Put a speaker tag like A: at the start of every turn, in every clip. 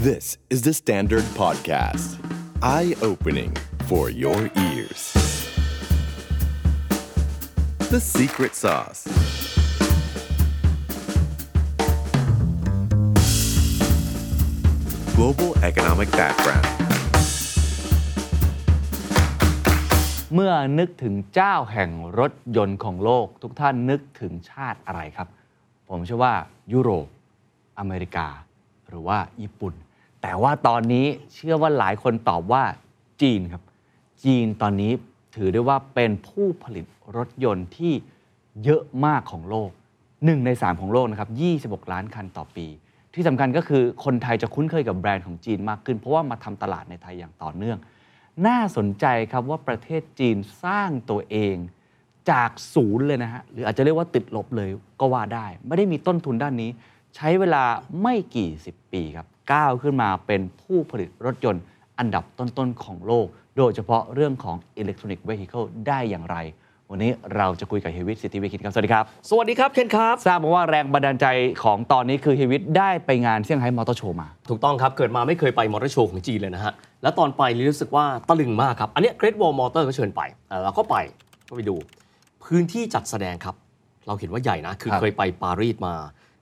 A: This is the Standard Podcast. Eye-opening for your ears. The Secret Sauce. โ l o b a l Economic Background
B: เมื่อนึกถึงเจ้าแห่งรถยนต์ของโลก ทุกท่านนึกถึงชาติอะไรครับ ผมเชื่อว่ายุโรป อเมริกา หรือว่าญี่ปุ่น แต่ว่าตอนนี้เชื่อว่าหลายคนตอบว่าจีนครับ จีนตอนนี้ถือได้ว่าเป็นผู้ผลิตรถยนต์ที่เยอะมากของโลก 1 ใน 3 ของโลกนะครับ 26 ล้านคันต่อปี ที่สำคัญก็คือคนไทยจะคุ้นเคยกับแบรนด์ของจีนมากขึ้น เพราะว่ามาทำตลาดในไทยอย่างต่อเนื่อง น่าสนใจครับว่าประเทศจีนสร้างตัวเองจากศูนย์เลยนะฮะ หรืออาจจะเรียกว่าติดลบเลยก็ว่าได้ ไม่ได้มีต้นทุนด้านนี้ ใช้เวลาไม่กี่สิบปีครับ ก้าวขึ้นมาเป็นผู้ผลิตรถยนต์อันดับต้น ๆ ของโลก โดยเฉพาะเรื่องของ Electronic Vehicle ได้อย่างไร วันนี้เราจะคุยกับเฮยวิทย์สิทธิวิคินครับ สวัสดีครับ
C: สวัสดีครับเคนครับ
B: ทราบมาว่าแรงบันดาลใจของตอนนี้คือเฮยวิทย์ได้ไปงานเซี่ยงไฮ้มอเตอร์โชว์มา
C: ถูกต้องครับ เกิดมาไม่เคยไปมอเตอร์โชว์ของจีนเลยนะฮะ แล้วตอนไปเลยรู้สึกว่าตะลึงมากครับ อันเนี้เกรดวอลมอเตอร์ก็เชิญไปเอ่อเราก็ไปก็ไปดู พื้นที่จัดแสดงครับ เราเห็นว่าใหญ่นะ คือ
B: ครับ
C: เคยไปปารีสมา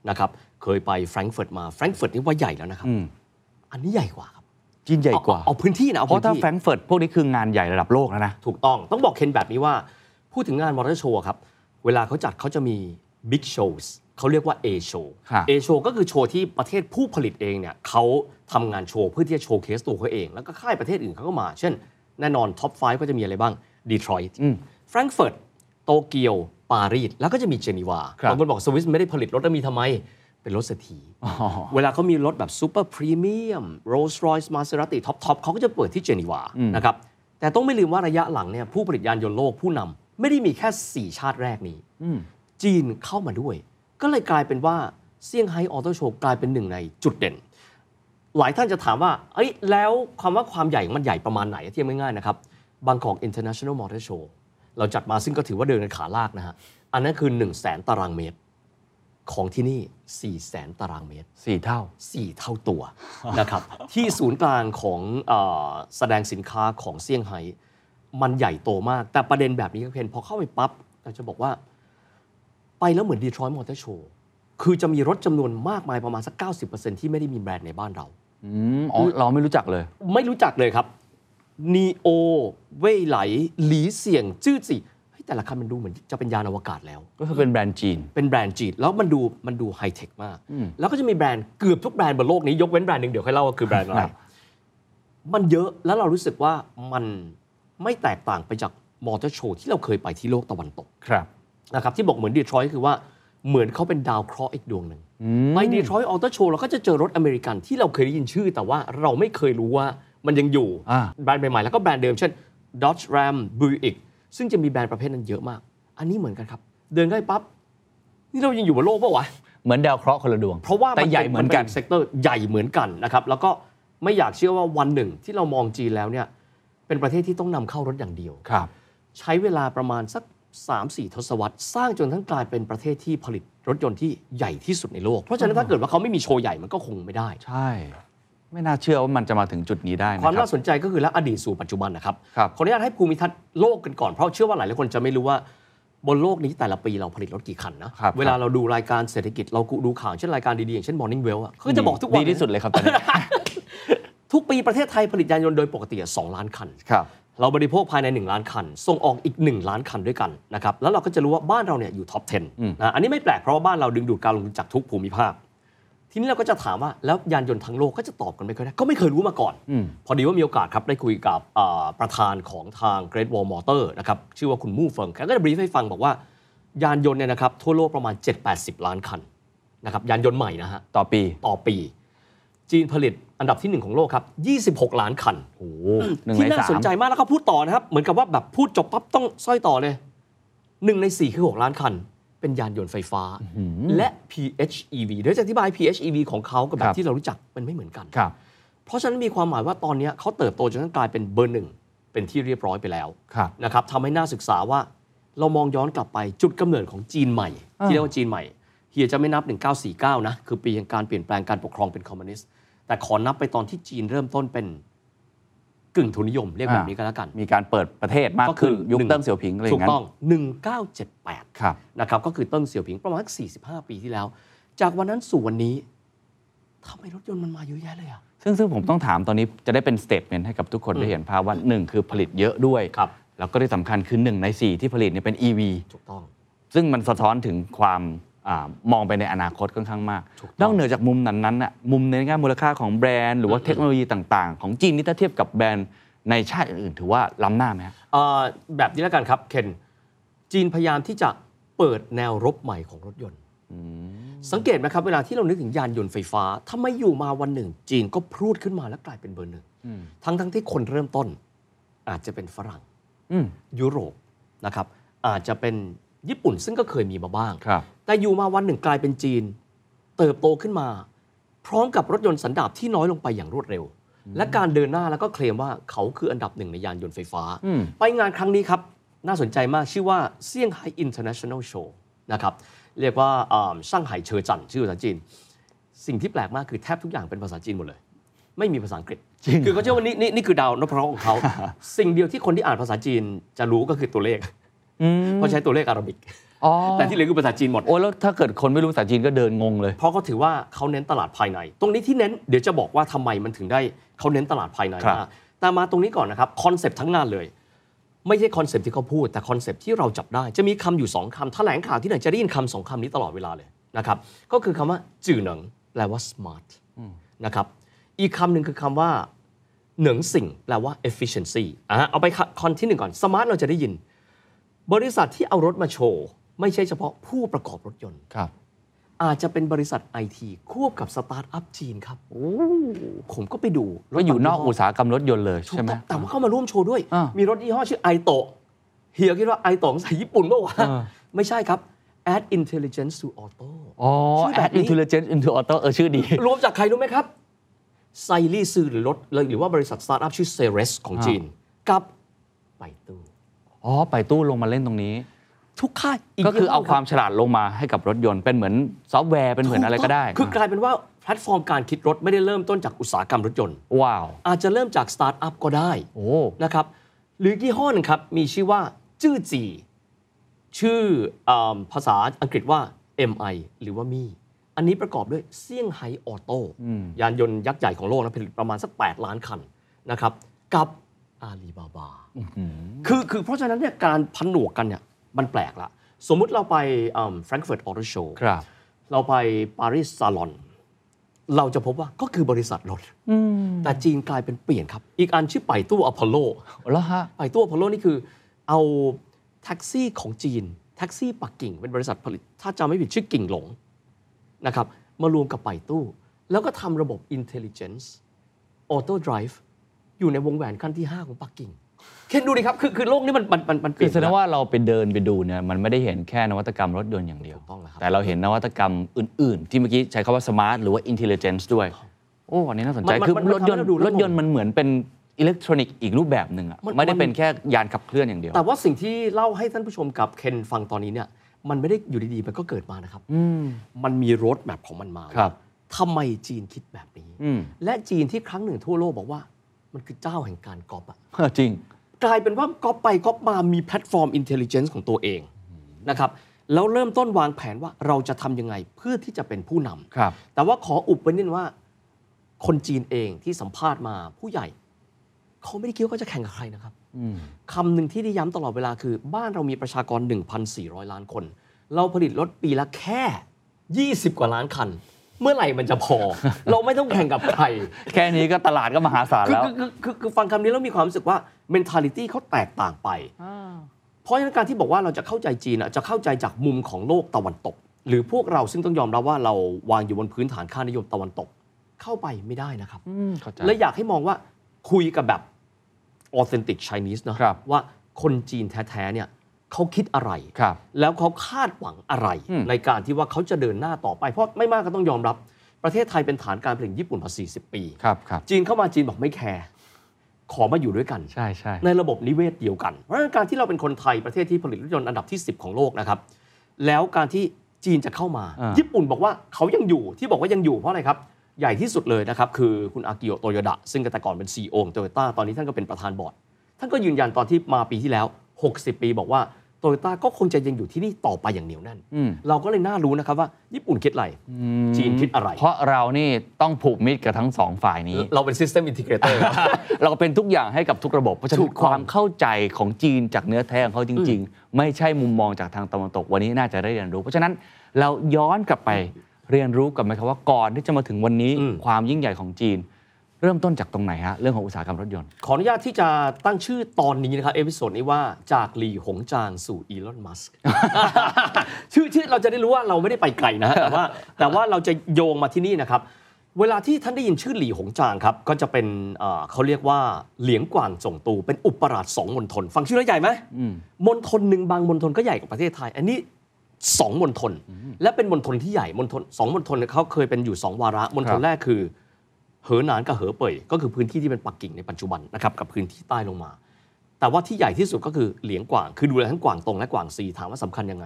C: นะครับ เคยไปแฟรงก์เฟิร์ตมาแฟรงก์เฟิร์ตนี่ว่าใหญ่แล้วนะครับ
B: อืม
C: อันนี้ใหญ่กว่าครับ
B: จีนใหญ่กว่า
C: เอเอพื้นที่นะเอา
B: เพราะ
C: พื้น
B: ถ้า
C: ที่
B: แฟรงก์เฟิร์ตพวกนี้คืองานใหญ่ระดับโลกแล้วนะ
C: ถูกต้องต้องบอกเคนแบบนี้ว่า พูดถึงงานมอเตอร์โชว์ครับ เวลาเขาจัดเขาจะมีบิ๊กโชว์เขาเรียกว่า A show
B: ค่ะ
C: เอโชก็คือโชว์ที่ประเทศผู้ผลิตเองเนี่ยเขาทำงานโชว์เพื่อที่จะโชว์เคสตัวเขาเอง แล้วก็ค่ายประเทศอื่นเขาก็มา เช่น แน่นอนท็อป 5 ก็จะมีอะไรบ้างดีทรอยต์
B: อืม
C: แฟรงก์เฟิร์ตโตเกียว ปารีส แล้วก็จะมีเจนีวา
B: ครับ
C: บางคนบอกสวิสไม่ได้ผลิตรถแล้วมีทำไม เป็นรถเศรษฐี
B: อ๋อ
C: เวลาเขามีรถแบบซูเปอร์พรีเมียมโรลส์รอยส์มาเซราติท็อปท็อปเขาก็จะเปิดที่เจนีวา
B: อืม
C: นะครับแต่ต้องไม่ลืมว่าระยะหลังเนี่ยผู้ผลิตยานยนต์โลกผู้นำไม่ได้มีแค่สี่ชาติแรกนี้
B: อืม
C: จีนเข้ามาด้วย ก็เลยกลายเป็นว่าเซี่ยงไฮ้ออโต้โชว์กลายเป็นหนึ่งในจุดเด่น หลายท่านจะถามว่า เอ้ย แล้วความว่าความใหญ่ของมันใหญ่ประมาณไหนเทียบง่ายๆนะครับบางกอก International Motor Show เราจัดมาซึ่งก็ถือว่าเดินกันขาลากนะฮะ อันนั้นคือ 1 0 0 0 0แสนตารางเมตร ของที่นี่ 4 0 0แสนตารางเมตร
B: สี่เท่า
C: 4 เท่าตัว นะครับ ที่ศูนย์กลางของเออแสดงสินค้าของเซี่ยงไฮ้มันใหญ่โตมาก แต่ประเด็นแบบนี้ก็เพนพอเข้าไปปั๊บเราจะบอกว่า ไปแล้วเหมือนดีทรอยต์มอเตอร์โชว์คือจะมีรถจำนวนมากมายประมาณสัก 90%ที่ไม่ได้มีแบรนด์ในบ้านเรา
B: อืมอ๋อเราไม่รู้จักเลย
C: ไม่รู้จักเลยครับนีโอเว่ยไหล หลีเสี่ยง จื้อจีเฮ้ยแต่ละคันมันดูเหมือนจะเป็นยานอวกาศแล้ว
B: ก็คือเป็นแบรนด์จีน
C: เป็นแบรนด์จีนแล้วมันดูมันดูไฮเทคมาก
B: อืม
C: แล้วก็จะมีแบรนด์เกือบทุกแบรนด์บนโลกนี้ ยกเว้นแบรนด์หนึ่งเดี๋ยวค่อยเล่าว่าคือแบรนด์อะไร
B: ครับ
C: มันเยอะแล้วเรารู้สึกว่ามันไม่แตกต่างไปจากมอเตอร์โชว์ที่เราเคยไปที่โลกตะวันตก
B: ครับ
C: นะครับที่บอกเหมือนดีทรอยต์คือว่าเหมือนเขาเป็นดาวเคราะห์อีกดวงหนึ่งไปดีทรอยต์ออโต้โชว์เราก็จะเจอรถอเมริกันที่เราเคยได้ยินชื่อ แต่ว่าเราไม่เคยรู้ว่ามันยังอยู่
B: อ่า
C: แบรนด์ใหม่ๆ แล้วก็แบรนด์เดิมเช่น Dodge Ram Buick ซึ่งจะมีแบรนด์ประเภทนั้นเยอะมาก อันนี้เหมือนกันครับ เดินเข้าไปปั๊บ นี่เรายังอยู่บนโลกปะวะ
B: เหมือนดาวเคราะห์คนละดวง
C: เพราะว่า
B: แต่ใหญ่เหมือนกัน
C: เซกเตอร์ใหญ่เหมือนกันนะครับ แล้วก็ไม่อยากเชื่อว่าวันหนึ่งที่เรามองจีนแล้วเนี่ย เป็นประเทศที่ต้องนำเข้ารถอย่างเดียว
B: ครับ
C: ใช้เวลาประมาณสัก 3-4 ทศวรรษ สร้างจนทั้งกลายเป็นประเทศที่ผลิตรถยนต์ที่ใหญ่ที่สุดในโลก เพราะฉะนั้นถ้าเกิดว่าเขาไม่มีโชว์ใหญ่มันก็คงไม่ได้
B: ใช่ ไม่น่าเชื่อว่ามันจะมาถึงจุดนี้ได้นะ
C: ความ
B: ครั
C: น่า
B: บ
C: สนใจก็คือแล้วอดีตสู่ปัจจุบันนะครับ
B: ครับ
C: ขออนุญาตให้ภูมิทัศน์โลกกันก่อน เพราะเชื่อว่าหลายหลายคนจะไม่รู้ว่าบนโลกนี้แต่ละปีเราผลิตรถกี่คันนะ
B: ครับ
C: เวลาเราดูรายการเศรษฐกิจเราดูข่าวเช่นรายการดีๆ อย่างเช่น Morning Well อ่ะเขาก็จะบอกทุกวัน
B: ดีที่สุดเลยครับตอนนี้
C: ทุกปีประเทศไทยผลิตยานยนต์โดยปกติอะ2ล้านคัน
B: ครับ
C: เราบริโภคภายใน 1 ล้านคัน ส่งออกอีก 1 ล้านคันด้วยกันนะครับ แล้วเราก็จะรู้ว่าบ้านเราเนี่ยอยู่ท็อป
B: อืม
C: 10นะอันนี้ไม่แปลกเพราะว่าบ้านเราดึงดูดการลงทุนจากทุกภูมิภาค ทีนี้เราก็จะถามว่าแล้วยานยนต์ทั้งโลกก็จะตอบกันไม่ค่อยได้ก็ไม่เคยรู้มาก่อน
B: อืม
C: พอดีว่ามีโอกาสครับได้คุยกับอ่าประธานของทาง Great Wall Motor นะครับชื่อว่าคุณมู่เฟิงเขาก็จะบรีฟให้ฟังบอกว่า ยานยนต์เนี่ยนะครับทั่วโลกประมาณ 7-80 ล้านคันนะครับยานยนต์ใหม่นะฮะ
B: ต่อปี
C: ต่อปี จีนผลิตอันดับทีหนึ่1 ของโลกครับ 26 ล้านคัน
B: โอ้โหหนึ่ง
C: ที่
B: ใน
C: น่า
B: สา
C: สน
B: ม
C: ใจมากแล้วก็พูดต่อนะครับ เหมือนกับว่าแบบพูดจบปั๊บต้องสร้อยต่อเลยหนึ่งใน 4 คือ 6 ล้านคัน เป็นยานยนต์ไฟฟ้า และ PHEV เดี๋ยวจะอธิบาย PHEV ของเขากับแบบที่เรารู้จักมันไม่เหมือนกัน
B: ครับ
C: เพราะฉะนั้นมีความหมายว่าตอนเนี้ยเขาเติบโตจนกลายเป็นเบอร์หนึ่งเป็นที่เรียบร้อยไปแล้ว
B: ครับ
C: นะครับทำให้น่าศึกษาว่าเรามองย้อนกลับไปจุดกำเนิดของจีนใหม่
B: อ่า
C: ที่เรียกว่าจีนใหม่เฮียจะไม่นับ 1949 นะ คือปีแห่งการเปลี่ยนแปลงการปกครองเป็นคอมมิวนิสต์ แต่ขอนับไปตอนที่จีนเริ่มต้นเป็นกึ่งทุนนิยม เรียกแบบนี้ก็แล้วกัน
B: มีการเปิดประเทศมาก
C: ก็คื
B: ขึ้
C: อน
B: ยุค
C: หนึ่ง
B: เติ้งเสี่ยวผิงอะไรอ
C: ถู
B: ย่าก งนั้
C: ต้อน ง 1978
B: ครับ
C: นะครับก็คือเติ้งเสี่ยวผิงประมาณสัก45 ปีที่แล้ว จากวันนั้นสู่วันนี้ทำไมรถยนต์มันมาเยอะแยะเลยอ่ะ
B: ซึ่งซึ่งผมต้องถามตอนนี้จะได้เป็นสเต t เมนต์ให้กับทุกคน
C: อืม
B: ได้เห็นภาพว่าหนึ่งคือผลิตเยอะด้วย
C: ครับ
B: แล้วก็ที่สำคัญคือหนึ่งในสี่ที่ผลิตเนี่ยเป็น EV
C: ถูกต้อง
B: ซึ่งมันสะท้อนถึงความอามองไปในอนาคตค่อนข้างมาก
C: ถูกต้อ
B: นอก
C: ง
B: เหนือจากมุมนั้นนั้นน่ะมุมในแง่มูลค่าของแบรนด์หรือว่า
C: อืม
B: เทคโนโลยีต่าง ๆ ของจีนนี่ถ้าเทียบกับแบรนด์ในชาติอื่นๆถือว่าล้ำหน้าไหมฮะ
C: เอ่อแบบนี้แล้วกันครับ เคน จีนพยายามที่จะเปิดแนวรบใหม่ของรถยนต์ สังเกตไหมครับ เวลาที่เรานึกถึงยานยนต์ไฟฟ้าถ้าไม่อยู่มาวันหนึ่ง จีนก็พรูดขึ้นมาแล้วกลายเป็นเบอร์หนึ่ง
B: อืม
C: ทั้งทั้งที่คนเริ่มต้น อาจจะเป็นฝรั่ง
B: อืม
C: ยุโรปนะครับอาจจะเป็นญี่ปุ่นซึ่งก็เคยมีมาบ้าง
B: ครับ
C: แต่อยู่มาวันหนึ่งกลายเป็นจีน เติบโตขึ้นมา พร้อมกับรถยนต์สันดาปที่น้อยลงไปอย่างรวดเร็ว และการเดินหน้าแล้วก็เคลมว่าเขาคืออันดับหนึ่งในยานยนต์ไฟฟ้า
B: อืม
C: ไปงานครั้งนี้ครับ น่าสนใจมากชื่อว่าเซี่ยงไฮ้ international show นะครับเรียกว่าอ่าช่างไห่เชอจันชื่อภาษาจีน สิ่งที่แปลกมากคือแทบทุกอย่างเป็นภาษาจีนหมดเลย ไม่มีภาษาอังกฤษ คือเขาเชื่อว่านี่นี่นี่คือดาวนพรัตน์ของเขา สิ่งเดียวที่คนที่อ่านภาษาจีนจะรู้ก็คือตัวเลข
B: อืม
C: เพราะใช้ตัวเลขอาหรับิก
B: อ๋อ
C: แต่ที่เหลือคือภาษาจีนหมด
B: โอ้แล้วถ้าเกิดคนไม่รู้ภาษาจีนก็เดินงงเลย
C: เพราะเขาถือว่าเขาเน้นตลาดภายใน ตรงนี้ที่เน้นเดี๋ยวจะบอกว่าทำไมมันถึงได้เขาเน้นตลาดภายใน
B: ครับ
C: มากแต่มาตรงนี้ก่อนนะครับคอนเซปต์ทั้งงานเลย ไม่ใช่คอนเซปต์ที่เขาพูด แต่คอนเซปต์ที่เราจับได้ จะมีคำอยู่ 2คำแถลงข่าวที่ไหนจะได้ยินคำสองคำนี้ตลอดเวลาเลยนะครับก็คือคำว่าจื่อเหนิงแปลว่า smart
B: อืม
C: นะครับอีกคำหนึ่งคือคำว่า เหนิงสิ่งแปลว่า efficiency อ่ะเอาไปคอนที่หนึ่งก่อน smart เราจะได้ยิน บริษัทที่เอารถมาโชว์ไม่ใช่เฉพาะผู้ประกอบรถยนต์
B: ครับ
C: อาจจะเป็นบริษัทไอทีควบกับสตาร์ทอัพจีนครับ ผมก็ไปดู
B: ก็อยู่นอก
C: รถบาง
B: อุตสาหกรรมรถยนต์เลย
C: ถูก
B: ใช่ไหม
C: ต้องแต่ว่าเข้ามาร่วมโชว์ด้วย
B: อ่ามี
C: มีรถยี่ห้อชื่อไอโตะเฮียคิดว่าไอโตะใส่ญี่ปุ่นเปล่าวะ
B: อ่า
C: ไม่ใช่ครับ add intelligence to auto
B: อ๋อ
C: ชื่อแบบ
B: add
C: นี้
B: intelligence into auto เออชื่อดี
C: รวมจากใครรู้ไหมครับไซลี่ซื้อหรือรถหรือว่าบริษัทสตาร์ทอัพชื่อเซเรสของ
B: อ่า
C: จีน กับไปตู้
B: อ๋อ ไปตู้ลงมาเล่นตรงนี้
C: ทุกค่าย
B: ก็คือเอา
C: ยี่ห้
B: ความ
C: รับ
B: ฉลาดลงมาให้กับรถยนต์เป็นเหมือนซอฟต์แวร์เป็นเหมือนอะไรก็ได้
C: คือกลายเป็นว่าแพลตฟอร์มการคิดรถไม่ได้เริ่มต้นจากอุตสาหกรรมรถยนต์
B: ว้าว
C: อาจจะเริ่มจากสตาร์ทอัพก็ได้
B: โอ้
C: นะครับหรือยี่ห้อหนึ่งครับ มีชื่อว่า จื้อจี ชื่อเอมภาษาอังกฤษว่า MI หรือว่ามี อันนี้ประกอบด้วยเซี่ยงไฮ้ออโต้
B: อืม
C: ยานยนต์ยักษ์ใหญ่ของโลกนะผลิตประมาณสัก 8 ล้านคันนะครับ กับอาลีบาบา
B: อืม
C: คือคือเพราะฉะนั้นเนี่ยการผนวกกันเนี่ยมันแปลกละ สมมุติเราไปแฟรงก์เฟิร์ตออโต้โชว์
B: ครับ
C: เราไปปารีสซาลอน เราจะพบว่าก็คือบริษัทรถ
B: อืม
C: แต่จีนกลายเป็นเปลี่ยนครับ อีกอันชื่อไปตู้อพอลโล
B: แล้วฮะ
C: ไปตัวพอลโลนี่คือเอาแท็กซี่ของจีน แท็กซี่ปักกิ่งเป็นบริษัทผลิต ถ้าจำไม่ผิดชื่อกิ่งหลงนะครับมารวมกับไปตู้ แล้วก็ทำระบบ Intelligence Auto Drive อยู่ในวงแหวนขั้นที่ 5 ของปักกิ่งเคนดูดิครับ คือคือโลกนี้มันมันมันมันเป
B: คื
C: ลี่ย
B: อน แสดงว่าเราไปเดินไปดูเนี่ยมันไม่ได้เห็นแค่นวัตกรรมรถยนต์อย่างเดียว
C: ถูกต้องแล้วครั
B: แต่เราเห็นนวัตกรรมอื่น ๆ ที่เมื่อกี้ใช้คำว่าสมาร์ทหรือว่าอินเทลเจนซ์ด้วย โอ้ อันนี้น่าสนใจ
C: มันมัน
B: คือ
C: มัน
B: รถยนต์
C: ทำให้เราดูแล้ว
B: รถยนต์มันเหมือนเป็นอิเล็กทรอนิกส์อีกรูปแบบหนึ่งอะ
C: มัน
B: ไม่ได้
C: มัน
B: เป็นแค่ยานขับเคลื่อนอย่างเดียว
C: แต่ว่าสิ่งที่เล่าให้ท่านผู้ชมกับเคนฟังตอนนี้เนี่ยมันไม่ได้อยู่ดีๆ มันก็เกิดมานะครับ
B: อืม
C: มันมีรถแมพของมันมา
B: ครับ
C: ทำไมจีนคิดแบบนี้
B: อืม
C: และจีนที่ครั้งหนึ่งทั่วโลกบอกว่า มันคือเจ้าแห่งการกอบอะ
B: เออจริง
C: กลายเป็นว่าก๊อปไปก๊อปมามีแพลตฟอร์มอินเทล i เจนซ์ของตัวเองนะครับแล้วเริ่มต้นวางแผนว่าเราจะทำยังไงเพื่อที่จะเป็นผู้นำ
B: ครับ
C: แต่ว่าขออุบไว้นิดว่า คนจีนเองที่สัมภาษณ์มาผู้ใหญ่ เขาไม่ได้คิดว่าเขาจะแข่งกับใครนะครับ
B: อืม
C: คำหนึ่งที่ได้ย้ำตลอดเวลาคือ บ้านเรามีประชากร 1,400 ล้านคน เราผลิตรถปีละแค่ 20 กว่าล้านคัน เมื่อไหร่มันจะพ อ เราไม่ต้องแข่งกับใคร
B: แค่นี้ก็ตลาดก็มหาศาล
C: คือ
B: แล้ว
C: คือคือคือฟังคำนี้แล้วมีความรู้สึกว่า mentality เขาแตกต่างไป เพราะฉะนั้นการที่บอกว่าเราจะเข้าใจจีนอะจะเข้าใจจากมุมของโลกตะวันตก หรือพวกเราซึ่งต้องยอมรับว่าเราวางอยู่บนพื้นฐานค่านิยมตะวันตก เข้าไปไม่ได้นะครับ
B: อืมเข้าใจ
C: และอยากให้มองว่าคุยกับแบบ authentic Chinese เนอะ
B: ครับ
C: ว่าคนจีนแท้ๆเนี่ยเขาคิดอะไร
B: ครับ
C: แล้วเขาคาดหวังอะไร
B: อืม
C: ในการที่ว่าเขาจะเดินหน้าต่อไป เพราะไม่มากก็ต้องยอมรับ ประเทศไทยเป็นฐานการผลิตญี่ปุ่นมา 40 ปี
B: ครับครับ
C: จีนเข้ามาจีนบอกไม่แคร์ขอมาอยู่ด้วยกัน
B: ใช่ใช่
C: ในระบบนิเวศเดียวกัน เพราะฉะนั้นการที่เราเป็นคนไทยประเทศที่ผลิตรถยนต์อันดับที่ 10 ของโลกนะครับ แล้วการที่จีนจะเข้ามา ญี่ปุ่นบอกว่าเขายังอยู่ที่บอกว่ายังอยู่เพราะอะไรครับ ใหญ่ที่สุดเลยนะครับ คือคุณอากิโอโตโยดะ ซึ่งแต่ก่อนเป็น CEO ของโตโยต้าตอนนี้ท่านก็เป็นประธานบอร์ด ท่านก็ยืนยันตอนที่มาปีที่แล้ว 60 ปีบอกว่าโตโยต้าก็คงจะยังอยู่ที่นี่ต่อไปอย่างเหนียวแน่น
B: อืม
C: เราก็เลยน่ารู้นะครับว่าญี่ปุ่นคิดอะไร
B: อืม
C: จีนคิดอะไร
B: เพราะเรานี่ต้องผูกมิตรกับทั้งสองฝ่ายนี้
C: เราเป็น system integrator ครับ
B: เราเป็นทุกอย่างให้กับทุกระบบเพราะฉะ
C: ถู
B: นั้
C: ก
B: น
C: ต้อง
B: ความเข้าใจของจีนจากเนื้อแท้ของเขาจริง ๆ ไม่ใช่มุมมองจากทางตะวันตกวันนี้น่าจะได้เรียนรู้ เพราะฉะนั้นเราย้อนกลับไปเรียนรู้กับไหมครับว่าก่อนที่จะมาถึงวันนี้ความยิ่งใหญ่ของจีน เริ่มต้นจากตรงไหนฮะเรื่องของอุตสาหกรรมรถยนต์
C: ขออนุญาตที่จะตั้งชื่อตอนนี้นะครับ เอพิโซดนี้ว่าจากหลีหงจางสู่อีลอนมัสก์ ชื่อชื่อเราจะได้รู้ว่าเราไม่ได้ไปไกลนะฮะแต่ว่าแต่ว่าเราจะโยงมาที่นี่นะครับ เวลาที่ท่านได้ยินชื่อหลีหงจางครับ ก็จะเป็นเอ่อเขาเรียกว่าเหลียงกวางส่งตู เป็นอุปราชสองมณฑลฟังชื่อแล้วใหญ่ไหม
B: อืม
C: มณฑลหนึ่งบางมณฑลก็ใหญ่กว่าประเทศไทย อันนี้สองมณฑลและเป็นมณฑลที่ใหญ่มณฑลสองมณฑลเนี่ยเขาเคยเป็นอยู่สองวาระมณฑลแรกคือ เหอหนานกับเหอเป่ยก็คือพื้นที่ที่เป็นปักกิ่งในปัจจุบันนะครับกับพื้นที่ใต้ลงมา แต่ว่าที่ใหญ่ที่สุดก็คือเหลียงกวาง คือดูแลทั้งกวางตงและกวางซีถามว่าสำคัญยังไง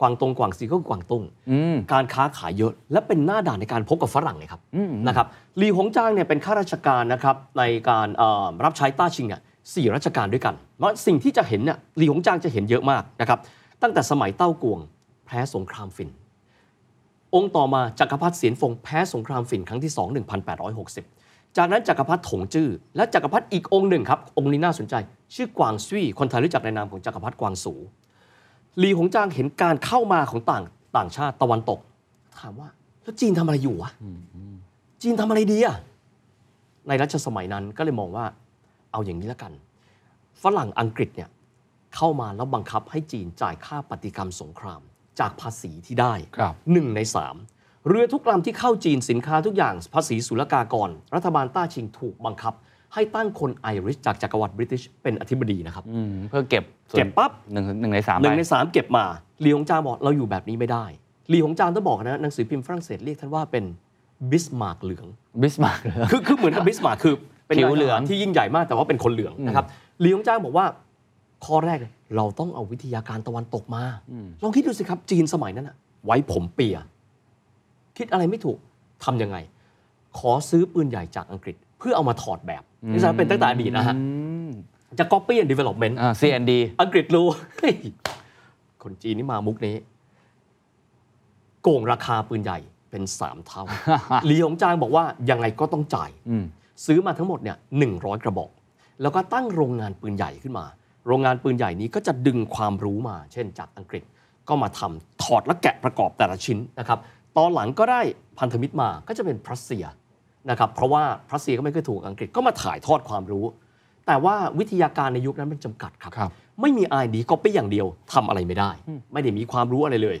C: กวางตงกวางซีก็คือกวางตุ้ง
B: อืม
C: การค้าขายเยอะและเป็นหน้าด่านในการพบกับฝรั่งเลยครับ
B: อืม
C: นะครับลีหงจางเนี่ยเป็นข้าราชการนะครับในการเอ่อรับใช้ต้าชิงเนี่ยสี่ราชการด้วยกันเพราะสิ่งที่จะเห็นเนี่ยลีหงจางจะเห็นเยอะมากนะครับตั้งแต่สมัยเต้ากวงแพ้สงครามฝิ่น องค์ต่อมาจักรพรรดิเสียนฟงแพ้สงครามฝิ่นครั้งที่ 2 1860 จากนั้นจักรพรรดิถงจื้อและจักรพรรดิอีกองค์หนึ่งครับ องค์นี้น่าสนใจ ชื่อกวางซุยคนไทยรู้จักในนามของจักรพรรดิกวางสูหลีหงจางเห็นการเข้ามาของต่างต่างชาติตะวันตก ถามว่า แล้วจีนทำอะไรอยู่อะจีนทำอะไรดีอะในรัชสมัยนั้นก็เลยมองว่า เอาอย่างนี้ละกัน ฝรั่งอังกฤษเนี่ยเข้ามาแล้วบังคับให้จีนจ่ายค่าปฏิกรรมสงคราม จากภาษีที่ได้
B: ครับ
C: หนึ่งในสามเรือทุกลำที่เข้าจีนสินค้าทุกอย่างภาษีศุลกากร รัฐบาลต้าชิงถูกบังคับ ให้ตั้งคนไอริชจากจักรวรรดิบริติชเป็นอธิบดีนะครับ
B: อืมเพื่อเก็บส่วน
C: เก็บปั๊บ
B: หนึ่งหนึ่งในสาม
C: หนึ่ง
B: ใบ
C: ในสามเก็บมาลีหงจางบอกเราอยู่แบบนี้ไม่ได้ลีหงจางต้องบอกนะหนังสือพิมพ์ฝรั่งเศสเรียกท่านว่าเป็นบิสมาร์กเหลือง
B: บิสมาร์กเหรอ
C: คือคือเหมือนกับบิสมาร์คคือเป็น
B: ผิวเหลือง
C: นายทหารที่ยิ่งใหญ่มากแต่ว่าเป็นคนเหลืองนะครับลียงจ้างบอกว่า ข้อแรกเลยเราต้องเอาวิทยาการตะวันตกมา ลองคิดดูสิครับจีนสมัยนั้นอะไว้ผมเปีย คิดอะไรไม่ถูกทำยังไง ขอซื้อปืนใหญ่จากอังกฤษ เพื่อเอามาถอดแบบนี่จะเป็นตั้งแต่อดีตนะฮะ
B: อืม
C: จะ copy and development
B: อ่า CND
C: อังกฤษรู้ เฮ้ยคนจีนนี่มามุกนี้ โกงราคาปืนใหญ่เป็นสามเท่า ลีหงจางบอกว่ายังไงก็ต้องจ่าย
B: อืม
C: ซื้อมาทั้งหมดเนี่ยหนึ่งกระบอก แล้วก็ตั้งโรงงานปืนใหญ่ขึ้นมา โรงงานปืนใหญ่นี้ก็จะดึงความรู้มา เช่นจากอังกฤษก็มาทำถอดและแกะประกอบแต่ละชิ้นนะครับ ตอนหลังก็ได้พันธมิตรมาก็จะเป็นพรัสเซียนะครับ เพราะว่าพรัสเซียก็ไม่เคยถูกอังกฤษก็มาถ่ายทอดความรู้ แต่ว่าวิทยาการในยุคนั้นมันจำกัดครับ
B: ครับ
C: ไม่มีไอดีก็ไปอย่างเดียวทำอะไรไม่ได้ ไม่ได้มีความรู้อะไรเลย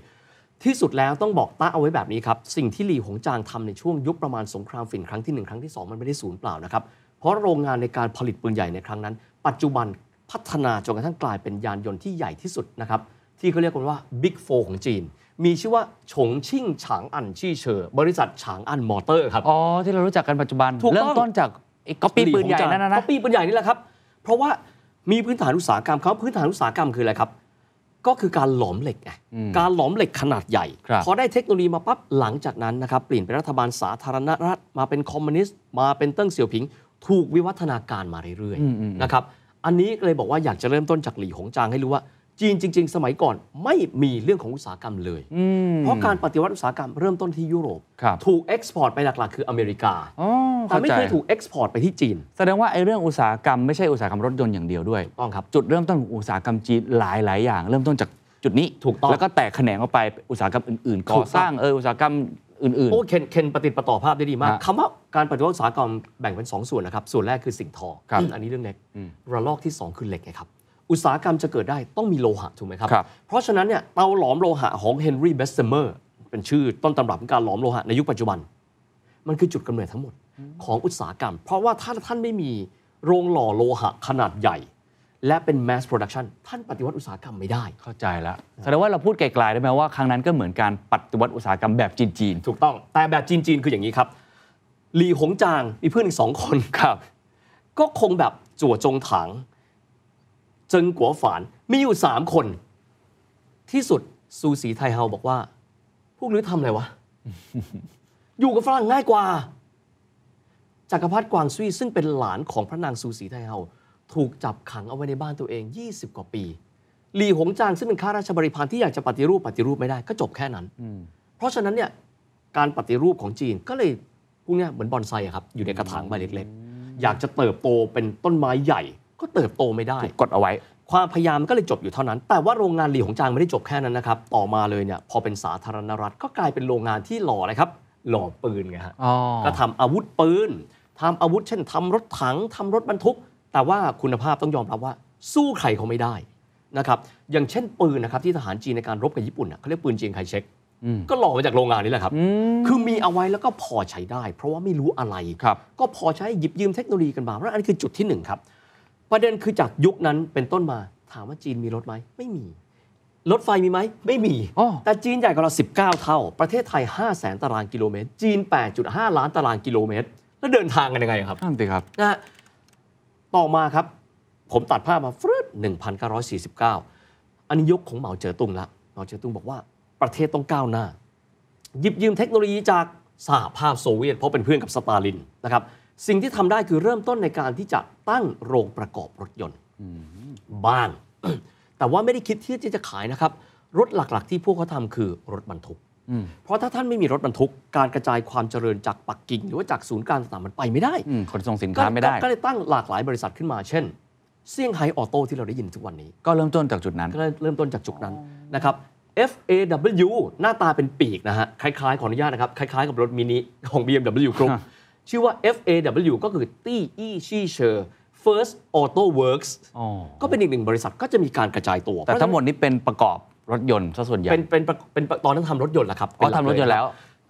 C: ที่สุดแล้วต้องบอกต้าเอาไว้แบบนี้ครับ สิ่งที่หลีหงจางทำในช่วงยุคประมาณสงครามฝิ่นครั้งทีหนึ่1 ครั้งที่ 2 มันไม่ได้สูญเปล่านะครับ เพราะโรงงานในการผลิตปืนใหญ่ในครั้งนั้น ปัจจุบันพัฒนาจนกระทั่งกลายเป็นยานยนต์ที่ใหญ่ที่สุดนะครับ ที่เขาเรียกกันว่า Big 4 ของจีน มีชื่อว่าฉงชิ่งฉางอันชี่เชอบริษัทฉางอันมอเตอร์ครับ
B: อ๋อ ที่เรารู้จักกันปัจจุบัน
C: ถูกต้อง
B: เริ่มต้นจากไอ้ก๊อปปี้ปืนใหญ่นั่นนะนะ
C: ก็ปีปืนใหญ่นี่แหละครับ เพราะว่ามีพื้นฐานอุตสาหกรรมเขาพื้นฐานอุตสาหกรรมคืออะไรครับ ก็คือการหลอมเหล็กไงการหลอมเหล็กขนาดใหญ่
B: ครับ
C: พอได้เทคโนโลยีมาปั๊บหลังจากนั้นนะครับเปลี่ยนเป็นรัฐบาลสาธารณรัฐมาเป็นคอมมิวนิสต์มาเป็นเติ้งเสี่ยวผิง ถูกวิวัฒนาการมาเรื่อยๆนะครับอันนี้ก็เลยบอกว่าอยากจะเริ่มต้นจากหลี่หงจางให้รู้ว่า จีนจริง ๆ สมัยก่อนไม่มีเรื่องของอุตสาหกรรมเลย
B: อืม
C: เพราะการปฏิวัติอุตสาหกรรมเริ่มต้นที่ยุโรป
B: ครับ
C: ถูกเอ็กซ์พอร์ตไปหลักๆ คืออเมริกา
B: อ๋อ
C: แต่
B: เข้า
C: ไม่
B: ใจ
C: เคยถูกเอ็กซ์พอร์ตไปที่จีน
B: แสดงว่าไอ้เรื่องอุตสาหกรรมไม่ใช่อุตสาหกรรมรถยนต์อย่างเดียวด้วย
C: ต้องครับ
B: จุดเริ่มต้นของอุตสาหกรรมจีนหลายหลายอย่าง เริ่มต้นจากจุดนี้
C: ถูกต้อง
B: แล้วก็แตกแขนงออกไปอุตสาหกรรมอื่นๆ
C: ถู
B: ก่อก
C: ต้อง
B: สร้างเอออุตสาหกรรมอื่น
C: โอ้เคนเคนปฏิติดประต่อภาพได้ดีมาก
B: ฮะ
C: คำว่าการปฏิวัติอุตสาหกรรมแบ่งเป็น 2 ส่วนนะครับ ส่วนแรกคือสิ่งทอ
B: ครับ
C: อืมอันนี้เรื่องเล็กระลอกที่ 2 คือเหล็กไงครับ อุตสาหกรรมจะเกิดได้ต้องมีโลหะถูกไหมครับ
B: ครับ
C: เพราะฉะนั้นเนี่ยเตาหลอมโลหะของเฮนรี่เบสเซเมอร์เป็นชื่อต้นตำรับของการหลอมโลหะในยุคปัจจุบัน มันคือจุดกำเนิดทั้งหมดของอุตสาหกรรม เพราะว่าถ้าท่านไม่มีโรงหล่อโลหะขนาดใหญ่ และเป็น mass production ท่านปฏิวัติอุตสาหกรรมไม่ได้
B: ๆ เข้าใจแล้วแสดงว่าเราพูดไกลๆได้ไหมว่าครั้งนั้นก็เหมือนการปฏิวัติอุตสาหกรรมแบบจีน
C: ถูกต้องแต่แบบจีน ๆ คืออย่างนี้ครับหลีหงจางมีเพื่อนอีกสองคนครับ ก็คงแบบจั่วจงถังเจิงกัวฝาน มีอยู่สามคน ที่สุดซูสีไทเฮาบอกว่า พวกนี้ทำอะไรวะ อยู่กับฝรั่งง่ายกว่า จักรพรรดิกวางซุยซึ่งเป็นหลานของพระนางซูสีไทเฮาถูกจับขังเอาไว้ในบ้านตัวเอง 20 กว่าปี หลีหงจางซึ่งเป็นข้าราชบริพารที่อยากจะปฏิรูปปฏิรูปไม่ได้ก็จบแค่นั้น
B: อืม
C: เพราะฉะนั้นเนี่ยการปฏิรูปของจีนก็เลยพูดง่ายๆเหมือนบอนไซอะครับอยู่ในกระถางใบเล็กๆ อยากจะเติบโตเป็นต้นไม้ใหญ่ ก็เติบโตไม่ได้
B: ถูกกดเอาไว้
C: ความพยายามก็เลยจบอยู่เท่านั้น แต่ว่าโรงงานหลีของจางไม่ได้จบแค่นั้นนะครับ ต่อมาเลยเนี่ยพอเป็นสาธารณรัฐก็กลายเป็นโรงงานที่หล่ออะไรครับ หล่อปืนไงฮะ
B: อ๋อ
C: ก็ทำอาวุธปืนทำอาวุธเช่นทำรถถังทำรถบรรทุก แต่ว่าคุณภาพต้องยอมรับว่า สู้ใครเขาไม่ได้นะครับ อย่างเช่นปืนนะครับที่ทหารจีนในการรบกับญี่ปุ่นน่ะเขาเรียกปืนจีนไคเช็ค
B: อืม
C: ก็หล่อมาจากโรงงานนี่แหละครับ
B: อืม
C: คือมีเอาไว้แล้วก็พอใช้ได้ เพราะว่าไม่รู้อะไร
B: ครับ
C: ก็พอใช้หยิบยืมเทคโนโลยีกันมาเพราะฉะนั้นอันนคือจุดที่หนึ่งครับ ประเด็นคือจากยุคนั้นเป็นต้นมาถามว่าจีนมีรถไหมไม่มี รถไฟมีไหมไม่มี
B: อ้อ
C: แต่จีนใหญ่กว่าเรา 19 เท่า ประเทศไทย 5 0 0แสนตารางกิโลเมตร จีน 8.5 ล้านตารางกิโลเมตร แล้วเดินทางกันยังไงครับ
B: นั่นสิครับ
C: นะฮะต่อมาครับ ผมตัดภาพมาฟรึด1949 อันนี้ยกของเหมาเจ๋อตุงละเหมาเจ๋อตุงบอกว่าประเทศต้องก้าวหน้า หยิบยืมเทคโนโลยีจากสหภาพโซเวียต เพราะเป็นเพื่อนกับสตาลินนะครับสิ่งที่ทำได้คือเริ่มต้นในการที่จะตั้งโรงประกอบรถยนต์บ้าง แต่ว่าไม่ได้คิดที่จะขายนะครับ รถหลักๆ ที่พวกเขาทำคือรถบรรทุก
B: อืม
C: เพราะถ้าท่านไม่มีรถบรรทุก การกระจายความเจริญจากปักกิ่ง หรือว่าจากศูนย์กลางต่างๆมันไปไม่ได้
B: อืมขนส่งสินค้าไม่ได้
C: ก็ก็เลยตั้งหลากหลายบริษัทขึ้นมา เช่นเซี่ยงไฮ้ออโต้ที่เราได้ยินทุกวันนี้
B: ก็เริ่มต้นจากจุดนั้น
C: ก็เลยเริ่มต้นจากจุดนั้นนะครับ FAW หน้าตาเป็นปีกนะฮะ คล้ายๆ ขออนุญาตนะครับ คล้ายๆ กับรถมินิของ BMW Group
B: ฮะ
C: ชื่อว่า FAW ก็คือตี้อี้ชี่เชอร์ First Auto Works
B: อ๋อ
C: ก็เป็นอีกหนึ่งบริษัทก็จะมีการกระจายตัว
B: แต่ทั้งหมดนี้เป็นประกอบรถยนต์ซะส่วนใหญ่
C: เป็นเป็นเป็นเป็นตอนนั้นทำรถยนต์แหละครับ
B: อ๋อทำรถยนต์แล้ว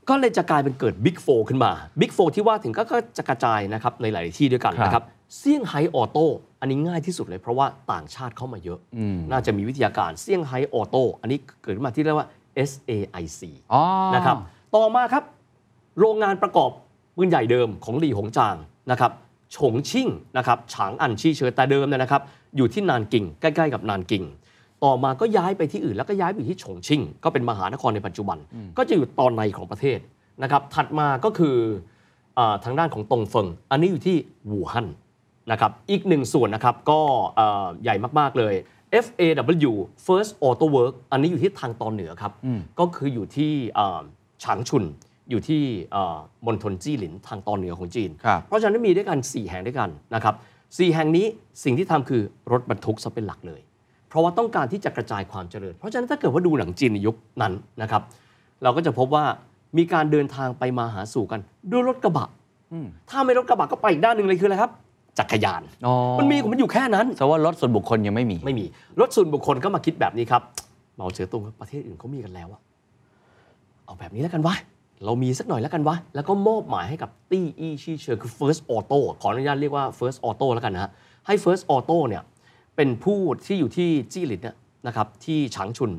C: ก็เลยจะกลายเป็นเกิด Big 4ขึ้นมา Big 4ที่ว่าถึงก็ก็จะกระจายนะครับในหลายที่ด้วยกันนะค
B: ครั
C: รับบ เซี่ยงไฮ้ออโต้อันนี้ง่ายที่สุดเลยเพราะว่าต่างชาติเข้ามาเยอะ
B: อืม
C: น่าจะมีวิทยาการเซี่ยงไฮ้ออโต้อันนี้เกิดขึ้นมาที่เรียกว่า SAIC
B: อ๋อ
C: นะครับต่อมาครับ โรงงานประกอบปืนใหญ่เดิมของหลี่หงจางนะครับฉงชิ่งนะครับฉางอันชี่เชอแต่เดิมเนี่ยนะครับ อยู่ที่นานกิงใกล้ๆกับนานกิง ต่อมาก็ย้ายไปที่อื่นแล้วก็ย้ายไปอยู่ที่ฉงชิ่ง ก็เป็นมหานครในปัจจุบัน ก็จะอยู่ตอนในของประเทศนะครับ ถัดมาก็คืออาทางด้านของตงเฟิง อันนี้อยู่ที่วู่ฮั่น นะครับ อีกหนึ่งส่วนนะครับ ก็เอ่อใหญ่มาก ๆ เลย FAW First Auto Work อันนี้อยู่ที่ทางตอนเหนือครับ ก็คืออยู่ที่เอ่อฉางชุน อยู่ที่เอ่อมณฑลจี้หลินทางตอนเหนือของจีน
B: ครับ
C: เพราะฉะนั้นมีด้วยกัน 4 แห่งด้วยกันนะครับสแห่งนี้สิ่งที่ทำคือรถบรรทุกซะเป็นหลักเลย เพราะว่าต้องการที่จะกระจายความเจริญ เพราะฉะนั้นถ้าเกิดว่าดูหนังจีนในยุคนั้นนะครับ เราก็จะพบว่ามีการเดินทางไปมาหาสู่กันด้วยรถกระบะ
B: อืม
C: ถ้าไม่รถกระบะก็ไปอีกด้านหนึ่งเลยคืออะไรครับ จักรยาน
B: อ๋อ
C: มันมีของมันอยู่แค่นั้น
B: แต่ว่ารถส่วนบุคคลยังไม่มี
C: ไม่มีรถส่วนบุคคลก็มาคิดแบบนี้ครับ เหมาเจ๋อตุงครับประเทศอื่นเขามีกันแล้วอะเอาแบบนี้แล้วกันวะ เรามีสักหน่อยแล้วกันวะ แล้วก็มอบหมายให้กับตี้อีชีเชอร์คือ First Auto ขออนุญาตเรียกว่า First Auto แล้วกันนะฮะ ให้ First Auto เนี่ยเป็นผู้ที่อยู่ที่จี้หลินเนี่ยนะครับที่ฉางชุน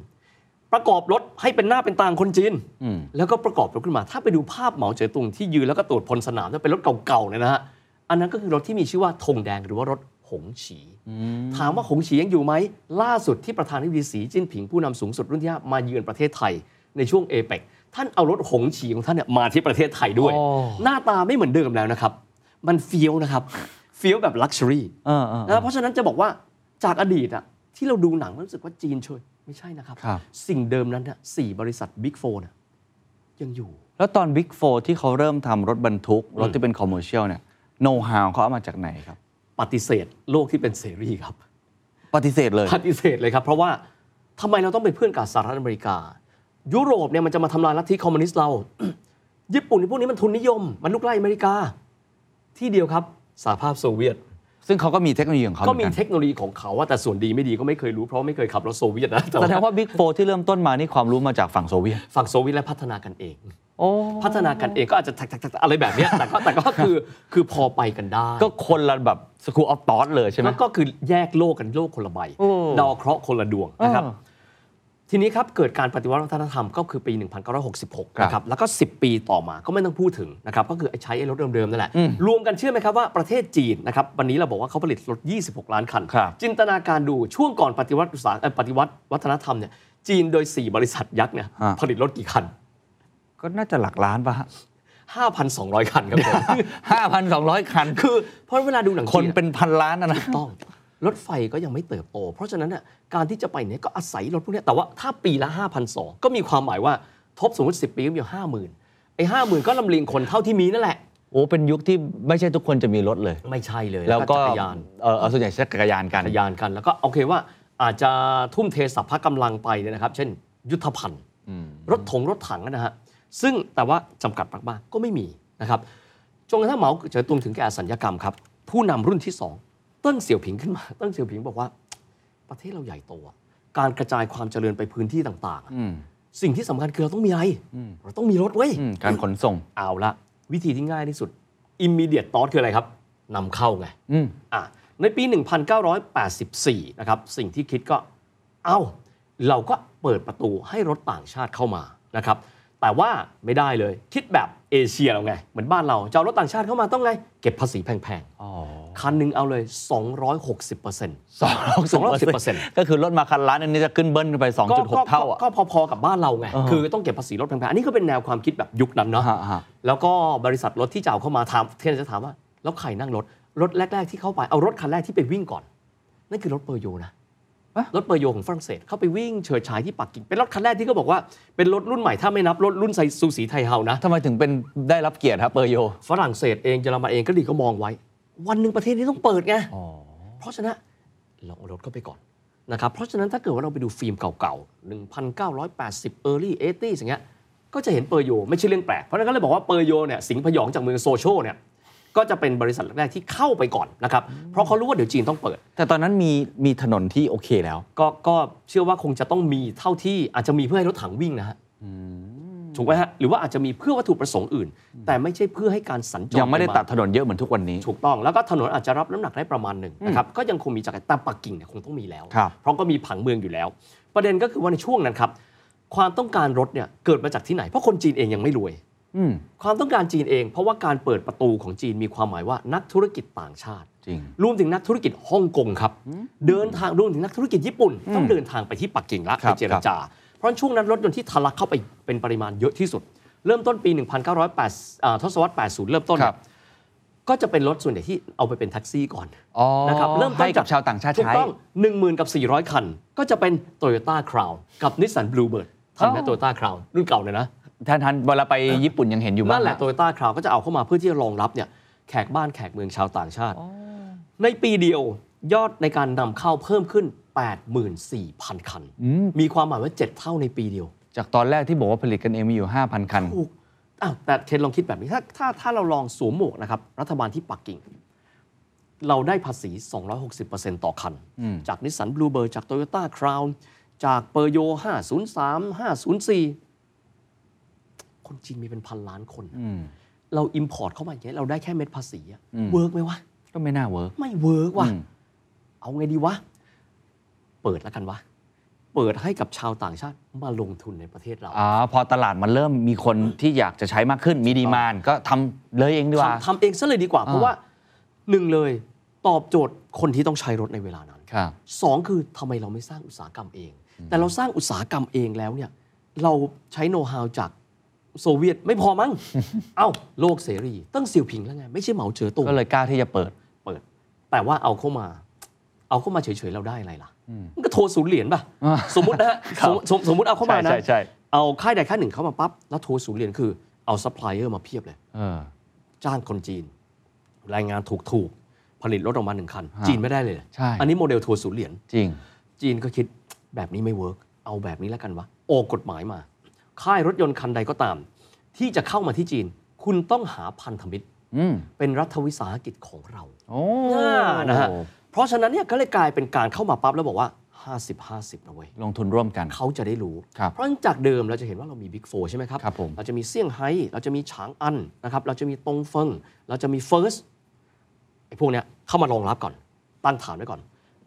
C: ประกอบรถให้เป็นหน้าเป็นตาของคนจีน
B: อืม
C: แล้วก็ประกอบรถขึ้นมา ถ้าไปดูภาพเหมาเจ๋อตุงที่ยืนแล้วก็ตรวจพลสนามนั่นเป็นรถเก่าๆเนี่ยนะฮะ อันนั้นก็คือรถที่มีชื่อว่าธงแดงหรือว่ารถหงฉี ถามว่าหงฉียังอยู่ไหม ล่าสุดที่ประธานาธิบดีสีจิ้นผิงผู้นำสูงสุดรุ่นที่ห้ามาเยือนประเทศไทยในช่วงเอเปกท่านเอารถหงฉีของท่านเนี่ยมาที่ประเทศไทยด้วย
B: อ๋อ
C: หน้าตาไม่เหมือนเดิมแล้วนะครับ มันเฟี้ยวนะครับ เฟี้ยวแบบลักชัวรี่
B: เออเออ
C: นะเพราะฉะนั้นจะบอกว่าจากอดีตอะที่เราดูหนังแล้วรู้สึกว่าจีนช่วย ไม่ใช่นะครับ
B: ครับ
C: สิ่งเดิมนั้นน่ะสี่บริษัทบิ๊กโฟนะยังอยู่
B: แล้วตอน Big 4 ที่เขาเริ่มทำรถบรรทุก รถที่เป็นคอมเมอร์เชียลเนี่ยโน้ตฮาวเขาเอามาจากไหนครับ
C: ปฏิเสธโลกที่เป็นเสรีครับ
B: ปฏิเสธเลย
C: ปฏิเสธเลยครับ เพราะว่าทำไมเราต้องเป็นเพื่อนกับสหรัฐอเมริกา ยุโรปเนี่ยมันจะมาทำลายลัทธิคอมมิวนิสต์เรา ญี่ปุ่นพวกนี้มันทุนนิยม มันลูกไล่อเมริกา ที่เดียวครับสหภาพโซเวียต
B: ซึ่งเขาก็มีเทคโนโลยีของเขา
C: ก็
B: เหมื
C: มี
B: อนกัน
C: เทคโนโลยีของเขาว่าแต่ส่วนดีไม่ดีก็ไม่เคยรู้เพราะไม่เคยขับรถโซเวียตนะแต่
B: แส
C: ว่า
B: ดงว่า Big 4 ที่เริ่มต้นมานี่ความรู้มาจากฝั่งโซเวียต
C: ฝั่งโซเวียตและพัฒนากันเอง
B: โอ้
C: พัฒนากันเองก็อาจจะทักทักทักอะไรแบบเนี้ย แต่ก็แต่ก็คือคือพอไปกันได้
B: ก็คนละแบบสกูออฟตอสเลยใช่ไหม
C: แล้วก็คือแยกโลกกันโลกคนละใบ
B: โอ้
C: ดาวเคราะห์คนละดวงนะครับ
B: เออ
C: ทีนี้ครับ เกิดการปฏิวัติวัฒนธรรมก็คือปี 1966 นะครับ แล้วก็ 10 ปีต่อมาก็ไม่ต้องพูดถึงนะครับ ก็คือไอ้ใช้ไอ้รถเดิมๆนั่นแหละ
B: อืม
C: รวมกันเชื่อไหมครับว่าประเทศจีนนะครับ วันนี้เราบอกว่าเขาผลิตรถ 26 ล้านคัน
B: ครับ
C: จินตนาการดูช่วงก่อนปฏิวัติอุตสาหเอ่อปฏิวัติวัฒนธรรมเนี่ยจีนโดย 4 บริษัทยักษ์เนี่ย
B: ฮะ
C: ผลิตรถกี่คัน
B: ก็น่าจะหลักล้านป่ะฮะ
C: 5,200 คันครับ ผม
B: 5,200 คัน
C: คือเพราะเวลาดูหนัง
B: คน
C: จีอะ
B: เป็นพันล้านนะนะ
C: ต้อง รถไฟก็ยังไม่เติบโต เพราะฉะนั้นน่ะการที่จะไปเนี่ยก็อาศัยรถพวกเนี้ยแต่ว่าถ้าปีละ 5,200 ก็มีความหมายว่าทบสมมติ 10 ปีก็มีอยู่50,000ไอ้50,000 ก็ลำเลียงคนเท่าที่มีนั่นแหละ
B: โอ้ เป็นยุคที่ไม่ใช่ทุกคนจะมีรถเลย
C: ไม่ใช่เลย
B: แล้วก็
C: จักรยาน
B: เออเอาส่วนใหญ่ใช้จักรยานกัน
C: จักรยานกันแล้วก็โอเคว่าอาจจะทุ่มเทสรรพกำลังไปเนี่ยนะครับ เช่น ยุทธภัณฑ์รถถงรถถังนะฮะซึ่งแต่ว่าจำกัดมากๆก็ไม่มีนะครับจนกระทั่งเหมาเจ๋อตุงถึงแก่อสัญญกรรมครับ ผู้นำรุ่นที่ 2 เติ้งเสี่ยวผิงขึ้นมา เติ้งเสี่ยวผิงบอกว่า ประเทศเราใหญ่โตอะการกระจายความเจริญไปพื้นที่ต่างๆอะ
B: อืม
C: สิ่งที่สำคัญคือเราต้องมีอะไรเราต้องมีรถเว้ย
B: อืมการขนส่ง
C: เอาละวิธีที่ง่ายที่สุด immediate thought คืออะไรครับนำเข้าไง
B: อืม
C: อ่ะในปี 1984 นะครับ สิ่งที่คิดก็ เอ้า เราก็เปิดประตูให้รถต่างชาติเข้ามานะครับ แต่ว่าไม่ได้เลย คิดแบบเอเชียเราไง เหมือนบ้านเราจะเอารถต่างชาติเข้ามาต้องไง เก็บภาษีแพง
B: อ๋อ
C: ๆ คันหนึงเอาเลย 260%เปอร์เซ็นต์
B: สองร้อยสิบเปอร์เซ็นต์
C: 260%
B: ก็คือรถมาคันล้านอันนี้จะขึ้นเบิ้ลขึ้นไป 2.6 เท่าอ่ะ
C: ก็พอๆกับบ้านเราไง
B: อ่าฮะ
C: คือต้องเก็บภาษีรถแพงๆ อันนี้ก็เป็นแนวความคิดแบบยุคนั้นเนาะ
B: ฮะฮะ
C: แล้วก็บริษัทรถที่จะเอาเข้ามาถามเทนจะถามว่า แล้วใครนั่งรถ รถแรก ๆ ที่เข้าไปเอารถคันแรกที่ไปวิ่งก่อน นั่นคือรถเปอร์โยนะรถเปอร์โยของฝรั่งเศสเข้าไปวิ่งเฉิดฉายที่ปักกิ่งเป็นรถคันแรกที่เขาบอกว่าเป็นรถรุ่นใหม่ถ้าไม่นับรถรุ่นไซซูสีไทเฮานะ
B: ทำไมถึงเป็นได้รับเกียรติครับเปอร์โย
C: ฝรั่งเศสเองเยอรมันเองก็ดีก็มองไว้ วันหนึ่งประเทศนี้ต้องเปิดไง
B: อ๋อ
C: เพราะฉะนั้นเราเอารถเข้าไปก่อนนะครับ เพราะฉะนั้นถ้าเกิดว่าเราไปดูฟิล์มเก่าๆ 1980 early 80อย่างเงี้ย ก็จะเห็นเปอร์โยไม่ใช่เรื่องแปลก เพราะฉะนั้นก็เลยบอกว่าเปอร์โยเนี่ยสิงห์พยองจากเมืองโซโชเนี่ย ก็จะเป็นบริษัทแรกๆที่เข้าไปก่อนนะครับ เพราะเขารู้ว่าเดี๋ยวจีนต้องเปิด
B: แต่ตอนนั้นมีมีถนนที่โอเคแล้ว
C: ก็ก็เชื่อว่าคงจะต้องมีเท่าที่อาจจะมีเพื่อให้รถถังวิ่งนะฮะถูกไหมฮะ หรือว่าอาจจะมีเพื่อวัตถุประสงค์อื่น แต่ไม่ใช่เพื่อให้การสัญจร
B: ยังไม่ได้
C: ปา
B: ตัดถนนเยอะเหมือนทุกวันนี้
C: ถูกต้องแล้วก็ถนนอาจจะรับน้ำหนักได้ประมาณหนึ่งนะครับก็ยังคงมีจักรยานแต่ปักกิ่งเนี่ยคงต้องมีแล้ว
B: ครับ
C: เพราะก็มีผังเมืองอยู่แล้ว ประเด็นก็คือว่าในช่วงนั้นครับ ความต้องการรถเนี่ยเกิดมาจากที่ไหน เพราะคนจีนเองยังไม่รวย
B: อืม
C: ความต้องการจีนเอง เพราะว่าการเปิดประตูของจีนมีความหมายว่านักธุรกิจต่างชาติ
B: จริง
C: รวมถึงนักธุรกิจฮ่องกงครับ เดินทางรวมถึงนักธุรกิจญี่ปุ่น ต้องเดินทางไปที่ปักกิ่งละ
B: ครั
C: ไป
B: บ
C: เจรจา เพราะช่วงนั้นรถยนต์ที่ทะลักเข้าไปเป็นปริมาณเยอะที่สุด เริ่มต้นปี 1908อ่าทศวรรษ 80 เริ่มต้นเนี่ยก็จะเป็นรถส่วนใหญ่ที่เอาไปเป็นแท็กซี่ก่อน
B: อ๋อ
C: นะครับเริ่มต้น
B: ให้กับชาวต่างชาติ
C: ถู
B: ใช้
C: กต้อง 10,000 กับ 400 คัน ก็จะเป็น Toyota Crown กับ Nissan Bluebird ทันไหม
B: อ๋อ
C: Toyota Crown รุ่นเก่าเลยนะ
B: ท่านท่านเวลาไปญี่ปุ่นยังเห็นอยู่บ้าง
C: นั่นแหละ
B: ฮ
C: Toyota Crown ก็จะเอาเข้ามาเพื่อที่จะรองรับเนี่ยแขกบ้านแขกเมืองชาวต่างชาติ ในปีเดียวยอดในการนำเข้าเพิ่มขึ้น 84,000 คัน
B: อืม
C: มีความหมายว่า 7 เท่าในปีเดียว
B: จากตอนแรกที่บอกว่าผลิตกันเองมีอยู่ 5,000 คัน
C: ถูกอ้าวแต่เคนลองคิดแบบนี้ ถ้าถ้าถ้าเราลองสวมหมวกนะครับ รัฐบาลที่ปักกิ่ง เราได้ภาษี 260%ต่อคัน จากนิสสันบลูเบอร์ จากโตโยต้าคราว จากเปอร์โย 503 504 คนจีนมีเป็นพันล้านคนนะ
B: อืม
C: เราอิมพอร์ตเข้ามาอย่างเงี้ยเราได้แค่เม็ดภาษีอะเวิร์กไหมวะ
B: ก็ไม่น่าเวิร์ก
C: ไม่เวิร์กว่ะ
B: อืม
C: เอาไงดีวะ เปิดแล้วกันวะ เปิดให้กับชาวต่างชาติมาลงทุนในประเทศเรา
B: อ๋อพอตลาดมันเริ่มมีคนที่อยากจะใช้มากขึ้น มีดีมานก็ทำเลยเองดีกว่า
C: ทำทำเองซะเลยดีกว่า เพราะว่าหนึ่งเลยตอบโจทย์คนที่ต้องใช้รถในเวลานั้น
B: ครับ
C: สองคือทำไมเราไม่สร้างอุตสาหกรรมเอง แต่เราสร้างอุตสาหกรรมเองแล้วเนี่ยเราใช้โน้ตฮาวจากโซเวียตไม่พอ มั้ง เอ้า โลกเสรีตั้งเสี่ยวผิงแล้วไง ไม่ใช่เหมาเจ๋อตุง
B: ก็เลยกล้าที่จะเปิด
C: เปิด แต่ว่าเอาเข้ามา เอาเข้ามาเฉยๆเราได้อะไรล่ะ มันก็โทรศูนย์เหรียญป่ะ สมมตินะฮะ
B: ครับ
C: สมมุติสมมติเอาเข้ามานะ
B: ใช่ใช่ใช่
C: เอาค่ายใดค่ายหนึ่งเข้ามาปั๊บแล้วโทรศูนย์เหรียญคือเอาซัพพลายเออร์มาเพียบเลย
B: เออ
C: จ้างคนจีน รายงานถูกถูกๆผลิตรถออกมาหนึ่งคัน จีนไม่ได้เลย
B: ใช่
C: อันนี้โมเดลทัวร์ศูนย์เหรียญ
B: จริง
C: จีนก็คิดแบบนี้ไม่เวิร์กเอาแบบนี้แล้วกันวะออกกฎหมายมา ค่ายรถยนต์คันใดก็ตาม ที่จะเข้ามาที่จีน คุณต้องหาพันธมิตร
B: อืม
C: เป็นรัฐวิสาหกิจของเรา
B: โอ้
C: อ่านะฮะเพราะฉะนั้นเนี่ยก็เลยกลายเป็นการเข้ามาปั๊บแล้วบอกว่า 50-50นะเว้ย
B: ลงทุนร่วมกัน
C: เขาจะได้รู้
B: ครับ
C: เพราะจากเดิมเราจะเห็นว่าเรามีบิ๊กโฟใช่ไหมครับ
B: ครับผม
C: เราจะมีเซี่ยงไฮ้ เราจะมีฉางอันนะครับ เราจะมีตงเฟิง เราจะมีเฟิร์สไอ้พวกเนี้ยเข้ามารองรับก่อน ตั้งฐานไว้ก่อน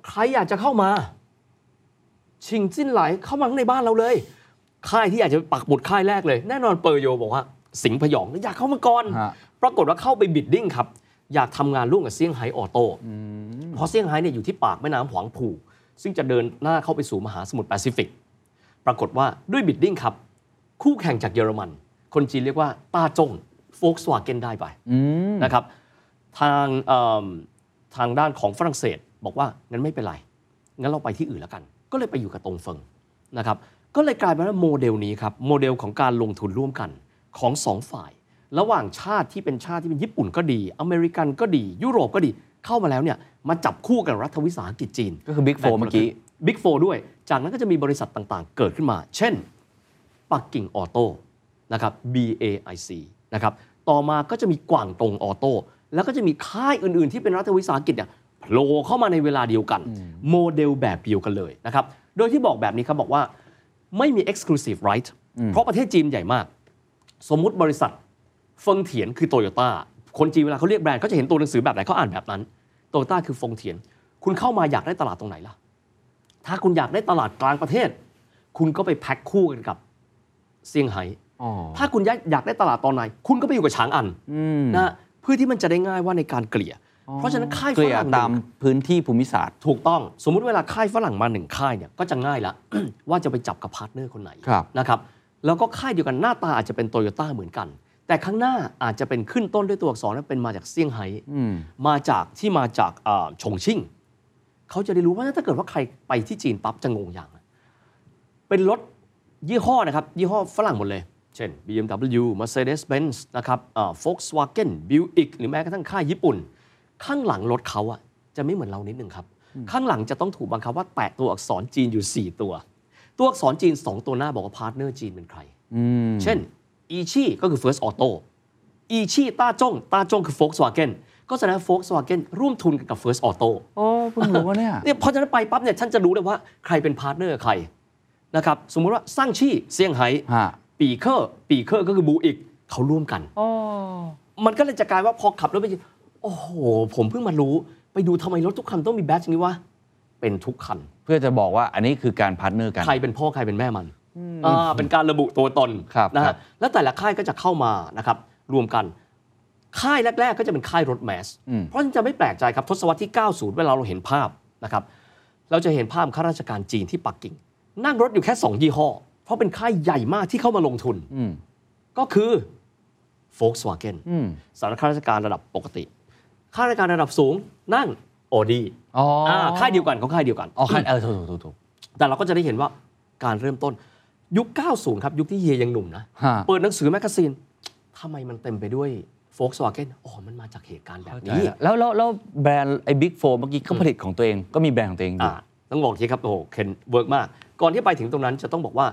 C: ใครอยากจะเข้ามา ชิงจิ้นไหลเข้ามาข้างในบ้านเราเลย ค่ายที่อยากจะปักบุดค่ายแรกเลย แน่นอนเปอร์โยบอกว่า สิงห์พยองอยากเข้ามาก่อน
B: ฮะ
C: ปรากฏว่าเข้าไปบิดดิ้งครับ อยากทำงานร่วมกับเซี่ยงไฮ้ออโต้ เพราะเซี่ยงไฮ้เนี่ยอยู่ที่ปากแม่น้ำหวางผู่ซึ่งจะเดินหน้าเข้าไปสู่มหาสมุทรแปซิฟิก ปรากฏว่าด้วยบิดดิ้งครับ คู่แข่งจากเยอรมัน คนจีนเรียกว่าต้าจง Volkswagen ได้ไป
B: อืม
C: นะครับทางเอิ่มทางด้านของฝรั่งเศสบอกว่างั้นไม่เป็นไร งั้นเราไปที่อื่นแล้วกัน ก็เลยไปอยู่กับตรงเฟิงนะครับก็เลยกลายเป็นว่าโมเดลนี้ครับโมเดลของการลงทุนร่วมกันของสองฝ่าย ระหว่างชาติที่เป็นชาติที่เป็นญี่ปุ่นก็ดี อเมริกันก็ดี ยุโรปก็ดีเข้ามาแล้วเนี่ยมาจับคู่กับรัฐวิสาหกิจจีน
B: ก็คือ Big Four เมื่อกี้
C: บิ๊กโฟด้วย จากนั้นก็จะมีบริษัทต่างๆ เกิดขึ้นมา เช่น ปักกิ่งออโต้นะครับ BAIC นะครับ ต่อมาก็จะมีกว่างตรงออโต้ แล้วก็จะมีค่ายอื่นๆ ที่เป็นรัฐวิสาหกิจเนี่ยโผล่เข้ามาในเวลาเดียวกัน โมเดลแบบเดียวกันเลยนะครับ โดยที่บอกแบบนี้ครับ บอกว่าไม่มี exclusive right เพราะประเทศจีนใหญ่มาก สมมุติบริษัทเฟิงเถียนคือโตโยต้า คนจีนเวลาเขาเรียกแบรนด์เขาจะเห็นตัวหนังสือแบบไหนเขาอ่านแบบนั้น โตโยต้าคือเฟงเถียน คุณเข้ามาอยากได้ตลาดตรงไหนล่ะ ถ้าคุณอยากได้ตลาดกลางประเทศ คุณก็ไปแพ็คคู่กันกับเซี่ยงไฮ้
B: อ๋อ
C: ถ้าคุณอยากได้ตลาดตอนไหน คุณก็ไปอยู่กับช้างอัน
B: อืม
C: นะ เพื่อที่มันจะได้ง่ายว่าในการเกลี่ย เพราะฉะนั้นค่าย
B: เก
C: ฝ
B: ลี่ย
C: รั่งห
B: ตา
C: นึ่
B: ม
C: ง
B: พื้นที่ภูมิศาสตร์
C: ถูกต้อง สมมุติเวลาค่ายฝรั่งมาหนึ่งค่ายเนี่ยก็จะง่ายละ ว่าจะไปจับกับพาร์ทเนอร์คนไหน
B: ครับ
C: นะครับ แล้วก็ค่ายเดียวกันหน้าตาอาจจะเป็นโตโยต้าเหมือนกัน แต่ข้างหน้าอาจจะเป็นขึ้นต้นด้วยตัวอักษรและเป็นมาจากเซี่ยงไฮ้
B: อืม
C: มาจากที่มาจากเอ่อชงชิ่ง เขาจะได้รู้ว่าถ้าเกิดว่าใครไปที่จีนปั๊บจะงงอย่างนะเป็นรถยี่ห้อนะครับ ยี่ห้อฝรั่งหมดเลย เช่น BMW Mercedes-Benz นะครับเอ่อ Volkswagen Buick หรือแม้กระทั่งค่ายญี่ปุ่น ข้างหลังรถเขาอะจะไม่เหมือนเรานิดนึงครับ ข้างหลังจะต้องถูกบังคับว่าแตะตัวอักษรจีนอยู่ 4 ตัว ตัวอักษรจีน 2 ตัวหน้าบอกว่าพาร์ทเนอร์จีนเป็นใคร
B: อืม
C: เช่นอีชีก็คือ First Auto อีชีต้าจงต้าจงคือ Volkswagen ก็แสดงว่า Volkswagen ร่วมทุนกับ First Auto
B: โอ้เพิ่งรู้ว่าเนี่ย
C: เนี่ยเพราะฉะนั้นไปปั๊บเนี่ยท่านจะรู้เลยว่าใครเป็นพาร์ทเนอร์ใครนะครับสมมุติว่าสร้างชี่เซี่ยงไฮ้
B: ฮะ
C: ปีเคอร์ปีเคอร์ก็คือบูอีกเขาร่วมกัน
B: โอ้
C: มันก็เลยจะกลายว่าพอขับรถไปจีนโอ้โห ผมเพิ่งมารู้ไปดูทำไมรถทุกคันต้องมีแบตอย่างนี้วะเป็นทุกคัน
B: เพื่อจะบอกว่าอันนี้คือการพาร์ทเนอร์กัน
C: ใครเป็นพ่อใครเป็นแม่มันอ่าเป็นการระบุตัวตน
B: ครับ
C: นะ
B: ครั
C: ฮะ
B: บ
C: แล้วแต่ละค่ายก็จะเข้ามานะครับรวมกัน ค่ายแรก ๆ ก็จะเป็นค่ายรถแมส เพราะฉะนั้นจะไม่แปลกใจครับทศวรรษที่ 90 เวลาเราเห็นภาพนะครับ เราจะเห็นภาพข้าราชการจีนที่ปักกิ่ง นั่งรถอยู่แค่ 2 ยี่ห้อ เพราะเป็นค่ายใหญ่มากที่เข้ามาลงทุน
B: อืม
C: ก็คือ Volkswagen
B: อืม
C: สำหรับข้าราชการระดับปกติ ข้าราชการระดับสูงนั่ง Audi
B: อ๋ออ่
C: าค่ายเดียวกันของค่ายเดียวกัน
B: อ๋อค่ายเออถูกถูกถูก
C: แต่เราก็จะได้เห็นว่าการเริ่มต้นยุค 90 ครับ ยุคที่เฮียยังหนุ่มนะ
B: ฮะ
C: เปิดหนังสือแมกกาซีนทำไมมันเต็มไปด้วยโฟกสวาเกนอ๋อ มันมาจากเหตุการณ์แบบนี้
B: แล้วแล้วแล้วแบรนด์ไอ้บิ๊กโฟเมื่อกี้ก็ผลิตของตัวเองก็มีแบรนด์ของตัวเองอยู่
C: อ่าต้องบอกทีครับ โอ้โหเคนเวิร์กมาก ก่อนที่ไปถึงตรงนั้นจะต้องบอกว่า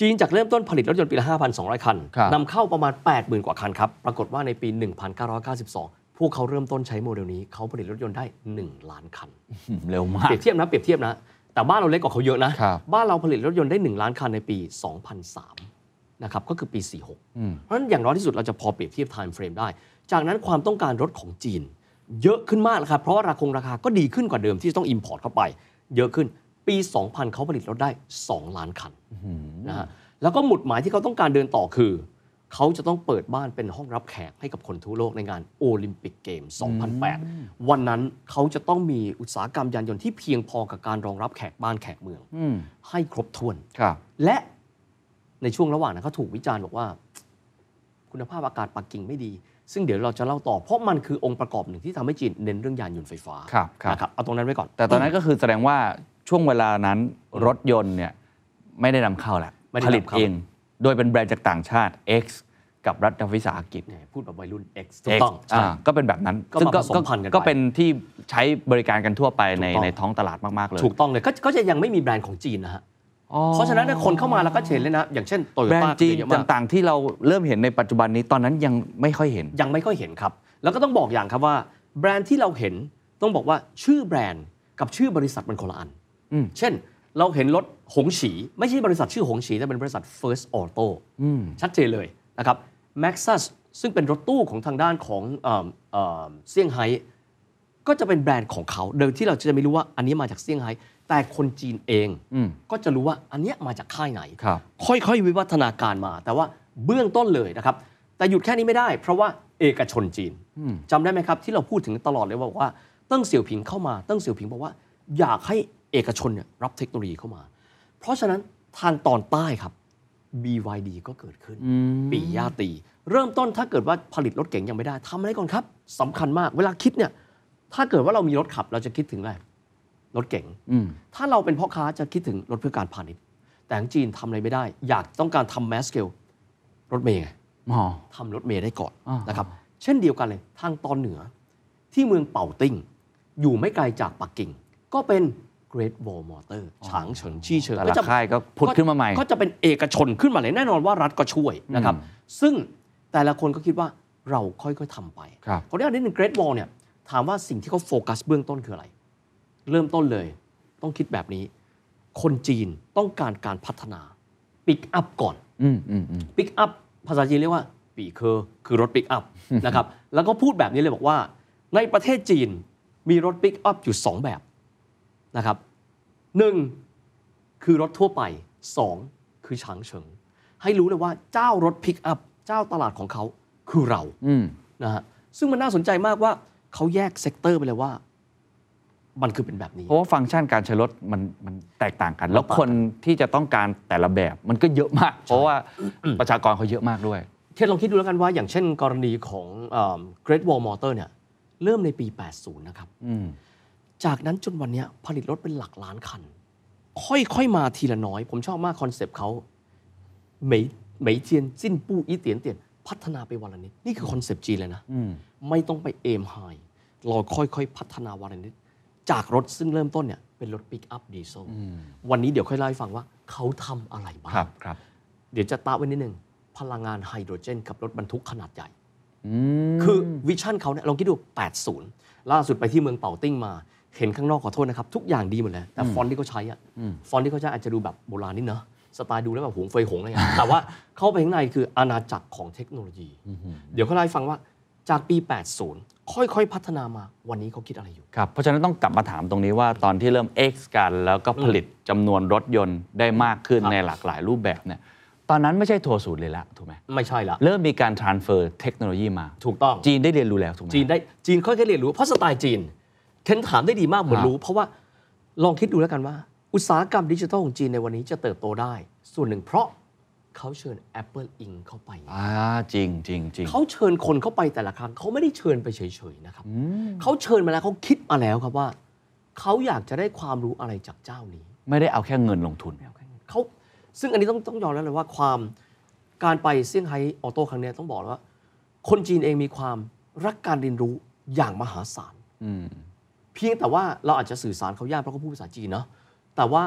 C: จีนจากเริ่มต้นผลิตรถยนต์ปีละ 5,200 คัน
B: ครับ
C: นำเข้าประมาณ 80,000 กว่าคันครับ ปรากฏว่าในปี 1992 พวกเขาเริ่มต้นใช้โมเดลนี้เขาผลิตรถยนต์ได้ 1 ล้านคัน
B: อืมเร็ว
C: เป
B: มาก
C: รียบเทียบนะเปรียบเทียบนะ แต่บ้านเราเล็กกว่าเขาเยอะนะ
B: ครับ
C: บ้านเราผลิตรถยนต์ได้ 1 ล้านคันในปี 2003 นะครับ ก็คือปี
B: อืม
C: 46 เพราะฉะนั้นอย่างน้อยที่สุดเราจะพอเปรียบเทียบไทม์เฟรมได้ จากนั้นความต้องการรถของจีน เยอะขึ้นมากนะครับ เพราะว่าราคงราคาก็ดีขึ้นกว่าเดิมที่ต้องอิมพอร์ตเข้าไป เยอะขึ้น ปี 2000 เขาผลิตรถได้ 2 ล้านคันนะฮะ แล้วก็หมุดหมายที่เขาต้องการเดินต่อคือ เขาจะต้องเปิดบ้านเป็นห้องรับแขกให้กับคนทั่วโลกในงานโอลิมปิกเกม 2008 วันนั้นเขาจะต้องมีอุตสาหกรรมยานยนต์ที่เพียงพอกับการรองรับแขกบ้านแขกเมือง
B: อืม
C: ให้ครบถ้วน
B: ครับ
C: และในช่วงระหว่างนั้นเขาถูกวิจารณ์บอกว่า คุณภาพอากาศปักกิ่งไม่ดี ซึ่งเดี๋ยวเราจะเล่าต่อ เพราะมันคือองค์ประกอบหนึ่งที่ทำให้จีนเน้นเรื่องยานยนต์ไฟฟ้า
B: ครับครับ
C: นะครับเอาตรงนั้นไว้ก่อน
B: แต่ตอนนั้นก็คือแสดงว่าช่วงเวลานั้นรถยนต์เนี่ยไม่ได้นำเข้าแหละ
C: ไม่ได้
B: ผลิต
C: นำเข้า
B: เอง โดยเป็นแบรนด์จากต่างชาติ X กับรัฐวิสาหกิจ
C: เนี่ยพูดแบบวัยรุ่น X ถู
B: X
C: กต้องใช่
B: าก็เป็นแบบนั้น
C: ก็มาผสมพันธุ์กันไป
B: ก็เป็นที่ใช้บริการกันทั่วไปใน
C: ถูกต้อง
B: ในท้องตลาดมาก ๆ เลย
C: ถูกต้องเลยก็ก็จะยังไม่มีแบรนด์ของจีนนะฮะ
B: อ๋อ
C: เพราะฉะนั้นเนี่ยคนเข้ามาแล้วก็เห็นเลยนะ อย่างเช่นโตโย
B: แบรน
C: ต้า
B: ด์จีน
C: เยอะมาก
B: ต่างๆ ที่เราเริ่มเห็นในปัจจุบันนี้ตอนนั้นยังไม่ค่อยเห็น
C: ยังไม่ค่อยเห็นครับ แล้วก็ต้องบอกอย่างครับว่า แบรนด์ที่เราเห็นต้องบอกว่าชื่อแบรนด์กับชื่อบริษัทมันคนละอัน
B: อืม
C: เช่น เราเห็นรถหงฉี ไม่ใช่บริษัทชื่อหงฉี แต่เป็นบริษัท First Auto
B: อืม
C: ชัดเจนเลยนะครับ Maxus ซึ่งเป็นรถตู้ของทางด้านของเอิ่มเอิ่มเซี่ยงไฮ้ก็จะเป็นแบรนด์ของเขาโดยที่เราจะไม่รู้ว่าอันนี้มาจากเซี่ยงไฮ้แต่คนจีนเอง
B: อืม
C: ก็จะรู้ว่าอันเนี้ยมาจากค่ายไหน
B: ครับ
C: ค่อยๆ วิวัฒนาการมา แต่ว่าเบื้องต้นเลยนะครับ แต่หยุดแค่นี้ไม่ได้ เพราะว่าเอกชนจีนจำได้ไหมครับ ที่เราพูดถึงตลอดเลยว่าบอกว่าเตั้งเสี่ยวผิงเข้ามาเตั้งเสี่ยวผิงบอกว่า อยากให้เอกชนเนี่ยรับเทคโนโลยีเข้ามา เพราะฉะนั้นทางตอนใต้ครับ BYD ก็เกิดขึ้น
B: อืม
C: ปีย่าตี เริ่มต้นถ้าเกิดว่าผลิตรถเก๋งยังไม่ได้ทำอะไรก่อนครับสำคัญมากเวลาคิดเนี่ยถ้าเกิดว่าเรามีรถขับเราจะคิดถึงอะไรรถเก๋ง
B: อืม
C: ถ้าเราเป็นพ่อค้าจะคิดถึงรถเพื่อการพาณิชย์ แต่ของจีนทำอะไรไม่ได้ อยากต้องการทำแมสเกลรถเมย์ไง
B: อ๋อ
C: ทำรถเมย์ได้ก่อน
B: อ่าน
C: นะครับ เช่นเดียวกันเลย ทางตอนเหนือ ที่เมืองเป่าติ้ง อยู่ไม่ไกลจากปักกิ่ง ก็เป็น Great Wall Motor ฉางเฉิงชี่เฉิง
B: แต่ละค่ายก็ผุดขึ้นมาใหม่
C: ก็จะเป็นเอกชนขึ้นมาเลยแน่นอนว่ารัฐก็ช่วยนะครับ
B: อืม
C: ซึ่งแต่ละคนก็คิดว่าเราค่อยๆทำไป
B: ครับ
C: ขออนุญาตนิดนึง Great Wall เนี่ยถามว่าสิ่งที่เขาโฟกัสเบื้องต้นคืออะไร เริ่มต้นเลย ต้องคิดแบบนี้ คนจีนต้องการการพัฒนาปิกอัพก่อน
B: อืมอืมอืม
C: ปิกอัพภาษาจีนเรียกว่า ปีเคอร์คือรถปิกอัพ นะครับ แล้วก็พูดแบบนี้เลยบอกว่า ในประเทศจีนมีรถปิกอัพอยู่ 2 แบบนะครับหนึ่งคือรถทั่วไป 2 คือฉางเฉิง ให้รู้เลยว่าเจ้ารถปิกอัพเจ้าตลาดของเขาคือเรา
B: อืม
C: นะฮะซึ่งมันน่าสนใจมากว่าเขาแยกเซกเตอร์ไปเลยว่า มันคือเป็นแบบนี้
B: เพราะว่าฟังก์ชันการใช้รถมันมันแตกต่างกัน แล้ว
C: ต่างกัน
B: คนที่จะต้องการแต่ละแบบมันก็เยอะมาก เพราะว่าประชากรเขาเยอะมากด้วย
C: เทียนลองคิดดูแล้วกันว่า อย่างเช่นกรณีของเอิ่ม Great Wall Motor เนี่ยเริ่มในปี 80 นะครับ
B: อืม
C: จากนั้นจนวันเนี้ยผลิตรถเป็นหลักล้านคัน ค่อยๆ มาทีละน้อย ผมชอบมากคอนเซปต์เขาเหมยเหมยเทียนจิ้นปู้อีเตียนเตียน พัฒนาไปวันละนิด นี่คือคอนเซปต์จีนเลยนะ
B: อืม
C: ไม่ต้องไปเอมไฮเราค่อยๆ พัฒนาวันละนิด จากรถซึ่งเริ่มต้นเนี่ยเป็นรถปิกอัพดีเซล
B: อืม
C: วันนี้เดี๋ยวค่อยเล่าให้ฟังว่าเขาทำอะไรบ้าง
B: ครับครับ
C: เดี๋ยวจะตาไว้นิดนึง พลังงานไฮโดรเจนกับรถบรรทุกขนาดใหญ่
B: อืม
C: คือวิชั่นเขาเนี่ยลองคิดดู 80 ล่าสุดไปที่เมืองเป่าติ้งมา เห็นข้างนอกขอโทษนะครับ ทุกอย่างดีหมดเลยแต่ฟอนต์ที่เขาใช้อะฟอนต์ที่เขาใช้อาจจะดูแบบโบราณนิดเนอะสไตล์ดูแล้วแบบหงเฟยหงอะไรอย่างเงี้ยแต่ว่าเข้าไปข้างในคืออาณาจักรของเทคโนโลยี เดี๋ยวเขาเล่าให้ฟังว่าจากปี 80 ค่อยๆ พัฒนามาวันนี้เขาคิดอะไรอยู่
B: ครับ เพราะฉะนั้นต้องกลับมาถามตรงนี้ว่าตอนที่เริ่ม X กันแล้วก็ผลิตจำนวนรถยนต์ได้มากขึ้น
C: ครับ
B: ในหลากหลายรูปแบบเนี่ย ตอนนั้นไม่ใช่ทัวร์ศูนย์เลยละถูกไหม
C: ไม่ใช่ละ
B: เริ่มมีการ transfer เทคโนโลยีมา
C: ถูกต้อง
B: จีนได้เรียนรู้แล้วถูกไหม
C: จีนได้จีนค่อยๆเรียนรู้เพราะสไตล์จีนเคนถามได้ดีมากเหมือน
B: ครับ
C: รู้ เพราะว่าลองคิดดูแล้วกันว่า อุตสาหกรรมดิจิทัลของจีนในวันนี้จะเติบโตได้ ส่วนหนึ่งเพราะเขาเชิญ Apple Inc. เข้าไป
B: อ่าจริงจริงจริง
C: เขาเชิญคนเข้าไปแต่ละครั้งเขาไม่ได้เชิญไปเฉยๆนะครับเขาเชิญมาแล้วเขาคิดมาแล้วครับว่า เขาอยากจะได้ความรู้อะไรจากเจ้านี้
B: ไม่ได้เอาแค่เงินลงทุน
C: เขาซึ่งอันนี้ต้องต้องยอมแล้วเลยว่าความการไปเซี่ยงไฮ้ออโต้ครั้งเนี้ยต้องบอกเลยว่า คนจีนเองมีความรักการเรียนรู้อย่างมหาศาล
B: อืม
C: เพียงแต่ว่าเราอาจจะสื่อสารเขายากเพราะเขาพูดภาษาจีนเนาะแต่ว่า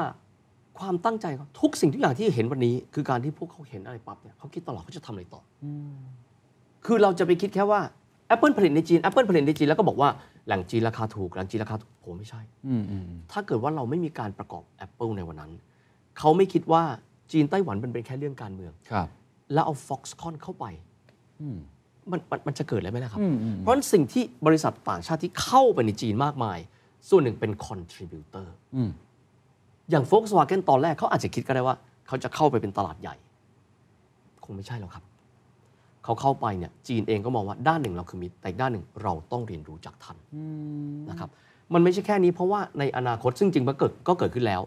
C: ความตั้งใจเขาทุกสิ่งทุกอย่างที่เห็นวันนี้ คือการที่พวกเขาเห็นอะไรปั๊บเนี่ยเขาคิดตลอดเขาจะทำอะไรต่ออคือเราจะไปคิดแค่ว่า Apple ผลิตในจีน Apple ผลิตในจีนแล้วก็บอกว่าแหล่งจีนราคาถูกแหล่งจีนราคาถูกผมไม่ใช่
B: อืมอืม
C: ถ้าเกิดว่าเราไม่มีการประกอบ Apple ในวันนั้น เขาไม่คิดว่าจีนไต้หวันมันเป็นแค่เรื่องการเมือง
B: ครับ
C: แล้วเอา Foxconn เข้าไปมันมันมันจะเกิดอะไรไหมล่ะครับ
B: อืมอืม
C: เพราะฉะนั้นสิ่งที่บริษัทต่างชาติที่เข้าไปในจีนมากมาย ส่วนหนึ่งเป็น contributor
B: อืม
C: อย่าง Volkswagen ตอนแรกเขาอาจจะคิดก็ได้ว่า เขาจะเข้าไปเป็นตลาดใหญ่ คงไม่ใช่หรอกครับ เขาเข้าไปเนี่ยจีนเองก็มองว่าด้านหนึ่งเราคือมิตรแต่อีกด้านหนึ่งเราต้องเรียนรู้จากท่านนะครับ มันไม่ใช่แค่นี้เพราะว่าในอนาคตซึ่งจริงๆมันเกิดก็เกิดขึ้นแล้ว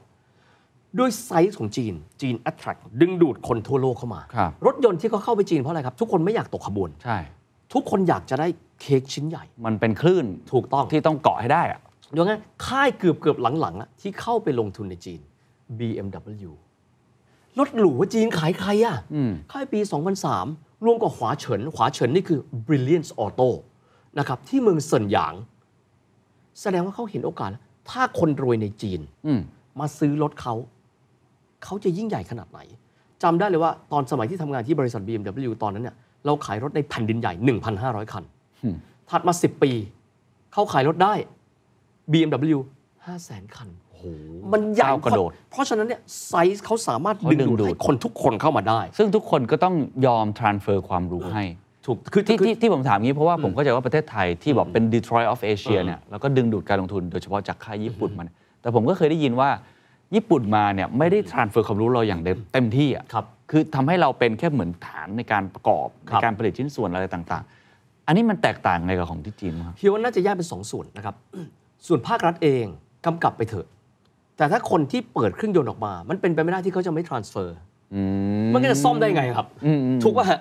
C: ด้วยไซส์ของจีนจีน attract ดึงดูดคนทั่วโลกเข้ามา
B: ครับ
C: รถยนต์ที่เขาเข้าไปจีนเพราะอะไรครับ ทุกคนไม่อยากตกขบวน
B: ใช่
C: ทุกคนอยากจะได้เค้กชิ้นใหญ่
B: มันเป็นคลื่น
C: ถูกต้อง
B: ที่ต้องเกาะให้ได้อะ
C: ดังนั้นค่ายเกือบเกือบหลังๆอะที่เข้าไปลงทุนในจีน BMW รถหรูว่าจีนขายใครอะค่ายปี 2003 รวมกับขวาเฉิน ขวาเฉินนี่คือ Brilliance Auto นะครับที่เมืองเซินหยาง แสดงว่าเขาเห็นโอกาสแล้วถ้าคนรวยในจีน
B: อืม
C: มาซื้อรถเขา เขาจะยิ่งใหญ่ขนาดไหนจำได้เลยว่าตอนสมัยที่ทำงานที่บริษัท BMW ตอนนั้นเนี่ยเราขายรถในแผ่นดินใหญ่ 1,500 คัน
B: อืม
C: ถัดมา 10 ปี เขาขายรถได้ BMW 500,000 คัน
B: โอ้โห
C: มันใหญ่
B: ก้าวกระโดด
C: เพราะฉะนั้นเนี่ยไซส์เขาสามารถ
B: เขา
C: ดึง
B: ดึง
C: ดูด
B: ดูด
C: ให้คนทุกคนเข้ามาได้
B: ซึ่งทุกคนก็ต้องยอม transfer ความรู้ให้
C: ถูกคือ
B: ที่
C: คือ
B: ที่ที่ผมถามงี้เพราะว่าผมเข้าใจว่าประเทศไทยที่บอกเป็น Detroit of Asia เนี่ยแล้วก็ดึงดูดการลงทุนโดยเฉพาะจากค่ายญี่ปุ่นมาเนี่ยแต่ผมก็เคยได้ยินว่าญี่ปุ่นมาเนี่ยไม่ได้ transfer ความรู้เราอย่างเต็มเต็มที่อ่ะ
C: ครับ
B: คือทำให้เราเป็นแค่เหมือนฐานในการประกอบ
C: ค
B: ใน
C: รับ
B: การผลิตชิ้นส่วนอะไรต่างๆ อันนี้มันแตกต่างไงกับของที่จีนมั้งครับ
C: เฮียว่าน่าจะแยกเป็น 2 ส่วนนะครับ ส่วนภาครัฐเองกำกับไปเถอะ แต่ถ้าคนที่เปิดเครื่องยนต์ออกมา มันเป็นไปไม่ได้ที่เขาจะไม่ transfer
B: อื
C: มันก็จะซ่อมได้ไงครับ
B: อืมอืม
C: ถูกป่ะฮะ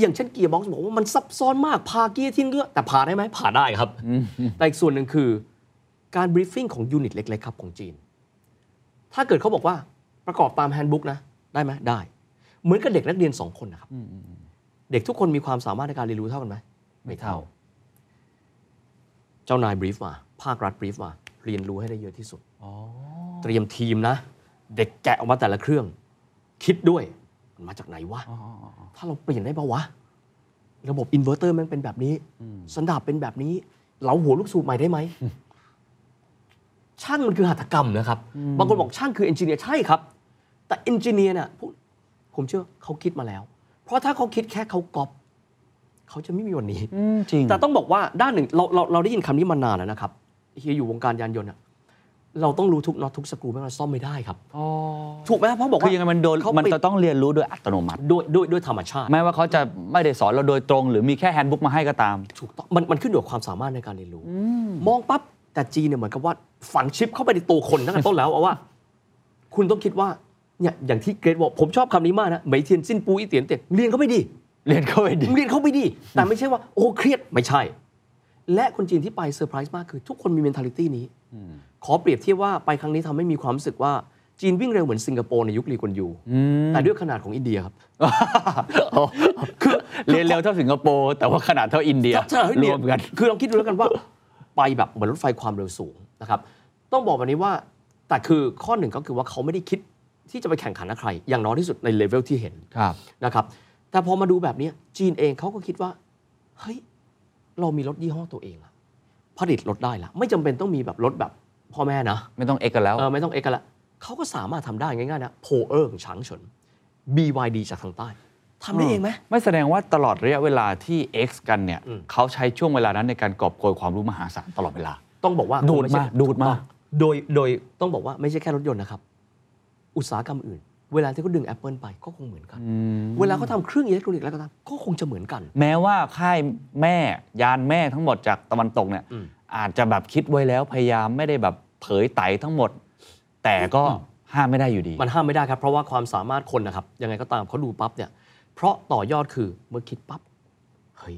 C: อย่างเช่นเกียร์บ็อกซ์บอกว่ามันซับซ้อนมากพาเกียร์ทิ้งก็แต่ผ่าได้ไหมผ่าได้ครับ
B: อืม
C: แต่อีกส่วนหนึ่งคือการบรีฟฟิ่งของยูนิตเล็ก ๆ ครับของจีน ถ้าเกิดเขาบอกว่าประกอบตามแฮนด์บุ๊กนะ ได้ไหมได้ เหมือนกับเด็กนักเรียน 2 คนนะครับ
B: อืมอืมอืม
C: เด็กทุกคนมีความสามารถในการเรียนรู้เท่ากันไหม
B: ไม่เท่า
C: เจ้านายบรีฟมา ภาครัฐบรีฟมา เรียนรู้ให้ได้เยอะที่สุด
B: อ๋อ
C: เตรียมทีมนะ เด็กแกะออกมาแต่ละเครื่อง คิดด้วยมันมาจากไหนวะ
B: อ๋ออ๋ออ๋อ
C: ถ้าเราเปลี่ยนได้ปะวะ ระบบอินเวอร์เตอร์มันเป็นแบบนี้
B: อืม
C: สันดาปเป็นแบบนี้ เหลาหัวลูกสูบใหม่ได้ไหม ช่างมันคือหัตถกรรมนะครับ บางคนบอกช่างคือเอนจิเนียร์ใช่ครับ แต่เอนจิเนียร์เนี่ยผู้ผมเชื่อเขาคิดมาแล้ว เพราะถ้าเขาคิดแค่เขาก๊อปเขาจะไม่มีวันนี้
B: อืมจริง
C: แต่ต้องบอกว่าด้านหนึ่งเราเราเราได้ยินคำนี้มานานแล้วนะครับเฮียอยู่วงการยานยนต์อะเราต้องรู้ทุกน็อตทุกสกรูไม่งั้นเราซ่อมไม่ได้ครับ
B: อ๋อ
C: ถูกไหมเพราะบอก
B: คื
C: ว่า
B: อยังไงมันโดน
C: เขา
B: มัน
C: ปิด
B: จะต้องเรียนรู้โดยอัตโนมัติ
C: ด้วยด้วยด้วยธรรมชาติ
B: ไม่ว่าเขาจะไม่ได้สอนเราโดยตรง หรือมีแค่แฮนด์บุ๊กมาให้ก็ตาม
C: ถูกต้องมันมันขึ้นอยู่กับความสามารถในการเรียนรู้ มองปั๊บ แต่จีนเนี่ยเหมือนกับว่าฝังชิปเข้าไปในตัวคนตั้งแต่ต้นแล้วเอาว่า คุณต้องคิดว่าเนี่ยอย่างที่เกรดบอกผมชอบคำนี้มากนะไหมเทียนสิ้นปูอีเตียนเตียนเรียนเขาไม่ดี
B: เรียนเข้าไป ดิ
C: เรียนเขาไม่ดี แต่ไม่ใช่ว่า โอ้เครียดไม่ใช่ และคนจีนที่ไปเซอร์ไพรส์มากคือ ทุกคนมีเมน t a ลิตี้นี้ ขอเปรียบเทียบว่าไปครั้งนี้ทำให้มีความรู้สึกว่าจีนวิ่งเร็วเหมือนสิงคโปร์ในยุคลีกวนยู
B: อืม
C: แต่ด้วยขนาดของอินเดียครับ
B: เรียนเร็วเท่าสิงคโปร์แต่ว่าขนาดเท่าอินเดีย
C: ใช่
B: รวมกัน
C: คือลองคิดดูแล้วกันว่า ไปแบบเหมือนรถไฟความเร็วสูงนะครับ ต้องบอกแบบนี้ว่า แต่คือข้อหนึ่งก็คือว่าเขาไม่ได้คิดที่จะไปแข่งขันกับใคร อย่างน้อยที่สุดในเลเวลที่เห็น
B: ครับ
C: นะครับ แต่พอมาดูแบบเนี้ยจีนเองเขาก็คิดว่า เฮ้ย เรามีรถยี่ห้อตัวเองอะผลิตรถได้ละไม่จำเป็นต้องมีแบบรถแบบพ่อแม่นะ
B: ไม่ต้องเอกกันแล้ว
C: เออไม่ต้องเอกกันละเขาก็สามารถทำได้ง่ายๆนะโพเออร์ของฉางเฉิน BYD จากทางใต้ทำได้เองไหม
B: ไม่แสดงว่าตลอดระยะเวลาที่ X กันเนี่ย
C: อืม
B: เขาใช้ช่วงเวลานั้นในการกอบโกยความรู้มหาศาลตลอดเวลา
C: ต้องบอกว่า
B: ดูดมา
C: ไใช่
B: ดูดมา
C: โดยโดยต้องบอกว่าไม่ใช่แค่รถยนต์นะครับ อุตสาหกรรมอื่น เวลาที่เขาดึง Apple ไปก็คงเหมือนกัน เวลาเขาทำเครื่องอิเล็กทรอนิกส์แล้วก็ตามก็คงจะเหมือนกัน
B: แม้ว่าค่ายแม่ยานแม่ทั้งหมดจากตะวันตกเนี่ย
C: อืม
B: อาจจะแบบคิดไว้แล้วพยายามไม่ได้แบบเผยไตทั้งหมด แต่ก็ห้ามไม่ได้อยู่ดี
C: มันห้ามไม่ได้ครับ เพราะว่าความสามารถคนนะครับ ยังไงก็ตามเขาดูปั๊บเนี่ย เพราะต่อยอดคือเมื่อคิดปั๊บเฮ้ย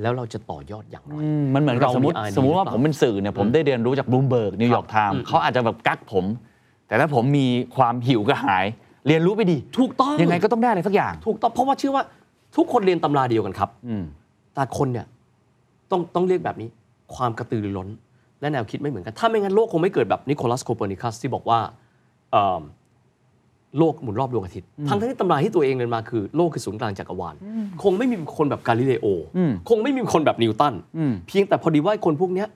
C: แล้วเราจะต่อยอดอย่างไร
B: อืมมันเหมือนกับ
C: เรามี
B: สมมติ
C: idea
B: สมมติว่า
C: หรื
B: ผ
C: อเปล่าม
B: เป็นสื่อเนี่ยผมได้เรียนรู้จากบลูมเบิร์กนิวยอร์กไท
C: อื
B: ม์
C: ม
B: เขาอาจจะแบบกักผม แต่ถ้าผมมีความหิวกระหาย เรียนรู้ไปดี
C: ถูกต้อง
B: ยังไงก็ต้องได้อะไรสักอย่าง
C: ถูกต้องเพราะว่าเชื่อว่าทุกคนเรียนตำราเดียวกันครับ
B: อืม
C: แต่คนเนี่ยต้องต้องเรียกแบบนี้ ความกระตือรือร้น และแนวคิดไม่เหมือนกัน ถ้าไม่งั้นโลกคงไม่เกิดแบบนิโคลัสโคเปอร์นิคัสที่บอกว่าเอิ่มโลกหมุนรอบดวงอาทิตย์ ทั้งที่ตำราที่ตัวเองเรียนมาคือ โลกคือศูนย์กลางจักรวาล คงไม่มีคนแบบกาลิเลโออ
B: ม
C: คงไม่มีคนแบบนิวตัน
B: อืม
C: เพียงแต่พอดีว่าคนพวกเนี้ย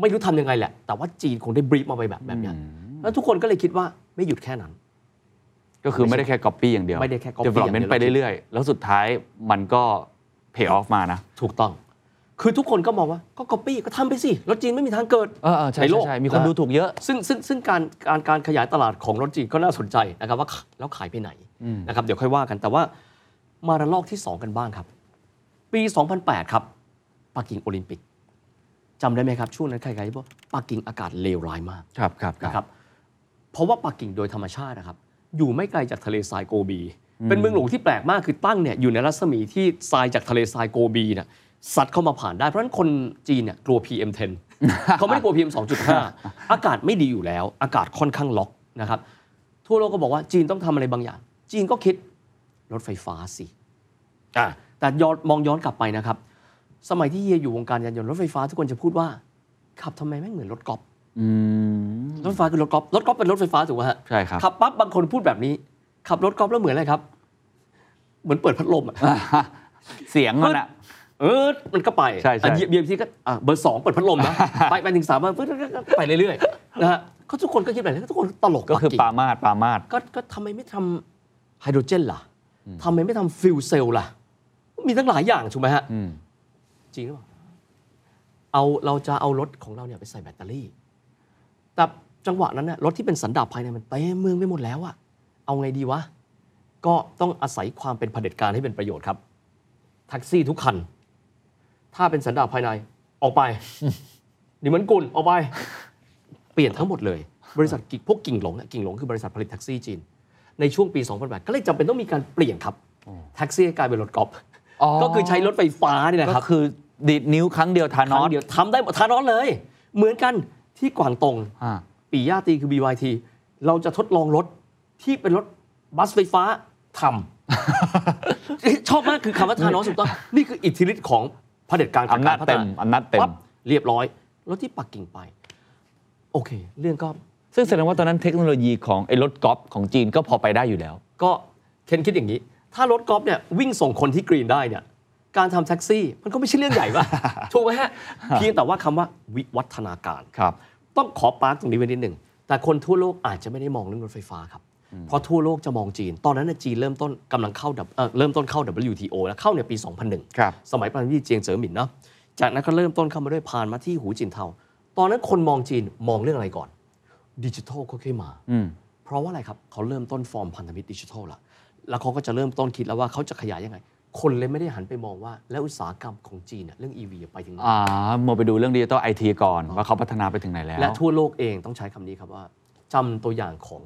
C: ไม่รู้ทำยังไงแหละ แต่ว่าจีนคงได้บรีฟมาไปแบบแบบเนี้ยแล้วทุกคนก็เลยคิดว่าไม่หยุดแค่นั้น
B: ก็คือไม่ได้แค่ copy อย่างเดียว
C: ไม่ได้แค่ copy อย่างเดียว
B: development ไปเรื่อยๆ แล้วสุดท้ายมันก็ pay off มานะ
C: ถูกต้อง คือทุกคนก็มองว่าก็ copy ก็ทำไปสิแล้วจีนไม่มีทางเกิด
B: เออเออใช่
C: ในโลก
B: ใช่ใช่มีคน
C: นะ
B: ดูถูกเยอะ
C: ซึ่งซึ่งซึ่งการการการขยายตลาดของรถจีนก็น่าสนใจนะครับว่าขแล้วขายไปไหน
B: อืม
C: นะครับเดี๋ยวค่อยว่ากันแต่ว่ามาระลอกที่ 2 กันบ้างครับ ปี 2008 ครับปักกิ่งโอลิมปิกจำได้ไหมครับ ช่วงนั้นใครๆบอกปักกิ่งอากาศเลวร้ายมาก
B: ครับครับค
C: นะค
B: รั
C: รับ บเพราะว่าปักกิ่งโดยธรรมชาตินะครับ อยู่ไม่ไกลจากทะเลทรายโกบี เป็นเมืองหลวงที่แปลกมากคือตั้งเนี่ยอยู่ในรัศมีที่ทรายจากทะเลทรายโกบีเนี่ยซัดเข้ามาผ่านได้เพราะฉะนั้นคนจีนเนี่ยกลัว PM10 เขาไม่ได้กลัว PM 2.5 อากาศไม่ดีอยู่แล้ว อากาศค่อนข้างล็อกนะครับ ทั่วโลกก็บอกว่าจีนต้องทำอะไรบางอย่าง จีนก็คิดรถไฟฟ้าสิอ่ะแต่ย้อนมองย้อนกลับไปนะครับ สมัยที่เฮียอยู่วงการยานยนต์รถไฟฟ้าทุกคนจะพูดว่า ขับทำไมไม่งเหมือนรถกอล์ฟ
B: อืม
C: รถไฟฟ้าคือรถกอล์ฟรถกอล์ฟเป็นรถไฟฟ้าถูกไหมฮะ
B: ใช่ครับ
C: ขับปั๊บบางคนพูดแบบนี้ ขับรถกอล์ฟแล้วเหมือนอะไรครับ เหมือนเปิดพัดลมอ่ะ
B: เสียงมันอะ
C: เออ มันก็ไป
B: ใช่ใช่
C: อ่ะเหยียบเหยียบทีก็อ่ะเบอร์สองเปิดพัดลมนะ ไปไปถึงสามมาปึ๊ดปึ๊ดปึ๊ดไปเรื่อยๆนะฮะเขาทุกคนก็คิดแบบนี้ทุกคนตลก
B: ก็คือปรา
C: ปักิ่ง
B: มาดปรามาด
C: ก็ก็ทำไมไม่ทำไฮโดรเจนล่ะทำไมไม่ทำฟิวเซลล่ะ มีตั้งหลายอย่างถูกไหมฮะ
B: อืม
C: จริงหรือเปล่าเอาเราจะเอารถของเราเนี่ยไปใส่แบตเตอรี่ แต่จังหวะนั้นน่ะรถที่เป็นสันดาปภายในมันเต็มเมืองไปหมดแล้วอะเอาไงดีวะ ก็ต้องอาศัยความเป็นเผด็จการให้เป็นประโยชน์ครับ แท็กซี่ทุกคัน ถ้าเป็นสันดาปภายในออกไป นี่มันกุลออกไป เปลี่ยนทั้งหมดเลย บริษัทกิ่งพวกกิ่งหลงอะกิ่งหลงคือบริษัทผลิตแท็กซี่จีน ในช่วงปี 2008 ก็เลยจำเป็นต้องมีการเปลี่ยนครับแท็กซี่ให้กลายเป็นรถกอล์ฟ
B: อ๋อ
C: ก็คือใช้รถไฟฟ้านี่แหละค
B: ก็
C: รับ
B: คือดีดนิ้วครั้งเดียวทานอ
C: ครั้
B: ส
C: งเดียวทำได้หมดทานอสเลย เหมือนกันที่กวางตง
B: อ่า
C: ปีย่าตีคือ BYT เราจะทดลองรถที่เป็นรถบัสไฟฟ้าท ำ ชอบมากคือคำว่าทานอสถูกต้องนี่คืออิทธิฤทธิ์ของเผด็จการกับ
B: อำนาจ
C: กรพัฒ
B: เต็มอำนาจเต็ม
C: ปั๊บเรียบร้อยรถที่ปักกิ่งไป โอเค เรื่องก็
B: ซึ่งแสดงว่าตอนนั้นเทคโนโลยีของไอ้รถกอล์ฟของจีนก็พอไปได้อยู่แล้ว
C: ก็เคนคิดอย่างนี้ ถ้ารถกอล์ฟเนี่ยวิ่งส่งคนที่กรีนได้เนี่ยการทำแท็กซี่มันก็ไม่ใช่เรื่องใหญ่ ป่ะ ถูกไหมฮะเพียงแต่ว่าคำว่าวิวัฒนาการ
B: ครับ
C: ต้องขอปาร์คตรงนี้ไว้นิดหนึ่ง แต่คนทั่วโลกอาจจะไม่ได้มองเรื่องรถไฟฟ้าครับ เพราะทั่วโลกจะมองจีน ตอนนั้นนะจีนเริ่มต้นกำลังเข้า W- เอ่อเริ่มต้นเข้า WTO แล้วเข้าในปี 2001
B: ครับ
C: สมัยประธานาธิบดีเจียงเจ๋อหมินเนาะจากนั้นก็เริ่มต้นเข้ามาด้วยผ่านมาที่หูจินเทา ตอนนั้นคนมองจีนมองเรื่องอะไรก่อน ดิจิทัลค่อยๆมา
B: อืม
C: เพราะว่าอะไรครับ เขาเริ่มต้นฟอร์มพันธมิตรดิจิทัลละแล้วเขาก็จะเริ่มต้นคิดแล้วว่าเขาจะขยายยังไง คนเลยไม่ได้หันไปมองว่าแล้วอุตสาหกรรมของจีนน่ะเรื่อง EV ไปถึงไหน
B: อ่ามาไปดูเรื่องดิจิตอลไอทีก่อนว่าเขาพัฒนาไปถึงไหนแล้ว
C: และทั่วโลกเองต้องใช้คำนี้ครับว่าจำตัวอย่างของ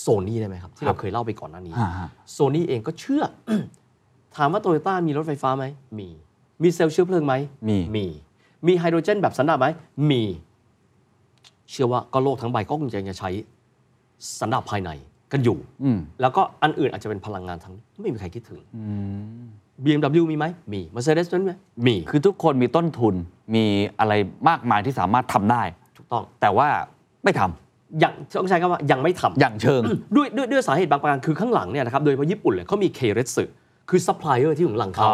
C: โซนี่ได้ไหมครับ ที่
B: ครั
C: เรา
B: บ
C: เคยเล่าไปก่อนหน้านี้
B: อ่าฮะ
C: โซนี่เองก็เชื่อ ถามว่าโตโยต้ามีรถไฟฟ้าไหมมี มีเซลล์เชื้อเพลิงไหม
B: มี
C: มีมีไฮโดรเจนแบบสันดาปไหมมี เชื่อว่าก็โลกทั้งใบก็คงจะยังใช้สันดาปภายในกันอยู่
B: อืม
C: แล้วก็อันอื่นอาจจะเป็นพลังงานทั้งไม่มีใครคิดถึง
B: อืม
C: BMW มีไหมมี Mercedes มีไหมมี
B: คือทุกคนมีต้นทุนมีอะไรมากมายที่สามารถทำได้
C: ถูกต้อง
B: แต่ว่าไม่ทำ
C: อย่างต้องใช้คำว่ายังไม่ทำ
B: อย่างเชิง
C: ด้วยด้วยด้วยสาเหตุบางประการคือข้างหลังเนี่ยนะครับโดยเฉพาะญี่ปุ่นเลยเขามีเคเรสึคือซัพพลายเออร์ที่อยู่หลังเขา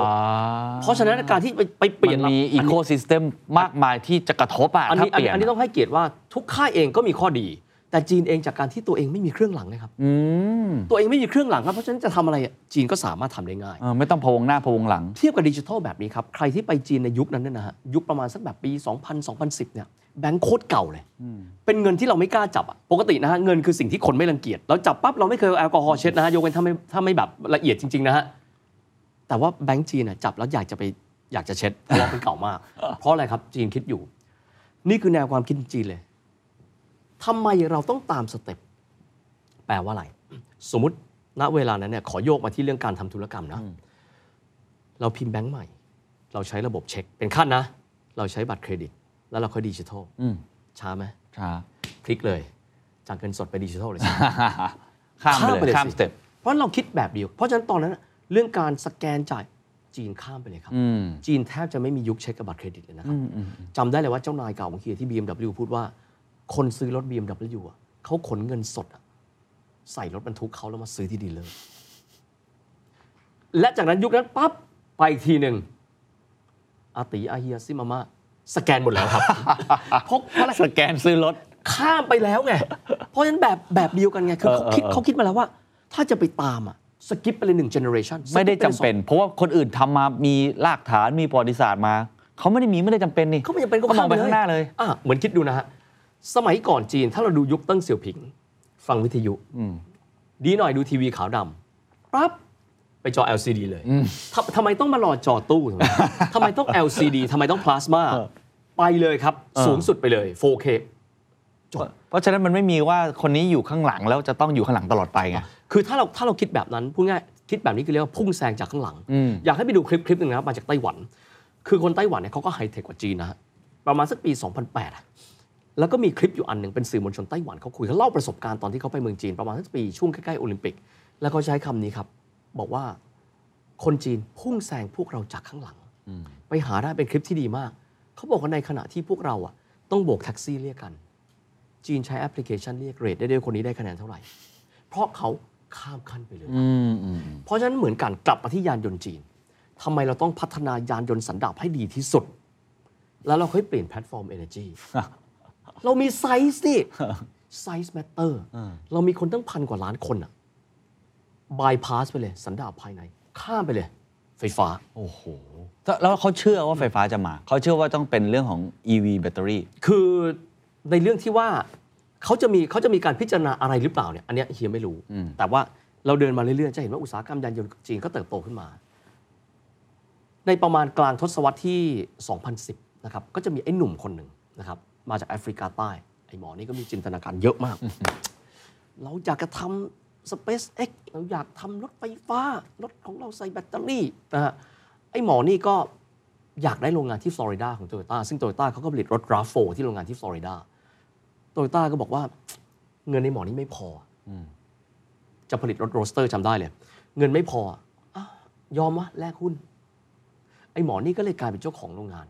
C: เพราะฉะนั้นการที่ไปไปเป
B: เป
C: ลี่
B: ลี่
C: ย
B: ย
C: น
B: นมีอีโคซิสเต็มมากมายที่จะกระทบอะ
C: อัน
B: ถ้า
C: นี้
B: เปลี่ยน
C: อันนี้ต้องให้เกียรติว่าทุกค่ายเองก็มีข้อดี แต่จีนเองจากการที่ตัวเองไม่มีเครื่องหลังนะครับ
B: อืม
C: ตัวเองไม่มีเครื่องหลังครับเพราะฉะนั้นจะทำอะไรอะจีนก็สามารถทำได้ง่าย
B: เออไม่ต้องพะวงหน้าพะวงหลัง
C: เทียบกับดิจิทัลแบบนี้ครับ ใครที่ไปจีนในยุคนั้นเนี่ยนะฮะยุคประมาณสักแบบปี 2000 2010 เนี่ยแบงค์โคตรเก่าเลย เป็นเงินที่เราไม่กล้าจับอะปกตินะฮะเงินคือสิ่งที่คนไม่รังเกียจเราจับปั๊บเราไม่เคยเอาแอลกอฮอล์เช็ดนะฮะยกเว้นถ้าไม่ถ้าไม่แบบละเอียดจริงๆนะฮะแต่ว่าแบงค์จีนอะจับแล้วอยากจะไปอยากจะเช็ดเพราะว่าเป็น เก่ามาก เพราะอะไรครับจีนคิดอยู่ นี่คือแนวความคิดจีนเลยทำไมเราต้องตามสเต็ปแปลว่าอะไร สมมติณเวลานั้นเนี่ยขอโยกมาที่เรื่องการทำธุรกรรมนะ เราพิมพ์แบงค์ใหม่ เราใช้ระบบเช็ค เป็นขั้นนะ เราใช้บัตรเครดิต แล้วเราค่อยดิจิทัล
B: อืม
C: ช้าไหม
B: ช้า
C: พลิกเลย จากเงินสดไปดิจิทัลเลยใช่ไหม
B: ข้ามไปเลย
C: ข้า
B: ข้าม ม
C: ไปเลยสิ
B: สเต็ป
C: เพราะเราคิดแบบเดียว เพราะฉะนั้นตอนนั้นน่ะเรื่องการสแกนจ่ายจีนข้ามไปเลยครับ
B: อืม
C: จีนแทบจะไม่มียุคเช็คกับบัตรเครดิตเลยนะครับ
B: อืมอืม
C: จำได้เลยว่าเจ้านายเก่าของเฮียที่ BMW พูดว่า คนซื้อรถ BMW อ่ะเขาขนเงินสดอ่ะใส่รถบรรทุกเขาแล้วมาซื้อที่ดีลเลอร์และจากนั้นยุคนั้นปั๊บไปอีกทีหนึ่งอาติอาเฮียซิมามาสแกนหมด แล้วครับ เพราะเพราะอะไร
B: สแกนซื้อรถ
C: ข้ามไปแล้วไง เพราะฉะนั้นแบบแบบเดียวกันไงคือเขาคิด
B: เออเออ
C: เขาคิดมาแล้วว่า ถ้าจะไปตามอ่ะสกิปไปเลยหนึ่งเจเนอเรชัน
B: ไม่ได้จำเป็น เพราะว่าคนอื่นทำมามีรากฐานมีประวัติศาสตร์มา เขาไม่ได้มีไม่ได้จำเป็นนี่
C: เขาไม่จำเป็นก็
B: มองไป
C: ข้ามไปเลย
B: ข้างหน้าเลย
C: อ่ะเหมือนคิดดูนะฮะ สมัยก่อนจีนถ้าเราดูยุคเติ้งเสี่ยวผิง ฟังวิทยุ
B: อืม
C: ดีหน่อยดูทีวีขาวดำปั๊บไปจอ LCD เลยทำทำไมต้องมาหลอดจอตู้ถูกไหม ทำไมต้อง LCD ทำไมต้องพลาสมา
B: เออ
C: ไปเลยครับ
B: เออ
C: สูงสุดไปเลย 4K จบ
B: เพราะฉะนั้นมันไม่มีว่าคนนี้อยู่ข้างหลังแล้วจะต้องอยู่ข้างหลังตลอดไปไง
C: คือถ้าเราถ้าเราคิดแบบนั้นพูดง่ายคิดแบบนี้คือเรียกว่าพุ่งแซงจากข้างหลัง
B: อืม
C: อยากให้ไปดูคลิปคลิปหนึ่งนะครับมาจากไต้หวัน คือคนไต้หวันเนี่ยเขาก็ไฮเทคกว่าจีนนะฮะประมาณสักปี 2008อะแล้วก็มีคลิปอยู่อันหนึ่งเป็นสื่อมวลชนไต้หวันเขาคุยเขาเล่าประสบการณ์ตอนที่เขาไปเมืองจีนประมาณสักปีช่วงใกล้ๆโอลิมปิก แล้วเขาใช้คำนี้ครับ บอกว่าคนจีนพุ่งแซงพวกเราจากข้างหลัง ไปหาได้เป็นคลิปที่ดีมาก เขาบอกว่าในขณะที่พวกเราอะต้องโบกแท็กซี่เรียกกัน จีนใช้แอปพลิเคชันเรียกเรทได้ด้วยคนนี้ได้คะแนนเท่าไหร่ เพราะเขาข้ามขั้นไปเลย
B: อืมอืม
C: เพราะฉะนั้นเหมือนกันกลับมาที่ยานยนต์จีนทำไมเราต้องพัฒนายานยนต์สันดาปให้ดีที่สุด แล้วเราค่อยเปลี่ยนแพลตฟอร์ม Energy เรามีไซส์ นี่ ไซส์แมตเตอร์ เรามีคนตั้งพันกว่าล้านคนอะบายพาสไปเลย สันดาปภายใน ข้ามไปเลย ไฟฟ้า
B: โอ้โหแล้วแล้วเขาเชื่อว่าไฟฟ้าจะมา เขาเชื่อว่าต้องเป็นเรื่องของ EV แบตเตอรี่
C: คือในเรื่องที่ว่าเขาจะมีเขาจะมีการพิจารณาอะไรหรือเปล่าเนี่ยอันเนี้ยเฮียไม่รู้
B: อืม
C: แต่ว่าเราเดินมาเรื่อยๆ จะเห็นว่าอุตสาหกรรมยานยนต์จีนก็เติบโตขึ้นมา ในประมาณกลางทศวรรษที่ 2010 นะครับ ก็จะมีไอ้หนุ่มคนหนึ่งนะครับ มาจากแอฟริกาใต้ ไอ้หมอนี่ก็มีจินตนาการเยอะมาก เราอยากจะทำ SpaceX เราอยากทำรถไฟฟ้า รถของเราใส่แบตเตอรี่นะฮะไอ้หมอนี่ก็อยากได้โรงงานที่ฟลอริดาของโตโยต้าซึ่งโตโยต้าเขาก็ผลิตรถ RAV4 ที่โรงงานที่ฟลอริดาโตโยต้าก็บอกว่าเงินในหมอนี่ไม่พอ จะผลิตรถโรสเตอร์จำได้เลย เงินไม่พออ้าวยอมวะแลกหุ้น ไอ้หมอนี่ก็เลยกลายเป็นเจ้าของโรงงาน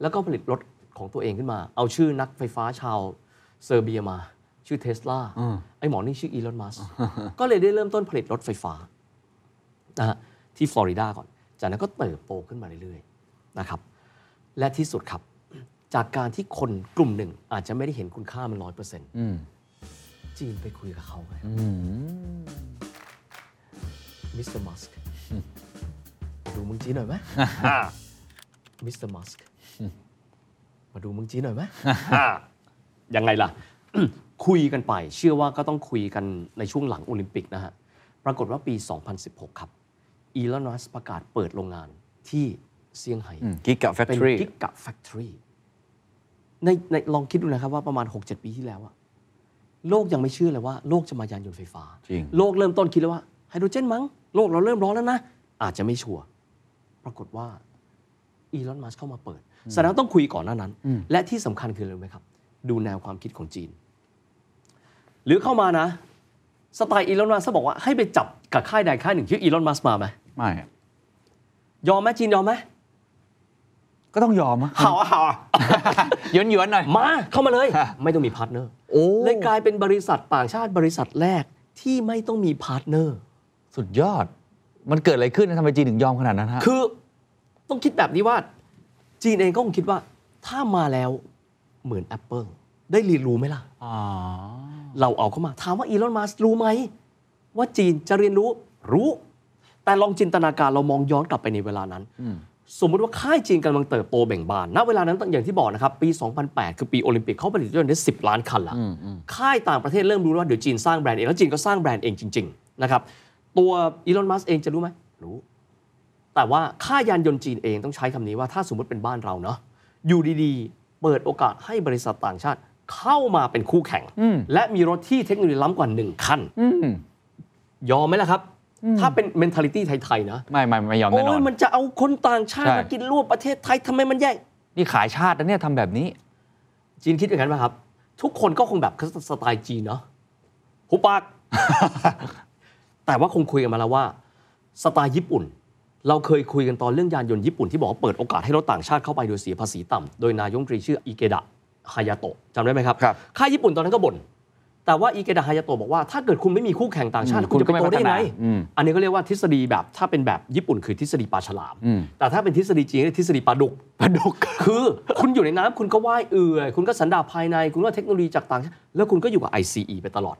C: แล้วก็ผลิตรถของตัวเองขึ้นมา เอาชื่อนักไฟฟ้าชาวเซอร์เบียมา ชื่อเทสลาไอ้หมอนี่ชื่ออีลอน มัสก็เลยได้เริ่มต้นผลิตรถไฟฟ้านะฮะที่ฟลอริดาก่อน จากนั้นก็เติบโตขึ้นมาเรื่อยๆนะครับ และที่สุดครับ จากการที่คนกลุ่มหนึ่งอาจจะไม่ได้เห็นคุณค่ามันร้อยเปอร์เซ็นต์จีนไปคุยกับเขาไง มิสเตอร์มัสก์ดูเมึงจีนหน่ อยไหม มิสเตอร์มัสก์มาดูเมึงจีนหน่อยไหม ยังไงล่ะ คุยกันไป เชื่อว่าก็ต้องคุยกันในช่วงหลังโอลิมปิกนะฮะ ปรากฏว่าปี 2016 ครับ อีลอนมัสประกาศเปิดโรงงานที่เซี่ยงไฮ้
D: กิกะแฟค
C: เป็น
D: ทรี
C: กิกะแฟคทอรี่ในในลองคิดดูนะครับว่าประมาณ 6-7 ปีที่แล้วอะโลกยังไม่เชื่อเลยว่าโลกจะมายานยนต์ไฟฟ้า
D: จริง
C: โลกเริ่มต้นคิดแล้วว่าไฮโดรเจนมั้ง โลกเราเริ่มร้อนแล้วนะ อาจจะไม่ชัวร์ปรากฏว่าอีลอนมัสเข้ามาเปิด แสดงว่าต้องคุยก่อนหน้านั้น และที่สำคัญคืออะไรรู้ไหมครับ ดูแนวความคิดของจีน หรือเข้ามานะ สไตล์อีลอนมัสบอกว่าให้ไปจับกับค่ายใดค่ายหนึ่งชื่ออีลอนมัสมาไหม
D: ไม่อะ
C: ยอมไหมจีนยอมไหม
D: ก็ต้องยอมอะ
C: เห่าอะเห่าอะ
D: ย้อนย้อนๆหน่อย
C: มาเข้ามาเลย ไม่ต้องมีพาร์ทเนอร์
D: โอ้
C: เลยกลายเป็นบริษัทต่างชาติบริษัทแรกที่ไม่ต้องมีพาร์ทเนอร์
D: สุดยอด มันเกิดอะไรขึ้นนะทำไมจีนถึงยอมขนาดนั้นฮะ
C: คือต้องคิดแบบนี้ว่า จีนเองก็คงคิดว่า ถ้ามาแล้วเหมือน Apple ได้เรียนรู้ไหมล่ะ
D: อ๋อ
C: เราเอาเข้ามา ถามว่าอีลอนมัสรู้ไหม ว่าจีนจะเรียนรู้รู้ แต่ลองจินตนาการเรามองย้อนกลับไปในเวลานั้น
D: อืม
C: สมมุติว่าค่ายจีนกำลังเติบโตแบ่งบาน ณ เวลานั้นอย่างที่บอกนะครับ ปี 2008 คือปีโอลิมปิกเขาผลิตรถยนต์ได้ 10 ล้านคันละ
D: อืมอืม
C: ค่ายต่างประเทศเริ่มรู้แล้วว่าเดี๋ยวจีนสร้างแบรนด์เอง แล้วจีนก็สร้างแบรนด์เองจริง ๆ นะครับ ตัวอีลอนมัสเองจะรู้ไหมรู้ แต่ว่าค่ายานยนต์จีนเองต้องใช้คำนี้ว่าถ้าสมมติเป็นบ้านเราเนาะอยู่ดีๆ เปิดโอกาสให้บริษัทต่างชาติเข้ามาเป็นคู่แข่ง และมีรถที่เทคโนโลยีล้ำกว่าหนึ่งคัน
D: อืม
C: ยอมไหมล่ะครับ ถ้าเป็น mentality ไทย ๆ นะ
D: ไม่ไม่ไม่ยอม
C: โอ้
D: แน่นอยน
C: มันจะเอาคนต่างชาติ
D: ใช่
C: มากินรวบประเทศไทยทำไมมันแย่ง
D: นี่ขายชาตินะเนี่ยทำแบบนี้
C: จีนคิดอย่างนั้นไหมครับ ทุกคนก็คงแบบสไตล์จีนเนาะหุบปาก แต่ว่าคงคุยกันมาแล้วว่า สไตล์ญี่ปุ่น เราเคยคุยกันตอนเรื่องยานยนต์ญี่ปุ่นที่บอกว่าเปิดโอกาสให้รถต่างชาติเข้าไปโดยเสียภาษีต่ำโดยนายกรัฐมนตรีชื่ออิเกดะฮายาโตะจำได้ไหมครับ
D: ครับ
C: ค่ายญี่ปุ่นตอนนั้นก็บ่นแต่ว่าอิเกดะฮายาโตะบอกว่าถ้าเกิดคุณไม่มีคู่แข่งต่างชาติคุณจะไปโตได้ยังไง
D: อืม
C: อันนี้ก็เรียกว่าทฤษฎีแบบถ้าเป็นแบบญี่ปุ่นคือทฤษฎีปลาฉลาม
D: อืม
C: แต่ถ้าเป็นทฤษฎีจีนเรียกทฤษฎีปลาดุก
D: ปลาดุก
C: คือคุณอยู่ในน้ำคุณก็ว่ายเอื่อย คุณก็สันดาปภายใน คุณก็เทคโนโลยีจากต่างชาติแล้วคุณก็อยู่กับ ICE ไปตลอด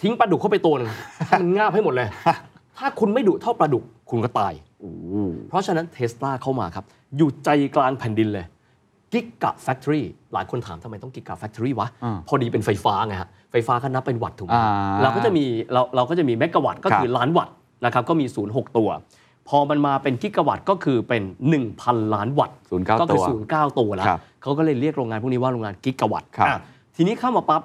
C: ทิ้งปลาดุกเข้าไปตัวหนึ่งให้มันงาบให้หมด เลย ถ้าคุณไม่ดุเท่าปลาดุก คุณก็ตาย เพราะฉะนั้นเทสลาเข้ามาครับ อยู่ใจกลางแผ่นดินเลยกิกะแฟ c ทอรี่หลายคนถามทำไมต้องกิกะแฟ c ทอรี่วะ
D: อ่า
C: พอดีเป็นไฟฟ้าไงฮะ ไฟฟ้าก็นับเป็นวัตต์ถูกไหม
D: อ่า
C: เราก็จะมีเราเราก็จะมีเมกะวัตต์ก็คือ
D: ครับ
C: ล้านวัตต์นะครับก็มีศูนย์หกตัว พอมันมาเป็นกิกะวัตต์ก็คือเป็น 1,000 ล้านวัตต์
D: ศูนย์เก้า
C: ก็
D: ตั
C: คือ
D: ว
C: ศูนย์เก้าตัวแล้ว
D: ครับ
C: เขาก็เลยเรียกโรงงานพวกนี้ว่าโรงงานกิกะวัตต์
D: ครับ
C: อ่ะทีนี้เข้ามาปั๊บ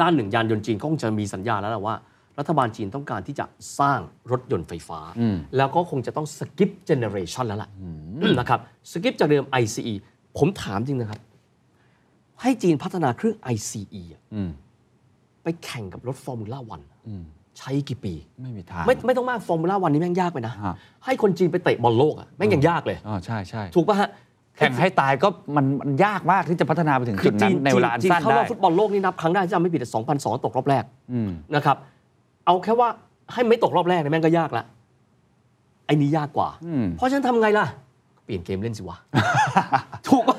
C: ด้านหนึ่งยานยนต์จีนก็คงจะมีสัญญาณแล้วแหละว่า รัฐบาลจีนต้องการที่จะสร้างรถยนต์ไฟฟ้า แล้วก็คงจะต้องสกิปเจเนเรชันแล้วล่ะนะครับสกิปจากเดิม ICE ผมถามจริงนะครับ ให้จีนพัฒนาเครื่อง ICE อะ
D: อืม
C: ไปแข่งกับรถฟอร์มูล่าวัน
D: อืม
C: ใช้กี่ปี
D: ไม่มีทาง
C: ไม่ไม่ต้องมากฟอร์มูล่าวันนี้แม่งยากไปนะ
D: ฮะ
C: ให้คนจีนไปเตะบอลโลกอะแม่งยังยากเลย
D: อ๋อใช่ใช่
C: ถูกป่ะฮะ
D: แข่งให้ตายก็มันมันยากมากที่จะพัฒนาไปถึง
C: คื
D: จุ
C: อ
D: ด
C: จี
D: นั้นนในเวลาอัน
C: จีน
D: สั้น
C: เข้าร
D: ได้
C: อบฟุตบอลโลกนี่นับครั้งได้จำไม่ผิด2002 ตกรอบแรก
D: อืม
C: นะครับ เอาแค่ว่าให้ไม่ตกรอบแรกเนี่ยแม่งก็ยากละไอ้นี้ยากกว่า
D: อืม
C: เพราะฉะนันทำไงล่ะ เปลี่ยนเกมเล่นสิ วะ ถูกป่ะ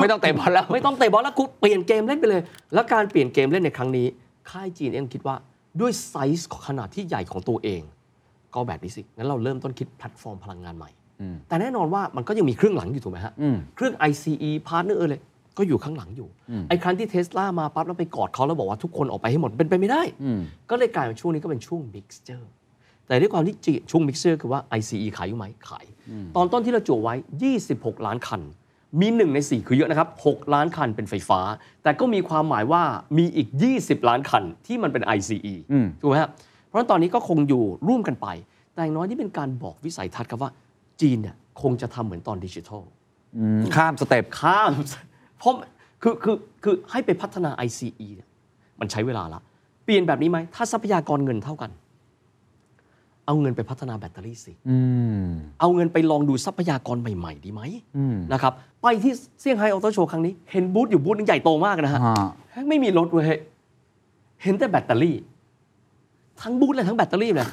D: ไม่ต้องเตะบอลแล้ว
C: ไม่ต้องเตะบอลแล้วกูเปลี่ยนเกมเล่นไปเลย แล้วการเปลี่ยนเกมเล่นในครั้งนี้ ค่ายจีนเองคิดว่าด้วยไซส์ขนาดที่ใหญ่ของตัวเอง ก็แบบนี้สิงั้นเราเริ่มต้นคิดแพลตฟอร์มพลังงานใหม่
D: อืม
C: แต่แน่นอนว่ามันก็ยังมีเครื่องหลังอยู่ถูกไหมฮะ
D: อืม
C: เครื่อง ICE พาร์ทเนอร์เลยก็อยู่ข้างหลังอยู่
D: อืม
C: ไอ้ครั้งที่เทสลามาปั๊บแล้วไปกอดเขาแล้วบอกว่าทุกคนออกไปให้หมดเป็นไปไม่ได้
D: อืม
C: ก็เลยกลายเป็นช่วงนี้ก็เป็นช่วงมิกซ์เจอร์แต่ด้วยความที่จีช่วงมิกซ์เจอร์คือว่า ICE ขายอยู่ไหมขาย ตอนต้นที่เราจั่วไว้ 26 ล้านคัน มี 1 ใน 4 คือเยอะนะครับ 6 ล้านคันเป็นไฟฟ้า แต่ก็มีความหมายว่ามีอีก 20 ล้านคันที่มันเป็น ICE
B: อืม
C: ถูกไหมครับเพราะฉะนั้นตอนนี้ก็คงอยู่ร่วมกันไป แต่อย่างน้อยนี่เป็นการบอกวิสัยทัศน์ครับว่าจีนเนี่ยคงจะทำเหมือนตอนดิจิทัล
B: อืมข้ามสเต็ป
C: ข้าม เพราะคือคือคือให้ไปพัฒนา ICE เนี่ยมันใช้เวลาละ เปลี่ยนแบบนี้ไหม ถ้าทรัพยากรเงินเท่ากัน เอาเงินไปพัฒนาแบตเตอรี่สิ
B: อืม
C: เอาเงินไปลองดูทรัพยากรใหม่ๆ ดีไหม
B: อืม
C: นะครับ ไปที่เซี่ยงไฮ้ออโต้โชว์ครั้งนี้ เห็นบูธอยู่บูธหนึงใหญ่โตมากนะฮะ
B: ฮะ
C: แม่งไม่มีรถเว้ย เห็นแต่แบตเตอรี่ ทั้งบูธเลยทั้งแบตเตอรี่เลย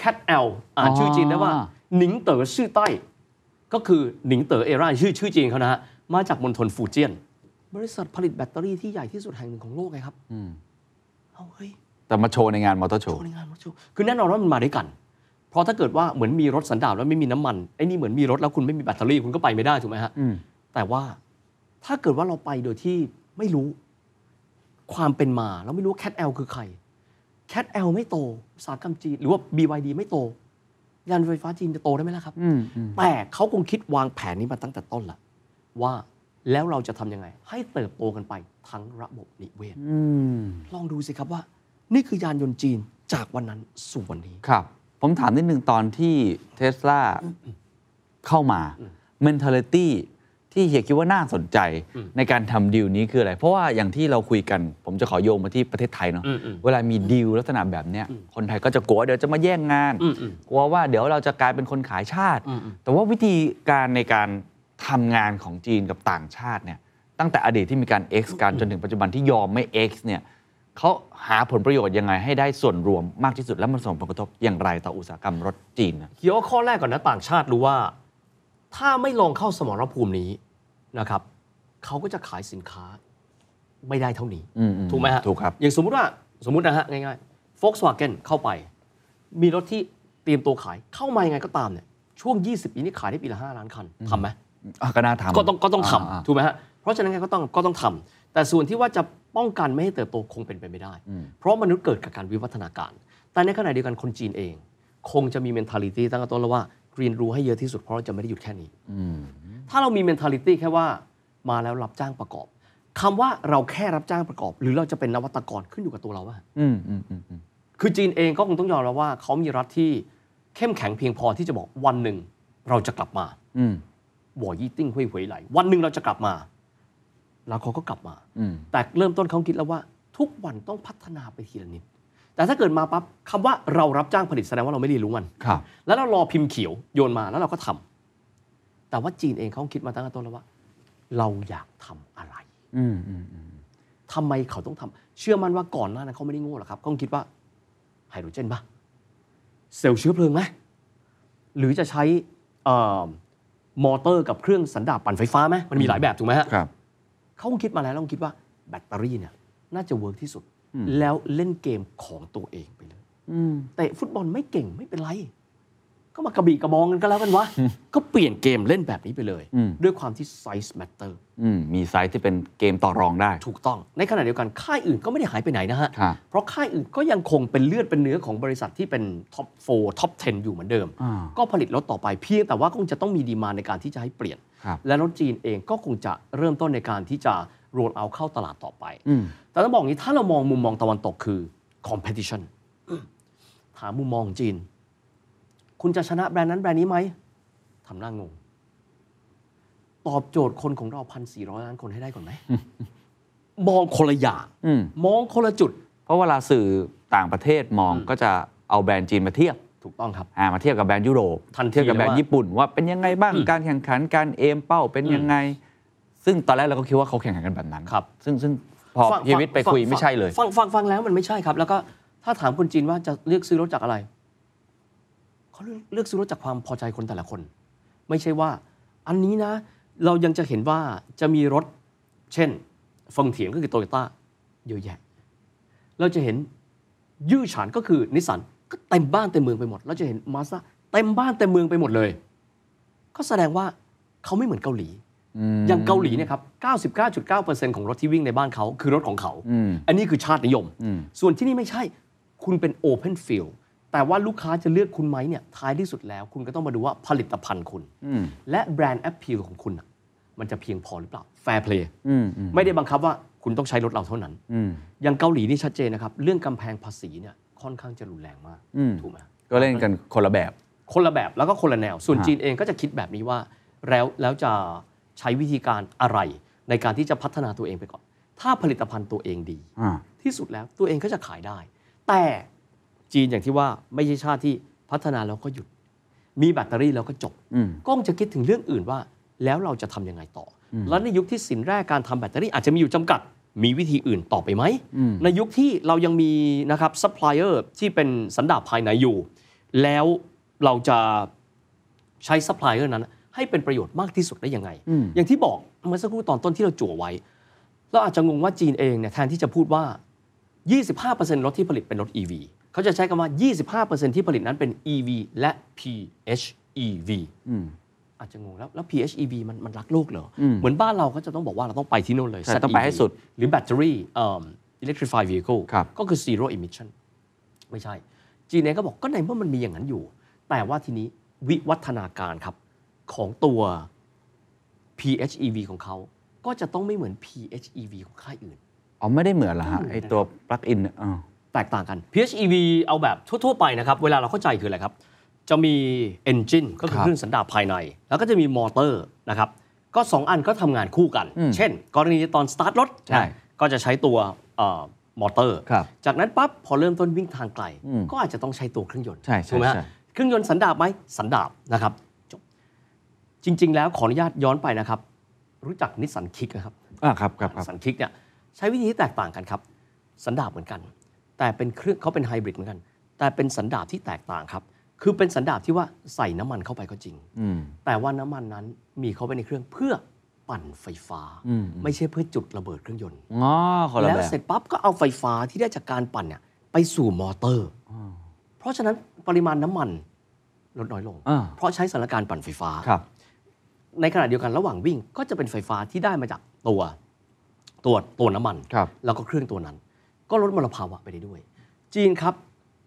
C: Cat L อ่านชื่อจีนได้ว่า หนิงเต๋อชื่อใต้ ก็คือหนิงเต๋อเอราชื่อชื่อจีนเขานะฮะ มาจากมณฑลฟูเจียน บริษัทผลิตแบตเตอรี่ที่ใหญ่ที่สุดแห่งหนึ่งของโลกไงครับเอาเฮ้ย
B: แต่มาโชว์ในงานมอเตอร์โช
C: โช
B: ว์
C: ว์ในงานรถโชว์คือแน่นอนว่ามันมาด้วยกัน เพราะถ้าเกิดว่าเหมือนมีรถสันดาปแล้วไม่มีน้ำมัน ไอ้นี่เหมือนมีรถแล้วคุณไม่มีแบตเตอรี่คุณก็ไปไม่ได้ถูกไหมฮะ
B: อืม
C: แต่ว่าถ้าเกิดว่าเราไปโดยที่ไม่รู้ความเป็นมา เราไม่รู้แคทแอลคือใคร แคทแอลไม่โต อุตสาหกรรมจีน หรือว่า BYD ไม่โต ยานไฟฟ้าจีนจะโตได้ไหมล่ะครับ
B: อืมอืม
C: แต่เขาคงคิดวางแผนนี้มาตั้งแต่ต้นละว่าแล้วเราจะทำยังไง ให้เติบโตกันไปทั้งระบบนิเวศ
B: อืม
C: ลองดูสิครับว่า นี่คือยานยนต์จีนจากวันนั้นสู่วันนี้
B: ครับ ผมถามนิดนึงตอนที่เทส ลาเข้ามา mentality ที่เฮียคิดว่าน่าสนใจ
C: อืม
B: ในการทำดีลนี้คืออะไร เพราะว่าอย่างที่เราคุยกัน ผมจะขอโยงมาที่ประเทศไทยเนาะ
C: อืมอืม
B: เวลามีดีลลักษณะแบบเนี้ย
C: อืม
B: คนไทยก็จะกลัวเดี๋ยวจะมาแย่งงาน
C: อืมอืม
B: กลัวว่าเดี๋ยวเราจะกลายเป็นคนขายชาติ
C: อืมอืม
B: แต่ว่าวิธีการในการทำงานของจีนกับต่างชาติเนี่ย ตั้งแต่อดีตที่มีการ X กันจนถึงปัจจุบันที่ยอมไม่ X เนี่ยเขาหาผลประโยชน์ยังไงให้ได้ส่วนรวมมากที่สุดและมันส่งผลกระทบอย่างไรต่ออุตสาหกรรมรถจีนนะ
C: เขียวว่าข้อแรกก่อนนะต่างชาติรู้ว่า ถ้าไม่ลองเข้าสมรภูมินี้นะครับเขาก็จะขายสินค้าไม่ได้เท่านี้
B: อือื
C: ถูกไหมฮะ
B: ถูกครับ
C: อย่างสมมุติว่าสมมุตินะฮะง่ายๆ Volkswagen เข้าไป มีรถที่เตรียมตัวขายเข้ามายังไงก็ตามเนี่ยช่วง 20 ปีนี้ขายได้ปีละ 5 ล้านคันทำไหม
B: อ่ะก็น่าทำ
C: ก็ต้องก็ต้อง
B: า
C: ทำ
B: อ่า
C: ถูกไหมฮะ เพราะฉะนั้นไงก็ต้องก็ต้องทำแต่ส่วนที่ว่าจะป้องกันไม่ให้เติบโตคงเป็นไปไม่ได้
B: อืม
C: เพราะมนุษย์เกิดกับการวิวัฒนาการ แต่ในขณะเดียวกันคนจีนเอง คงจะมี mentality ตั้งแต่ต้นแล้วว่า green รู้ให้เยอะที่สุดเพราะเราจะไม่ได้หยุดแค่นี้
B: อืม
C: ถ้าเรามี mentality แค่ว่ามาแล้วรับจ้างประกอบคำว่าเราแค่รับจ้างประกอบ หรือเราจะเป็นนวัตกรขึ้นอยู่กับตัวเราว่า
B: อืมอืมอืมอืม
C: คือจีนเองก็คงต้องยอมรับว่าเขามีรัฐที่เข้มแข็งเพียงพอที่จะบอกวันหนึ่งเราจะกลับมา
B: อืม
C: บ่อยี่ติ้งห้วยหวยไหล วันหนึ่งเราจะกลับมา แล้วเขาก็กลับมา
B: อืม
C: แต่เริ่มต้นเขาคิดแล้วว่า ทุกวันต้องพัฒนาไปทีละนิด แต่ถ้าเกิดมาปั๊บคำว่าเรารับจ้างผลิตแสดงว่าเราไม่เรียนรู้มัน
B: ครับ
C: แล้วเรารอพิมพ์เขียวโยนมาแล้วเราก็ทำแต่ว่าจีนเองเขาคิดมาตั้งแต่ต้นแล้วว่า เราอยากทำอะไร
B: อืมอืมอืม
C: ทำไมเขาต้องทำเชื่อมั่นว่าก่อนหน้านั้นเขาไม่ได้โง่หรอกครับเขาคิดว่าไฮโดรเจนปะเซลล์เชื้อเพลิงไหมหรือจะใช้เอ่อมอเตอร์กับเครื่องสันดาปปั่นไฟฟ้าไหมมันมีหลายแบบถูกไหมฮะ
B: ครับ
C: เขาคงคิดมาแล้วแล้วคงคิดว่าแบตเตอรี่เนี่ยน่าจะเวิร์กที่สุด แล้วเล่นเกมของตัวเองไปเลย
B: อืม
C: เตะฟุตบอลไม่เก่งไม่เป็นไร ก็มากระบี่กระบองกันก็แล้วกัน วะ ก็เปลี่ยนเกมเล่นแบบนี้ไปเลย
B: อืม
C: ด้วยความที่ size matter
B: อืมมีไซส์ที่เป็นเกมต่อรองได้
C: ถูกต้อง ในขณะเดียวกันค่ายอื่นก็ไม่ได้หายไปไหนนะฮะ
B: ค่ะ
C: เพราะค่ายอื่นก็ยังคงเป็นเลือดเป็นเนื้อของบริษัทที่เป็นท็อป4ท็อป 10 อยู่เหมือนเดิม
B: อ่า
C: ก็ผลิตรถต่อไปเพียงแต่ว่าคงจะต้องมีดีมานในการที่จะให้เปลี่ยน
B: ครับ
C: และรถจีนเองก็คงจะเริ่มต้นในการที่จะโรลเอาเข้าตลาดต่อไป
B: อืม
C: แต่ต้องบอกอย่างนี้ถ้าเรามองมุมมองตะวันตกคือ competition ถามมุมมองจีน คุณจะชนะแบรนด์นั้นแบรนด์นี้ไหมทำหน้างง ตอบโจทย์คนของเราพันสี่ร้อยล้านคนให้ได้ก่อนไหม มองคนละอย่าง
B: อืม
C: มองคนละจุด
B: เพราะเวลาสื่อต่างประเทศมอง
C: อืม
B: ก็จะเอาแบรนด์จีนมาเทียบ
C: ถูกต้องครับ
B: อ่ามาเทียบกับแบรนด์ยุโรป
C: ทันที
B: เทียบกับแบรน
C: เล
B: ด์
C: ยว่า
B: ญี่ปุ่นว่าเป็นยังไงบ้าง
C: อืม
B: การแข่งขันการเอมเป้าเป็นยังไง ซึ่งตอนแรกเราก็คิดว่าเขาแข่งขันกันแบบนั้น
C: ครับ
B: ซึ่งซึ่งพอ
C: ฟัง
B: ชีวิตไป
C: ฟัง
B: คุย
C: ฟัง
B: ไม่ใช่เลย
C: ฟังฟังฟังแล้วมันไม่ใช่ครับ แล้วก็ถ้าถามคนจีนว่าจะเลือกซื้อรถจากอะไรเขาเลือกเลือกซื้อรถจากความพอใจคนแต่ละคน ไม่ใช่ว่า อันนี้นะ เรายังจะเห็นว่าจะมีรถ เช่นเฟังเถียงก็คือโตโยต้าเยอะแยะ เราจะเห็นยื่อฉานก็คือนิสสันก็เต็มบ้านเต็มเมืองไปหมด เราจะเห็นมาซ่าเต็มบ้านเต็มเมืองไปหมดเลย ก็แสดงว่าเขาไม่เหมือนเกาหลี อย่างเกาหลีเนี่ยครับ 99.9%ของรถที่วิ่งในบ้านเขาคือรถของเขา
B: อืม
C: อันนี้คือชาตินิยม
B: อืม
C: ส่วนที่นี่ไม่ใช่ คุณเป็น Open Field แต่ว่าลูกค้าจะเลือกคุณไหมเนี่ย ท้ายที่สุดแล้ว คุณก็ต้องมาดูว่าผลิตภัณฑ์คุณ
B: อืม
C: และแบรนด์แอ p พ a l ของคุณน่ะ มันจะเพียงพอหรือเปล่าแฟร์เพลย์
B: อืมอืม
C: ไม่ได้บังคับว่าคุณต้องใช้รถเราเท่านั้น
B: อืม
C: อย่างเกาหลีนี่ชัดเจนนะครับ เรื่องกำแพงภาษีเนี่ยค่อนข้างจะรุนแรงมาก
B: อืม
C: ถูกไหม
B: ก็เล่นกันคนละแบบ
C: คนละแบบแล้วก็คนละแนว ส่วน
B: ฮะ
C: จีนเองก็จะคิดแบบนี้ว่า แล้วแล้วจะใช้วิธีการอะไร ในการที่จะพัฒนาตัวเองไปก่อน ถ้าผลิตภัณฑ์ตัวเองดี
B: อ่า
C: ที่สุดแล้วตัวเองก็จะขายได้ แต่จีนอย่างที่ว่าไม่ใช่ชาติที่พัฒนาแล้วก็หยุด มีแบตเตอรี่แล้วก็จบ
B: อืม
C: ก้องจะคิดถึงเรื่องอื่นว่า แล้วเราจะทำยังไงต่ออแล้วในยุคที่สินแร่การทำแบตเตอรี่อาจจะมีอยู่จำกัด มีวิธีอื่นต่อไปไหม ในยุคที่เรายังมีนะครับซัพพลายเออร์ที่เป็นสันดาปภายในอยู่ แล้วเราจะใช้ซัพพลายเออร์นั้น ให้เป็นประโยชน์มากที่สุดได้ยังไง
B: อืม
C: อย่างที่บอกเมื่อสักครู่ตอนต้นที่เราจั่วไว้ เราอาจจะงงว่าจีนเองเนี่ยแทนที่จะพูดว่า 25%รถที่ผลิตเป็นรถ EV เขาจะใช้คำว่า 25%ที่ผลิตนั้นเป็น EV และ PHEV
B: อืม
C: อาจจะงงแล้วแล้ว PHEV มันมันรักโลกเหรออ
B: ม
C: เหมือนบ้านเราก็จะต้องบอกว่าเราต้องไปที่โน่นเลย
B: ใช่ต้องไป
C: ZEV
B: ให้สุด
C: หรือแบตเตอรี่เอ่อ electrified vehicle
B: ครับ
C: ก็คือ zero emission ไม่ใช่ จีนเองก็บอกก็ในเมื่อมันมีอย่างนั้นอยู่ แต่ว่าทีนี้วิวัฒนาการครับ ของตัว PHEV ของเขา ก็จะต้องไม่เหมือน PHEV ของค่ายอื่น
B: อ๋อไม่ได้เหมือนเหรอฮะไอตัวปลั๊กอินเนี่ยอ่า
C: แตกต่างกัน PHEV เอาแบบทั่ว ๆ ไปนะครับ เวลาเราเข้าใจคืออะไรครับ จะมี engine ก็คือ
B: ครับ
C: เครื่องสันดาปภายใน แล้วก็จะมีมอเตอร์นะครับ ก็ 2 อันก็ทำงานคู่กัน
B: อืม
C: เช่น กรณีตอนสตาร์ทรถ
B: ใช่
C: นะก็จะใช้ตัวเอ่อมอเตอร์
B: ครับ
C: จากนั้นปั๊บพอเริ่มต้นวิ่งทางไกล
B: อืม
C: ก็อาจจะต้องใช้ตัวเครื่องยนต์
B: ใช่ใช่
C: ถูกไหมฮะ
B: ใช่
C: เครื่องยนต์สันดาปไหมสันดาปนะครับจบจริง ๆ แล้วขออนุญาตย้อนไปนะครับ รู้จักนิสสันคิกนะครับ
B: อ่าครับครับครับ
C: สันคิกเนี่ยใช้วิธีที่แตกต่างกันครับ สันดาบเหมือนกัน แต่เป็นเครื่องเขาเป็นไฮบริดเหมือนกัน แต่เป็นสันดาบที่แตกต่างครับ คือเป็นสันดาบที่ว่าใส่น้ำมันเข้าไปก็จริง
B: อืม
C: แต่ว่าน้ำมันนั้นมีเข้าไปในเครื่องเพื่อปั่นไฟฟ้า
B: อืม
C: ไม่ใช่เพื่อจุดระเบิดเครื่องยนต์
B: อ๋อคนละ
C: แล้ว
B: แบบ
C: เสร็จปั๊บก็เอาไฟฟ้าที่ได้จากการปั่นเนี่ยไปสู่มอเตอร์
B: อ๋อ
C: เพราะฉะนั้นปริมาณน้ำมันลดน้อยลง
B: อ่า
C: เพราะใช้สารการปั่นไฟฟ้า
B: ครับ
C: ในขณะเดียวกันระหว่างวิ่งก็จะเป็นไฟฟ้าที่ได้มาจากตัวตัวตัวน้ำมัน
B: ครับ
C: แล้วก็เครื่องตัวนั้น ก็ลดมลภาวะไปได้ด้วย จีนครับ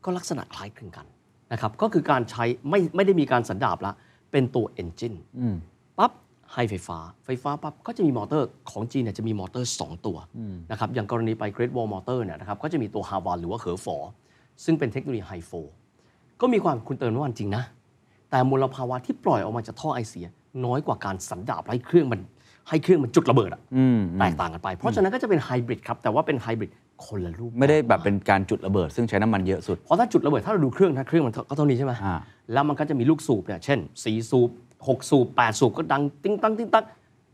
C: ก็ลักษณะคล้ายคลึงกันนะครับก็คือการใช้ไม่ไม่ได้มีการสันดาบละเป็นตัว engine
B: อืม
C: ปั๊บให้ไฟฟ้า ไฟฟ้าปั๊บก็จะมีมอเตอร์ของจีนเนี่ยจะมีมอเตอร์ 2 ตัวนะครับอย่างกรณีไป Great Wall Motor เนี่ยนะครับก็จะมีตัวฮาวานหรือว่าเขอฝอ ซึ่งเป็นเทคโนโลยีไฮโฟก็มีความคุณเติมน้ำมันจริงนะ แต่มลภาวะที่ปล่อยออกมาจากท่อไอเสีย น้อยกว่าการสันดาบไล่เครื่องมันให้เครื่องมันจุดระเบิดอะ
B: อืม
C: แตกต่างกันไป เพราะฉะนั้นก็จะเป็นไฮบริดครับแต่ว่าเป็นไฮบริดคนละรูป
B: ไม่ได้แบบเป็นการจุดระเบิด ซึ่งใช้น้ำมันเยอะสุด
C: เพราะถ้าจุดระเบิดถ้าเราดูเครื่องนะเครื่องมันก็เท่านี้ใช่ไหม
B: อ่า
C: แล้วมันก็จะมีลูกสูบเนี่ย เช่น 4 สูบ 6 สูบ 8 สูบ ก็ดังติ้งตั้งติ้งตั้ง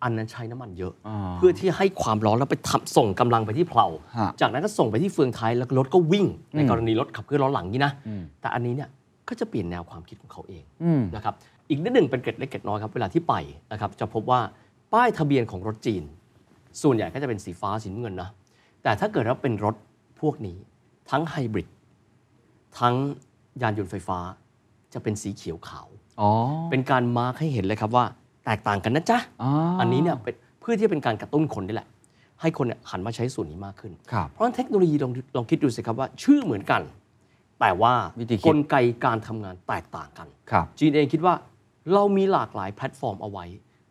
C: อันนั้นใช้น้ำมันเยอะ
B: อ่า
C: เพื่อที่ให้ความร้อนแล้วไปทำส่งกำลังไปที่เพลา
B: ฮะ
C: จากนั้นก็ส่งไปที่เฟืองท้ายแล้วรถก็วิ่ง ในกรณีรถขับเคลื่อนล้อหลังนี่นะ แต่อันนี้เนี่ยก็จะเปลี่ยนแนวความคิดของเขาเอง
B: อืม
C: นะครับอีกนิดหนึ่งเป็นเกร็ดเล็กเกร็ดน้อยครับ เวลาที่ไปนะครับจะพบว่าป้ายทะเบียนของรถจีน ส่วนใหญ่ก็จะเป็นสีฟ้าสีน้ำเงินนะ แต่ถ้าเกิดว่าเป็นรถพวกนี้ ทั้งไฮบริดทั้งยานยนต์ไฟฟ้า จะเป็นสีเขียวขาว
B: อ๋อ
C: เป็นการมาร์คให้เห็นเลยครับว่า แตกต่างกันนะจ๊ะ อันนี้เนี่ยเป็นเพื่อที่จะเป็นการกระตุ้นคนนี่แหละ ให้คนเนี่ยหันมาใช้ส่วนนี้มากขึ้น
B: ครับ
C: เพราะฉะนั้นเทคโนโลยีลองลองคิดดูสิครับว่าชื่อเหมือนกัน แต่ว่า
B: วิธีคิด
C: กลไกการทำงานแตกต่างกัน
B: ครับ
C: จีนเองคิดว่าเรามีหลากหลายแพลตฟอร์มเอาไว้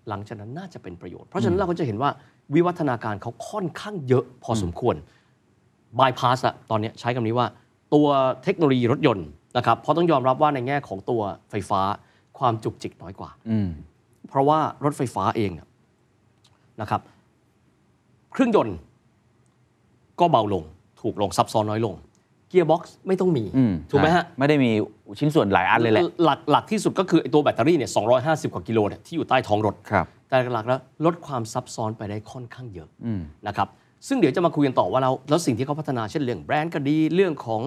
C: หลังจากนั้นน่าจะเป็นประโยชน์ เพราะฉะนั้นเราก็จะเห็นว่าวิวัฒนาการเขาค่อนข้างเยอะพอสมควรบายพาสอะตอนเนี้ยใช้คำนี้ว่า ตัวเทคโนโลยีรถยนต์นะครับเพราะต้องยอมรับว่าในแง่ของตัวไฟฟ้าความจุกจิกน้อยกว่า
B: อืม
C: เพราะว่ารถไฟฟ้าเองเนี่ยนะครับ เครื่องยนต์ก็เบาลง ถูกลงซับซ้อนน้อยลง เกียร์บ็อกซ์ไม่ต้องมี
B: อืม
C: ถูกไหมฮะ
B: ไม่ได้มีชิ้นส่วนหลายอันเลยแหละ
C: หลักหลักที่สุดก็คือไอ้ตัวแบตเตอรี่เนี่ย250 กว่ากิโลเนี่ยที่อยู่ใต้ท้องรถ
B: ครับ
C: แต่หลักๆแล้วลดความซับซ้อนไปได้ค่อนข้างเยอะ
B: อืม
C: นะครับ ซึ่งเดี๋ยวจะมาคุยกันต่อว่าเราแล้วสิ่งที่เขาพัฒนาเช่นเรื่องแบรนด์ก็ดี เรื่องของ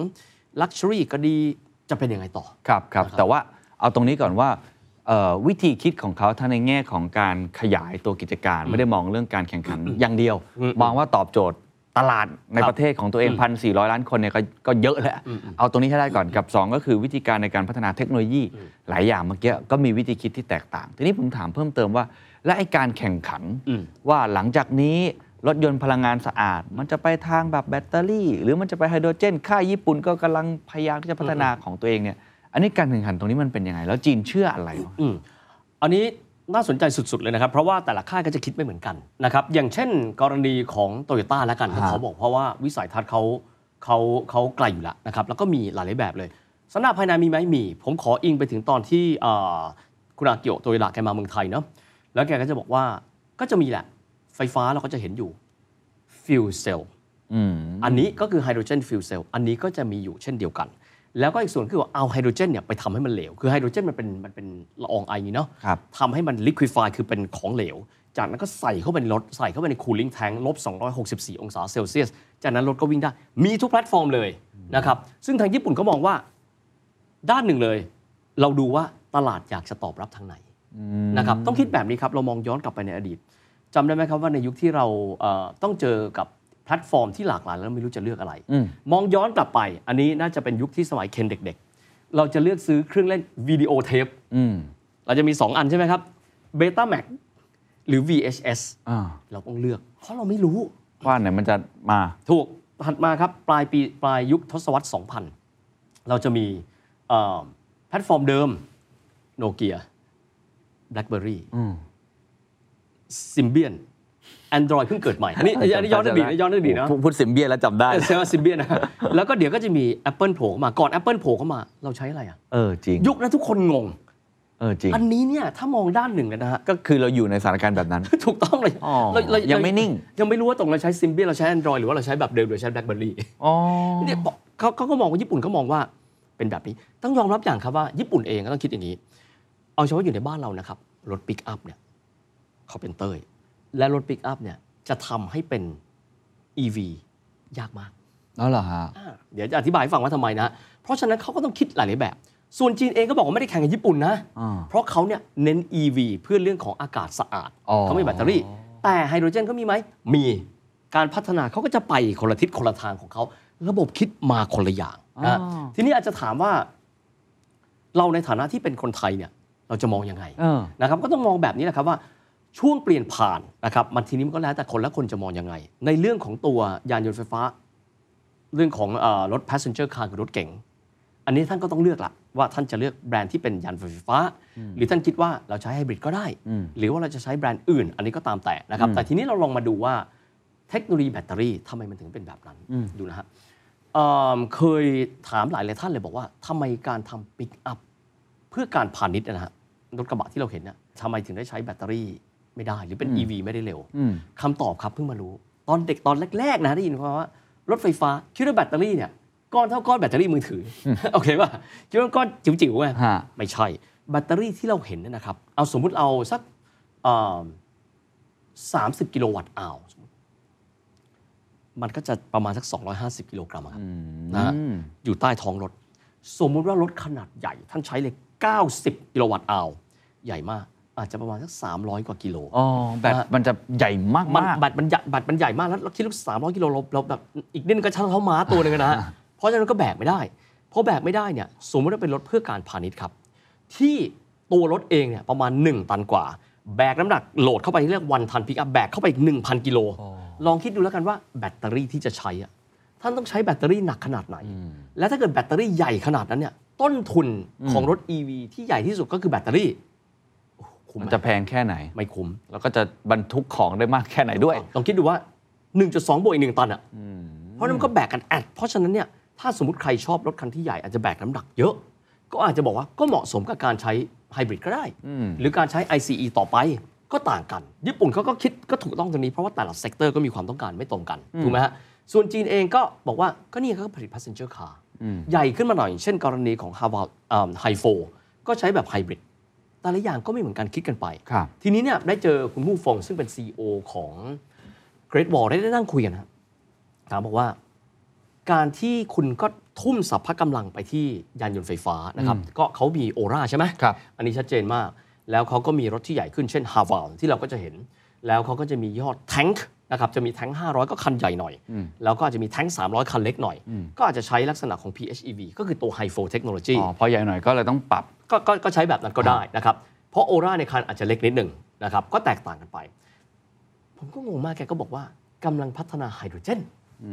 C: ลักชัวรี่ก็ดีจะเป็นยังไงต่อ
B: ครับครับ
C: นะครับ
B: แต่ว่าเอาตรงนี้ก่อนว่าเอ่อวิธีคิดของเขาทั้งในแง่ของการขยายตัวกิจการ ไม่ได้มองเรื่องการแข่งขันอย่างเดียว
C: อืม
B: มองว่าตอบโจทย์ตลาดใน
C: ครับ
B: ประเทศของตัวเอง 1,400 ล้านคนเนี่ยก็ก็เยอะแหละเอาตรงนี้ให้ได้ก่อนกับ 2 ก็คือวิธีการในการพัฒนาเทคโนโลยีหลายอย่างเมื่อกี้ก็มีวิธีคิดที่แตกต่าง ทีนี้ผมถามเพิ่มเติมว่า และไอการแข่งขัน
C: อืม
B: ว่าหลังจากนี้รถยนต์พลังงานสะอาด มันจะไปทางแบบแบตเตอรี่ หรือมันจะไปไฮโดรเจนค่ายญี่ปุ่นก็กำลังพยายามที่จะพัฒนาของตัวเองเนี่ย อันนี้การแข่งขันตรงนี้มันเป็นยังไง แล้วจีนเชื่ออะไรวะ
C: อืมอันนี้ น่าสนใจสุด ๆ เลยนะครับ เพราะว่าแต่ละค่ายก็จะคิดไม่เหมือนกันนะครับอย่างเช่น กรณีของโตโยต้าแล้วกัน
D: ฮะ
C: เขาบอกเพราะว่าวิสัยทัศน์เขาเขาเขาไกลอยู่แล้วนะครับแล้วก็มีหลายๆแบบเลยสำนักภายในมีไหมมี ผมขออิงไปถึงตอนที่เอ่อคุณอาเกียวโตโยต้าแกมาเมืองไทยเนาะแล้วแกก็จะบอกว่าก็จะมีแหละไฟฟ้าเราก็จะเห็นอยู่ฟิวเซล
D: อืม
C: อันนี้ก็คือไฮโดรเจนฟิวเซลอันนี้ก็จะมีอยู่เช่นเดียวกัน แล้วก็อีกส่วนคือว่าเอาไฮโดรเจนเนี่ยไปทำให้มันเหลว คือไฮโดรเจนมันเป็นมันเป็นละอองไออย่างนี้เนาะ
D: ครับ
C: ทำให้มันลิควิฟายคือเป็นของเหลว จากนั้นก็ใส่เข้าไปในรถ ใส่เข้าไปในคูลิ่งแทงลบ 264 องศาเซลเซียส จากนั้นรถก็วิ่งได้ มีทุกแพลตฟอร์มเลยนะครับ ซึ่งทางญี่ปุ่นก็มองว่าด้านหนึ่งเลย เราดูว่าตลาดอยากจะตอบรับทางไหน นะครับต้องคิดแบบนี้ครับ เรามองย้อนกลับไปในอดีตจำได้ไหมครับว่าในยุคที่เราเอ่อต้องเจอกับแพลตฟอร์มที่หลากหลายแล้วไม่รู้จะเลือกอะไร
D: อืม
C: มองย้อนกลับไป อันนี้น่าจะเป็นยุคที่สมัยเคนเด็กๆ เราจะเลือกซื้อเครื่องเล่นวิดีโอเทป
D: อืม
C: เราจะมี 2 อันใช่ไหมครับเบต้าแม็กหรือ VHS
D: อ่า
C: เราต้องเลือก เพราะเราไม่รู้
D: ว่าไหนมันจะมา
C: ถูกถัดมาครับ ปลายปีปลายยุคทศวรรษ 2000 เราจะมีเอ่อแพลตฟอร์มเดิมโนเกีย BlackBerry
D: อืม
C: ซิมเบียน Android เพิ่งเกิดใหม่ อันนี้อันนี้ย้อนอดีตนะย้อนอดีตนะ
D: พูพูดเสิมเบียแล้วจำ ได้
C: ใช่ไหมซิมเบียนนะแล้วก็เดี๋ยวก็จะมี Apple โผล่เข้ามา ก่อน Apple โผล่เข้ามา เราใช้อะไรอ่ะ
D: เออจริง
C: ยุคนั้นทุกคนงง
D: เออจริง
C: อันนี้เนี่ย ถ้ามองด้านหนึ่งเลยนะฮะ
D: ก็คือเราอยู่ในสถานการณ์แบบนั้น
C: ถูกต้องเลย
D: อ๋อ
C: เราเรา
D: ยั
C: ยัง
D: ไม่นิ่ง
C: ยังไม่รู้ว่าตรงเราใช้ซิมเบียนเราใช้ Android หรือว่าเราใช้แบบเดิมหรือใช้ BlackBerry
D: อ๋อ
C: เนี่ยบอกเขาเขาก็มองว่าญี่ปุ่นก็มองว่าเป็นแบบนี้ ต้องยอมรับอย่างครับว่าญี่ปุ่นเองก็ต้องคิดอย่างนี้ เอาเฉพาะอยู่ในบ้านเรานะครับ รถปิกอัพเนี่ยเขาเป็นเต้ย และรถปิกอัพเนี่ยจะทำให้เป็น EV ยากมาก
D: แล้วเหรอฮะ
C: อ่าเดี๋ยวจะอธิบายให้ฟังว่าทำไมนะ เพราะฉะนั้นเขาก็ต้องคิดหลายๆแบบ ส่วนจีนเองก็บอกว่าไม่ได้แข่งกับญี่ปุ่นนะ
D: อ่า
C: เพราะเขาเนี่ยเน้น EV เพื่อเรื่องของอากาศสะอาด
D: อ๋อ
C: เขาไม่มีแบตเตอรี่ แต่ไฮโดรเจนเขามีไหมมีการพัฒนาเขาก็จะไปคนละทิศคนละทางของเขา ระบบคิดมาคนละอย่างนะ
D: อ๋อ
C: ทีนี้อาจจะถามว่า เราในฐานะที่เป็นคนไทยเนี่ย เราจะมองยังไง
D: เออ
C: นะครับก็ต้องมองแบบนี้นะครับว่าช่วงเปลี่ยนผ่านนะครับมันทีนี้มันก็แล้วแต่คนและคนจะมองยังไง ในเรื่องของตัวยานยนต์ไฟฟ้า เรื่องของเออรถ passenger car คือรถเก๋งอันนี้ท่านก็ต้องเลือกละว่าท่านจะเลือกแบรนด์ที่เป็นยานยนต์ไฟฟ้า หรือท่านคิดว่าเราใช้ไฮบริดก็ได้
D: อืม
C: หรือว่าเราจะใช้แบรนด์อื่น อันนี้ก็ตามแต่นะครับ
D: อืม
C: แต่ทีนี้เราลองมาดูว่าเทคโนโลยีแบตเตอรี่ทำไมมันถึงเป็นแบบนั้นดูนะฮะเอิ่มเคยถามหลายหลายๆท่านเลยบอกว่าทำไมการทำปิกอัพ เพื่อการพาณิชย์นะฮะรถกระบะที่เราเห็นนะทำไมถึงได้ใช้แบตเตอรี่ไม่ได้หรือเป็น EV ไม่ได้เร็ว
D: อืม
C: คำตอบครับเพิ่งมารู้ ตอนเด็กตอนแรก ๆ นะได้ยินคำว่ารถไฟฟ้าคิดว่าแบตเตอรี่เนี่ยก้อนเท่าก้อนแบตเตอรี่มือถืออ โอเคป่ะคิดว่าก้อนจิ๋วๆไง
D: ฮะ
C: ไม่ใช่ แบตเตอรี่ที่เราเห็นเนี่ยนะครับ เอาสมมุติเอาสักสามสิบกิโลวัตต์อาวสมมุติมันก็จะประมาณสัก 250 กิโลกรัมอะครับ นะฮะอยู่ใต้ท้องรถ สมมุติว่ารถขนาดใหญ่ ท่านใช้เลย 90 กิโลวัตต์อาวใหญ่มาก อาจจะประมาณสัก 300 กว่ากิโล
D: อ๋อแบต
C: นะฮะ
D: มันจะใหญ่มาก
C: มั
D: มาน ก
C: บัตรมันใหญ่บัตรมันใหญ่มาก แล้วเราคิดว่า300 กิโลเราเราแบบอีกนิดนึงก็ชั้นเท้าม้าตัวหนึงนะฮะ เพราะฉะนั้นก็แบกไม่ได้พอแบกไม่ได้เนี่ยสมมติว่าเป็นรถเพื่อการพาณิชย์ครับ ที่ตัวรถเองเนี่ยประมาณ 1 ตันกว่า แบกน้ำหนักโหลดเข้าไปที่เรียกวันทันพิกอัพแบกเข้าไปอีก 1,000 กิโล ลองคิดดูแล้วกันว่าแบตเตอรี่ที่จะใช้อะท่านต้องใช้แบตเตอรี่หนักขนาดไหน และถ้าเกิดแบตเตอรี่ใหญ่ขนาดนั้นเนี่ยต้นทุนของรถ EV ที่ใหญ่ที่สุดก็คือแบตเตอรี่โอ้โหคุ้ม
D: มัน
C: ไหม
D: จะแพงแค่ไหน
C: ไม่คุ้ม
D: แล้วก็จะบรรทุกของได้มากแค่ไหนด้วย
C: ลองคิดดูว่า 1.2 บวกอีกหนึ่งตันอ่ะเพราะฉะนั้นมันก็แบกกันแอด เพราะฉะนั้นเนี่ยถ้าสมมติใครชอบรถคันที่ใหญ่อาจจะแบกน้ำหนักเยอะ ก็อาจจะบอกว่าก็เหมาะสมกับการใช้ไฮบริดก็ได้ หรือการใช้ ICE ต่อไปก็ต่างกัน ญี่ปุ่นเขาก็คิดก็ถูกต้องตรงนี้เพราะว่าแต่ละเซกเตอร์ก็มีความต้องการไม่ตรงกัน ถูกไหมฮะ ส่วนจีนเองก็บอกว่าก็นี่เขาก็ผลิต passenger car ใหญ่ขึ้นมาหน่อย เช่น กรณีของฮาวาไฮโฟก็ใช้แบบไฮบริดแต่ละอย่างก็ไม่เหมือนกันคิดกันไป
D: ครับ
C: ทีนี้เนี่ยได้เจอคุณผู้ฟงซึ่งเป็น CEO ของ Great Wall ได้ได้นั่งคุยกันนะถามบอกว่า การที่คุณก็ทุ่มสรรพกำลังไปที่ยานยนต์ไฟฟ้านะครับ ก็เขามีโอราใช่ไหม
D: ครับ
C: อันนี้ชัดเจนมาก แล้วเขาก็มีรถที่ใหญ่ขึ้นเช่นฮาวาลที่เราก็จะเห็น แล้วเขาก็จะมียอดแทงค์นะครับ จะมีแทงค์500 ก็คันใหญ่หน่อย แล้วก็อาจจะมีแทงค์300 คันเล็กหน่อย ก็อาจจะใช้ลักษณะของ PHEV ก็คือตัว High Flow Technology
D: อ๋อพอใหญ่หน่อยก็เลยต้องปรับ
C: ก็ก็ก็ใช้แบบนั้นก็ได้นะครับ เพราะโอราในคันอาจจะเล็กนิดหนึ่งนะครับ ก็แตกต่างกันไป ผมก็งงมากแกก็บอกว่ากำลังพัฒนาไฮโดรเจน
D: อื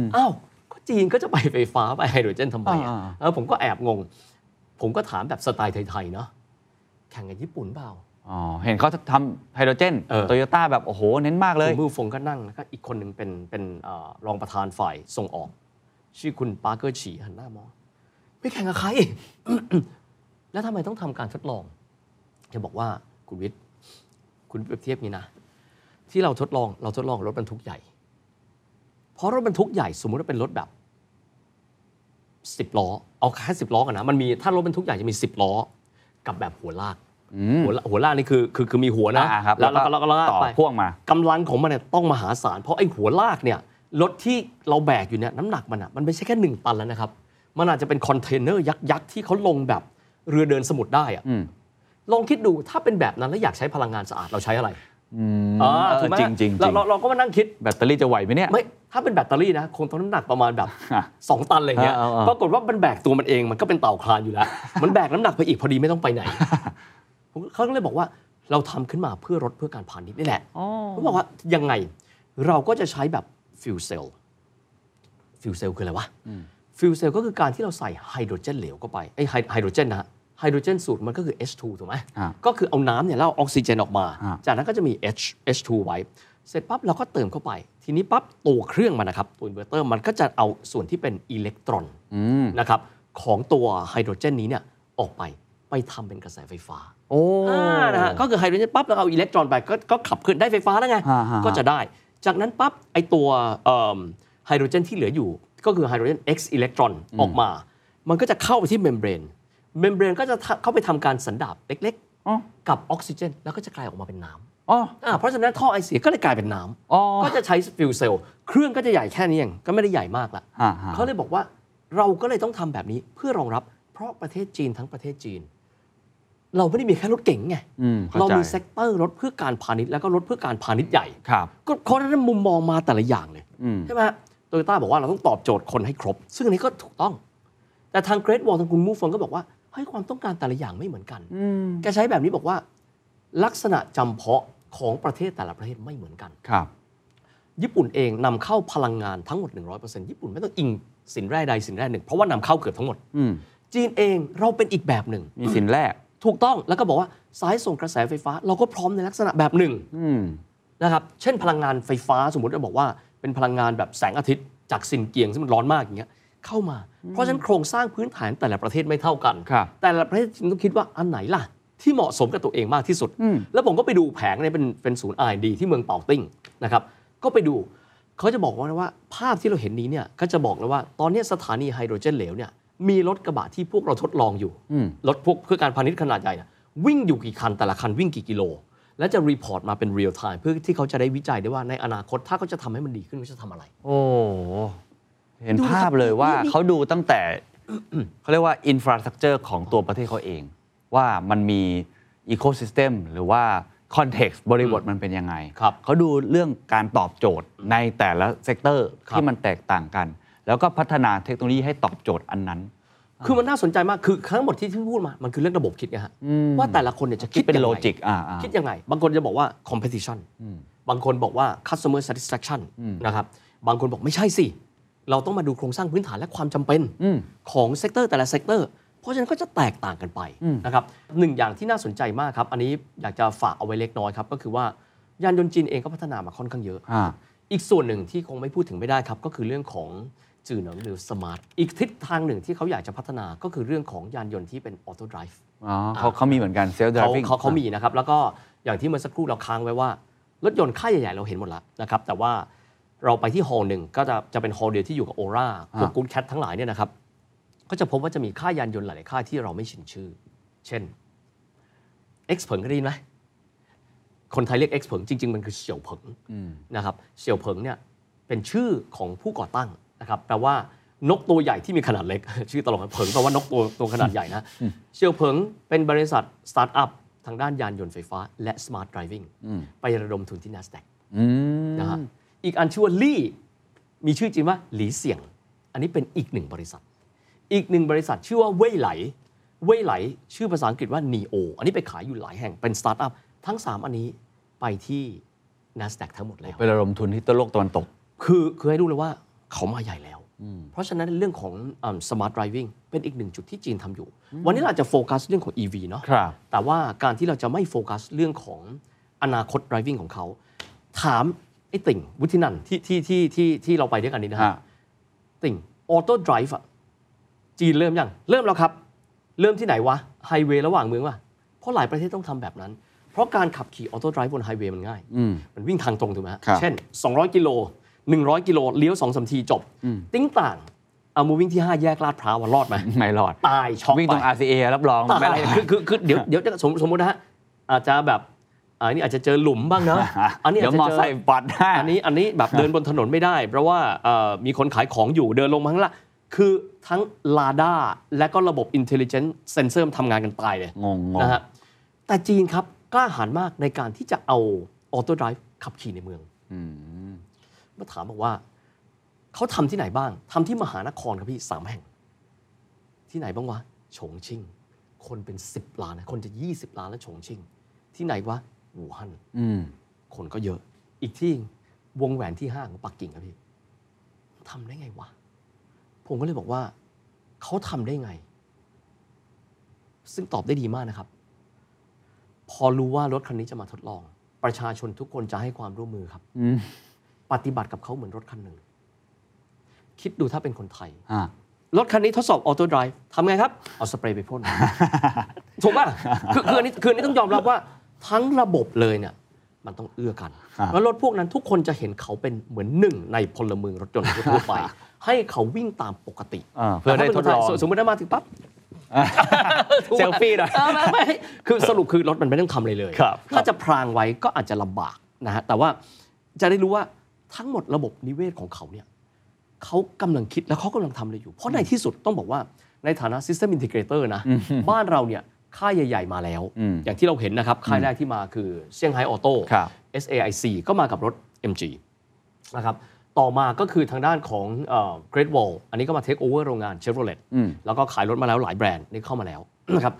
D: ม
C: อ้าว ก็จีนก็จะไปไฟฟ้าไปไฮโดรเจนทำไมอ่ะ
D: อ่า
C: เออผมก็แอบงง ผมก็ถามแบบสไตล์ไทย ๆ เนาะแข่งกับญี่ปุ่นเปล่า
D: อ อ๋อเห็นเขาทำไฮโดรเจน
C: เออ
D: โตโยต้าแบบโอ้โหเน้นมากเลย
C: คุณมือฟงก็นั่งแล้วก็อีกคนหนึ่งเป็นเป็นเอ่อรองประธานฝ่ายส่งออก ชื่อคุณปาร์เกอร์ฉีหันหน้ามอง ไม่แข่งกับใคร แล้วทำไมต้องทำการทดลองแกบอกว่าคุณวิทย์ คุณเปรียบเทียบนี้นะ ที่เราทดลองเราทดลองรถบรรทุกใหญ่ เพราะรถบรรทุกใหญ่สมมุติว่าเป็นรถแบบสิบล้อ เอาแค่สิบล้อกันนะ มันมีถ้ารถบรรทุกใหญ่จะมีสิบล้อ กับแบบหัวลากหัวลากหัวลากนี่คือคือคือมีหัวนะ
D: อ่าครับ
C: แล้วแล้วก็แล้วก็ลาก
D: ต่อ
C: ไป
D: พ่วงมา
C: กำลังของมันเนี่ยต้องมหาศาล เพราะไอ้หัวลากเนี่ยรถที่เราแบกอยู่เนี่ยน้ำหนักมันอ่ะมันไม่ใช่แค่ 1 ตันแล้วนะครับ มันอาจจะเป็นคอนเทนเนอร์ยักษ์ๆที่เขาลงแบบเรือเดินสมุทรได้อ่ะ
D: อืม
C: ลองคิดดูถ้าเป็นแบบนั้นแล้วอยากใช้พลังงานสะอาดเราใช้อะไร
D: อืม
C: อ่า
D: เออ
C: ถูกไหม
D: จริงจริงจ
C: เรา
D: ริง
C: เราเราก็มานั่งคิด
D: แบตเตอรี่จะไหวไหมเนี่ย
C: ไม่ถ้าเป็นแบตเตอรี่นะคงต้องน้ำหนักประมาณแบบ
D: ฮะ
C: 2 ตันอะไรเงี้ย
D: เออเออเออ
C: ปรากฏว่ามันแบกตัวมันเองมันก็เป็นเต่าคลานอยู่แล้ว มันแบกน้ำหนักไปอีกพอดีไม่ต้องไปไหนผมเขาก็เลยบอกว่าเราทำขึ้นมาเพื่อรถเพื่อการพาณิชย์นี่แหละ
D: อ๋อ
C: เขาบอกว่ายังไงเราก็จะใช้แบบฟิวเซลฟิวเซลคืออะไรวะฟิวเซลก็คือการที่เราใส่ไฮโดรเจนเหลวเข้าไปไอยไฮไฮโดรเจนนะฮะไฮโดรเจนสูตรมันก็คือ H2 ถูกไหม
D: อ่า
C: ก็คือเอาน้ำเนี่ยแล้วเอาออกซิเจนออกมา
D: อ่า
C: จากนั้นก็จะมี H H2 ไว้ เสร็จปั๊บเราก็เติมเข้าไป ทีนี้ปั๊บตัวเครื่องมันนะครับ ตัวอินเวอร์เตอร์มันก็จะเอาส่วนที่เป็นอิเล็กตรอน
D: อืม
C: นะครับของตัวไฮโดรเจนนี้เนี่ยออกไปไปทำเป็นกระแสไฟฟ้า
D: โอ้
C: อ่านะฮะก็คือไฮโดรเจนปั๊บแล้วเอาอิเล็กตรอนไปก็ก็ขับเคลื่อนได้ไฟฟ้าแล้วไง
D: อ่าฮะ
C: ก็จะได้ จากนั้นปั๊บไอตัวเอิ่มไฮโดรเจนที่เหลืออยู่ ก็คือไฮโดรเจน X อิเล็กตรอนออกมา มันก็จะเข้าไปที่เมมเบรนเมมเบรนก็จะทะเข้าไปทำการสันดาบเล็ก
D: อ๋อ
C: ๆ กับออกซิเจน แล้วก็จะกลายออกมาเป็นน้ำ
D: อ๋อ
C: อ่าเพราะฉะนั้นท่อไอเสียก็เลยกลายเป็นน้ำ
D: อ๋อ
C: ก็จะใช้ฟิวเซลเครื่องก็จะใหญ่แค่นี้เองก็ไม่ได้ใหญ่มากละ
D: ฮะฮะ
C: เขาเลยบอกว่าเราก็เลยต้องทำแบบนี้เพื่อรองรับ เพราะประเทศจีนทั้งประเทศจีน เราไม่ได้มีแค่รถเก๋งไง
D: อืมเข้าใจ
C: เรามีเซกเตอร์รถเพื่อการพาณิชย์แล้วก็รถเพื่อการพาณิชย์ใหญ่
D: ครับ
C: ก็เขาได้นมุมมองมาแต่ละอย่างเลย
D: อืม
C: ใช่ไหมโตโยต้าบอกว่าเราต้องตอบโจทย์คนให้ครบ ซึ่งอันนี้ก็ถูกต้อง แต่ทางเกรดวอลทางคุณมูฟงก็บอกว่าเฮ้ยความต้องการแต่ละอย่างไม่เหมือนกัน
D: อืม
C: แกใช้แบบนี้บอกว่า ลักษณะจำเพาะของประเทศแต่ละประเทศไม่เหมือนกัน
D: ครับ
C: ญี่ปุ่นเองนำเข้าพลังงานทั้งหมด 100%ญี่ปุ่นไม่ต้องอิงสินแร่ใดสินแร่หนึ่ง เพราะว่านำเข้าเกือบทั้งหมด
D: อืม
C: จีนเองเราเป็นอีกแบบหนึ่ง
D: มีสินแรก
C: ถูกต้องแล้วก็บอกว่าสายส่งกระแสไฟฟ้า เราก็พร้อมในลักษณะแบบหนึ่ง
D: อืม
C: นะครับ เช่นพลังงานไฟฟ้าสมมติเราบอกว่าเป็นพลังงานแบบแสงอาทิตย์จากสินเกียงซึ่งมันร้อนมากอย่างเงี้ยเข้ามา เพราะฉะนั้นโครงสร้างพื้นฐานแต่ละประเทศไม่เท่ากัน
D: ครับ
C: แต่ละประเทศจึงต้องคิดว่าอันไหนล่ะ ที่เหมาะสมกับตัวเองมากที่สุด
D: อืม
C: แล้วผมก็ไปดูแผงเนี่ยเป็นเป็นศูนย์ R&D ที่เมืองเป่าติ้งนะครับ ก็ไปดูเขาจะบอกว่าว่า ภาพที่เราเห็นนี้เนี่ยก็จะบอกเลยว่าตอนเนี้ยสถานีไฮโดรเจนเหลวเนี่ยมีรถกระบะที่พวกเราทดลองอยู่
D: อืม
C: รถพวกเพื่อการพาณิชย์ขนาดใหญ่เนี่ยวิ่งอยู่กี่คัน แต่ละคันวิ่งกี่กิโล และจะรีพอร์ตมาเป็นเรียลไทม์เพื่อที่เขาจะได้วิจัยได้ว่าในอนาคตถ้าเขาจะทำให้มันดีขึ้นเขาจะทำอะไร
D: โอ้ เห็น
C: ดู
D: ภาพเลย
C: ครับ
D: ว่า
C: เนี่ยนี่
D: เขาดูตั้งแต่ เขาเรียกว่าอินฟราสต u ั t เจอร์ของตัวประเทศเขาเอง ว่ามันมีอีโค y ิสเต็มหรือว่าคอนเท็กซ์บริบทมันเป็นยังไง
C: ครับ
D: เขาดูเรื่องการตอบโจทย์ในแต่ละเซกเตอร์
C: ครับ
D: ที่มันแตกต่างกัน แล้วก็พัฒนาเทคโนโลยีให้ตอบโจทย์อันนั้น
C: คือมันน่าสนใจมากคือทั้งหมดที่ที่พูดมามันคือเรื่องระบบคิดไงฮะว่าแต่ละคนเนี่ยจะคิ
D: คิ
C: ด
D: ดเป็น
C: ยังไง
D: โลจิกอ่าอ่า
C: คิดยังไง บางคนจะบอกว่า competition บางคนบอกว่า customer satisfaction นะครับ บางคนบอกไม่ใช่สิ เราต้องมาดูโครงสร้างพื้นฐานและความจำเป็น
D: อืม
C: ของเซกเตอร์แต่ละเซกเตอร์ เพราะฉะนั้นก็จะแตกต่างกันไป
D: อืม
C: นะครับหนึ่งอย่างที่น่าสนใจมากครับ อันนี้อยากจะฝากเอาไว้เล็กน้อยครับ ก็คือว่ายานยนต์จีนเองก็พัฒนามาค่อนข้างเยอะ
D: อ่า
C: อีกส่วนหนึ่งที่คงไม่พูดถึงไม่ได้ครับ ก็คือเรื่องของจื่อหนังหรือสมาร์ท อีกทิศทางหนึ่งที่เขาอยากจะพัฒนาก็คือเรื่องของยานยนต์ที่เป็นออโต้ไดรฟ์
D: อ๋อเขาเขามีเหมือนกันเซลล์ดร
C: เขา
D: v ิ่ง
C: เขาเขามีนะครับ แล้วก็อย่างที่เมื่อสักครู่เราค้างไว้ว่า รถยนต์ค่ายใหญ่ ๆ เราเห็นหมดแล้วนะครับ แต่ว่าเราไปที่ฮอลล์หนึ่งก็จะจะเป็นฮอลล์เดียวที่อยู่กับโอราพวก
D: อ่า
C: กูดแคททั้งหลายเนี่ยนะครับ ก็จะพบว่าจะมีค่ายยานยนต์หลาย ๆ ค่ายที่เราไม่ชินชื่อ เช่น เอ็กซ์เพิงก็ได้ยินไหมคนไทยเรียกเอ็กซ์เพิงจริง ๆ มันคือเสี่ยวเผิงนะครับเสี่ยวเผิงเนี่ยเป็นชื่อของผู้ก่อตั้งนะครับแปลว่านกตัวใหญ่ที่มีขนาดเล็ก ชื่อตลกนะเผิงแปลว่านกตัวตัวขนาดใหญ่นะเสี่ยวเผิงเป็นบริษัทสตาร์ทอัพทางด้านยานยนต์ไฟฟ้า และสมาร์ทไดร v ิ n งไประดมทุนที่ NASDAQ
D: อืม
C: นะฮะอีกอันชื่อว่าลี่มีชื่อจริงว่าหลีเสี่ยง อันนี้เป็นอีกหนึ่งบริษัท อีกหนึ่งบริษัทชื่อว่าเว่ยไหล เว่ยไหล ชื่อภาษาอังกฤษว่า NEO อันนี้ไปขายอยู่หลายแห่งเป็นสตาร์ทอัพทั้ง 3 อันนี้ไปที่ NASDAQ ทั้งหมดแล้ว
D: ไประดมทุนที่ตวโลกตะวันตก
C: คือคือให้รู้เลยว่าเขามาใหญ่แล้ว เพราะฉะนั้นเรื่องของสมาร์ท r i วิ่งเป็นอีกหนึ่งจุดที่จีนทำอยู่ วันนี้เราอาจจะโฟกัสเรื่องของ EV เนาะ
D: ครับ
C: แต่ว่าการที่เราจะไม่โฟกัสเรื่องของอนาคต driving ของเขา ถามไอ้ติ่งวุฒินันท์ที่ที่ที่ที่ที่เราไปด้วยกันนี้นะฮะ
D: ฮะ
C: ติ่งออโต้ drive อะจีนเริ่มยัง เริ่มแล้วครับ เริ่มที่ไหนวะไฮเวย์ระหว่างเมืองวะเพราะหลายประเทศต้องทำแบบนั้น เพราะการขับขี่ออโต้ drive บนไฮเวย์มันง่าย
D: อืม
C: มันวิ่งทางตรงถูกไหมฮะ
D: ครับ
C: เช่น 200 กิโล 100 กิโลเลี้ยว2อสทีจบ
D: อืม
C: ติ้งต่างเอามาวิ่งที่ 5 แยกลาดพร้าวอะรอดไหม
D: ไม่รอด
C: ตายช็อก
D: วิ่งต
C: ไป
D: รง RCA รับรอง
C: ตา ย
D: ไม่รอด
C: คือคือคือเดี๋ยวเดี๋ยวจะสมสมมตินะฮะอาจจะแบบอาอันนี้อาจจะเจอหลุมบ้างเนอะอันนี้
D: เดี๋ยว
C: อาจจะ
D: มอ
C: เจอ
D: ไซค์ปัดหน้า
C: อันนี้อันนี้แบบเดินบนถนนไม่ได้ เพราะว่าเอ่อมีคนขายของอยู่เดินลงมาข้างล่างคือทั้งลาด้าและก็ระบบ Intelligent Sensor ทำงานกันตายเลย
D: งงงง
C: นะฮะแต่จีนครับ กล้าหาญมากในการที่จะเอา Auto Drive ขับขี่ในเมือง
D: อืม
C: มาถามบอกว่า เขาทำที่ไหนบ้างทำที่มหานครครับพี่สามแห่ง ที่ไหนบ้างวะฉงชิ่ง คนเป็น 10 ล้านนะคนจะ 20 ล้านแล้วฉงชิ่ง ที่ไหนวะอู่ฮั่น
D: อืม
C: คนก็เยอะ อีกที่วงแหวนที่ห้าของปักกิ่งครับพี่ทำได้ไงวะ ผมก็เลยบอกว่า เขาทำได้ไง ซึ่งตอบได้ดีมากนะครับ พอรู้ว่ารถคันนี้จะมาทดลอง ประชาชนทุกคนจะให้ความร่วมมือครับ
D: อืม
C: ปฏิบัติกับเขาเหมือนรถคันหนึ่ง คิดดูถ้าเป็นคนไทย
D: ฮะ
C: รถคันนี้ทดสอบออโต้ไดรฟ์ทำไงครับ เอาสเปรย์ไปพ่น ถูกป่ะคือคืออันนี้คืออันนี้ต้องยอมรับว่าทั้งระบบเลยเนี่ย มันต้องเอื้อกัน แล้วรถพวกนั้นทุกคนจะเห็นเขาเป็นเหมือนหนึ่งในพลเมืองรถยนต์ทั่ว ๆไป ให้เขาวิ่งตามปกติ
D: เออเพื่อได้ทดลอง
C: แต่ถ้าเป็นคนไทยสมมติได้มาถึ งปั๊บ
D: เซลฟี่หน่อย
C: เออไม่ไม่คือสรุปคือรถมันไม่ต้องทำอะไรเลย
D: ครับ
C: ถ้าจะพรางไว้ก็อาจจะลำบากนะฮะ แต่ว่าจะได้รู้ว่าทั้งหมดระบบนิเวศของเขาเนี่ยเขากำลังคิดและเขากำลังทำอะไรอยู่ เพราะในที่สุดต้องบอกว่าในฐานะ System Integrator นะ บ้านเราเนี่ยค่ายใหญ่ ๆ มาแล้ว
D: อืม
C: อย่างที่เราเห็นนะครับ ค่ายแรกที่มาคือเซี่ยงไฮ้ออโต้
D: ครับ
C: SAIC ก็มากับรถ MG นะครับ ต่อมาก็คือทางด้านของเอ่อ Great Wall อันนี้ก็มาเทคโอเวอร์โรงงาน Chevrolet
D: อืม
C: แล้วก็ขายรถมาแล้วหลายแบรนด์นี่เข้ามาแล้ว นะครับ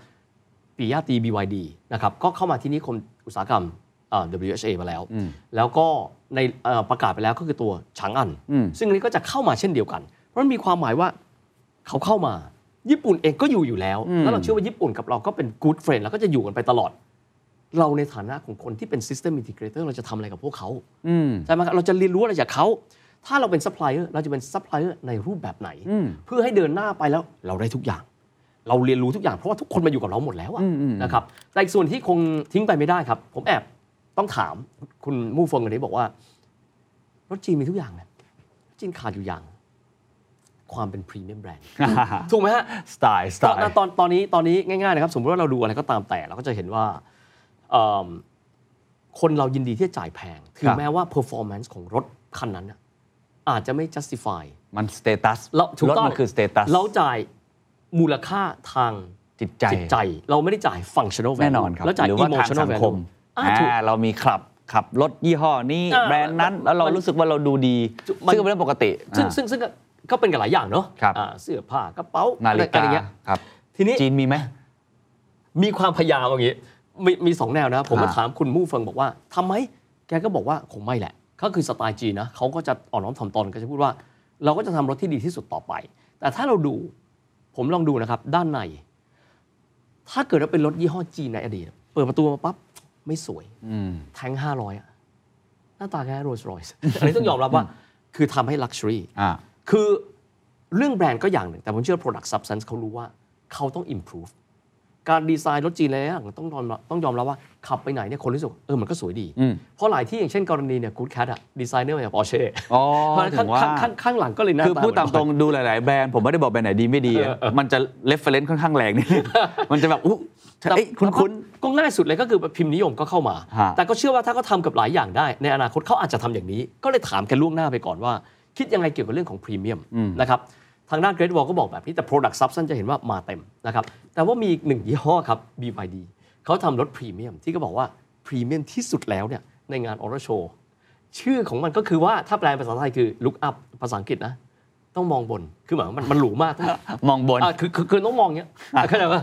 C: ปิยาตี BYD นะครับก็เข้ามาที่นิคมอุตสาหกรรมเอ่อ WHA มาแล้ว
D: อืม
C: แล้วก็ในเอ่อประกาศไปแล้วก็คือตัวฉางอัน
D: อืม
C: ซึ่งอันนี้ก็จะเข้ามาเช่นเดียวกัน เพราะมันมีความหมายว่าเขาเข้ามา ญี่ปุ่นเองก็อยู่อยู่แล้ว แล้วเราเชื่อว่าญี่ปุ่นกับเราก็เป็น good friend แล้วก็จะอยู่กันไปตลอด เราในฐานะของคนที่เป็น system integrator เราจะทำอะไรกับพวกเขา
D: อืม
C: ใช่ไหมครับเราจะเรียนรู้อะไรจากเขา ถ้าเราเป็นซัพพลายเออร์เราจะเป็นซัพพลายเออร์ในรูปแบบไหน
D: อืม
C: เพื่อให้เดินหน้าไปแล้วเราได้ทุกอย่าง เราเรียนรู้ทุกอย่างเพราะว่าทุกคนมาอยู่กับเราหมดแล้วอะ
D: อืมอืม
C: นะครับแต่อีกส่วนที่คงทิ้งไปไม่ได้ครับ ผมแอบต้องถามคุณมู่เฟงคนนี้บอกว่า รถจีนมีทุกอย่างนะรถจีนขาดอยู่อย่าง ความเป็นพรีเมียมแบรนด์ถูกไหมฮะ
D: สไตล์สไต
C: ตอน
D: ล์
C: ตอนตอนนี้ตอนนี้ง่ายๆนะครับ สมมติว่าเราดูอะไรก็ตามแต่เราก็จะเห็นว่าเอิ่มคนเรายินดีที่จะจ่ายแพง ถึ
D: ค
C: ง
D: รับ
C: แม้ว่า performance ของรถคันนั้นน่ะอาจจะไม่ justify
D: มันสเตตัส
C: เราถูกต้อง
D: มันคือสเตตัส
C: เราจ่ายมูลค่าทาง
D: จิตใจ
C: จิตใจ เราไม่ได้จ่าย functional value
D: แน่นอนครับ
C: เราจ่าย
D: หรือว่าทาง
C: emotional
D: สังคม
C: value อ่าถูก
D: อ่าเรามีขับขับรถยี่ห้อนี้
C: อ่า
D: แบรนด์นั้น แล้วเรา
C: มัน
D: รู้สึกว่าเราดูดี
C: มัน
D: ซึ่งเป็นเรื่องปกติ
C: ซึ่ง
D: อ่า
C: ซึ่งซึ่งก็ก็เป็นกับหลายอย่างเนาะ
D: ครับ
C: อ่าเสื้อผ้ากระเป๋า
D: นา
C: อะไร
D: ฬิกา
C: อะไรเงี้ย
D: ครับ
C: ทีนี้
D: จีนมีไหม
C: มีความพยายามอย่างนี้มีมีสองแนวนะ ผมก็
D: อ่า
C: ถามคุณมู่เฟิงบอกว่าทำไหมแกก็บอกว่าคงไม่แหละ ก็คือสไตล์จีนนะเขาก็จะอ่อนน้อมถ่อมตนก็จะพูดว่า เราก็จะทำรถที่ดีที่สุดต่อไป แต่ถ้าเราดูผมลองดูนะครับ ด้านใน ถ้าเกิดว่าเป็นรถยี่ห้อจีนในอดีตเปิดประตูมาปั๊บไม่สวย
D: อืม
C: แทงห้าร้อยอะหน้าตาแค่โรลส์รอยส์อันนี้ต้องยอมรับว่า คือทำให้ลักชัวรี่
D: อ่า
C: คือเรื่องแบรนด์ก็อย่างหนึ่ง แต่ผมเชื่อ Product Substance เขารู้ว่าเขาต้อง improve การดีไซน์รถจีนอะไรอย่างต้องยอมรับต้องยอมรับว่าขับไปไหนเนี่ยคนรู้สึกว่าเออมันก็สวยดี
D: อืม
C: เพราะหลายที่อย่างเช่นกรณีเนี่ยกูดแคทอะดีไซเนอร์มาจากปอร์เช่
D: อ๋อ
C: เพราะฉะนั้น
D: ถึ
C: ข้าง
D: งว่า
C: ข้างข้างข้างหลังก็เลยหน้า
D: คือ
C: ตา
D: พูดตาม
C: เห
D: ตร
C: อน
D: งดูหลาย ๆ แบรนด์ผมไม่ได้บอกแบรนด์ไหนดีไม่ดีอะมันจะเลฟเฟรนซ์ค่อนข้างแรงนิดนึ งมันจะแบบอุ๊ย
C: แต่
D: เอ้ยคุ้นคุ้น
C: ก็ง่ายสุดเลยก็คือพิมพ์นิยมก็เข้ามา
D: ฮะ
C: แต่ก็เชื่อว่าถ้าเขาทำกับหลายอย่างได้ ในอนาคตเขาอาจจะทำอย่างนี้ ก็เลยถามแกล่วงหน้าไปก่อนว่า คิดยังไงเกี่ยวกับเรื่องของพรีเมียมนะครับทางด้าน Great Wall ก็บอกแบบนี้แต่ Product Substance จะเห็นว่ามาเต็มนะครับแต่ว่ามีอีกหนึ่งยี่ห้อครับ BYD เขาทำรถพรีเมียมที่ก็บอกว่าพรีเมียมที่สุดแล้วเนี่ยในงานออร์โชชื่อของมันก็คือว่าถ้าแปลเป็นภาษาไทยคือ look up ภาษาอังกฤษนะต้องมองบนคือหมายความว่ามันมันหรูมากต้อง
D: ๆมองบน
C: อ่ะคือคือคือต้องมองอย่างเงี้ยเข้าใจปะ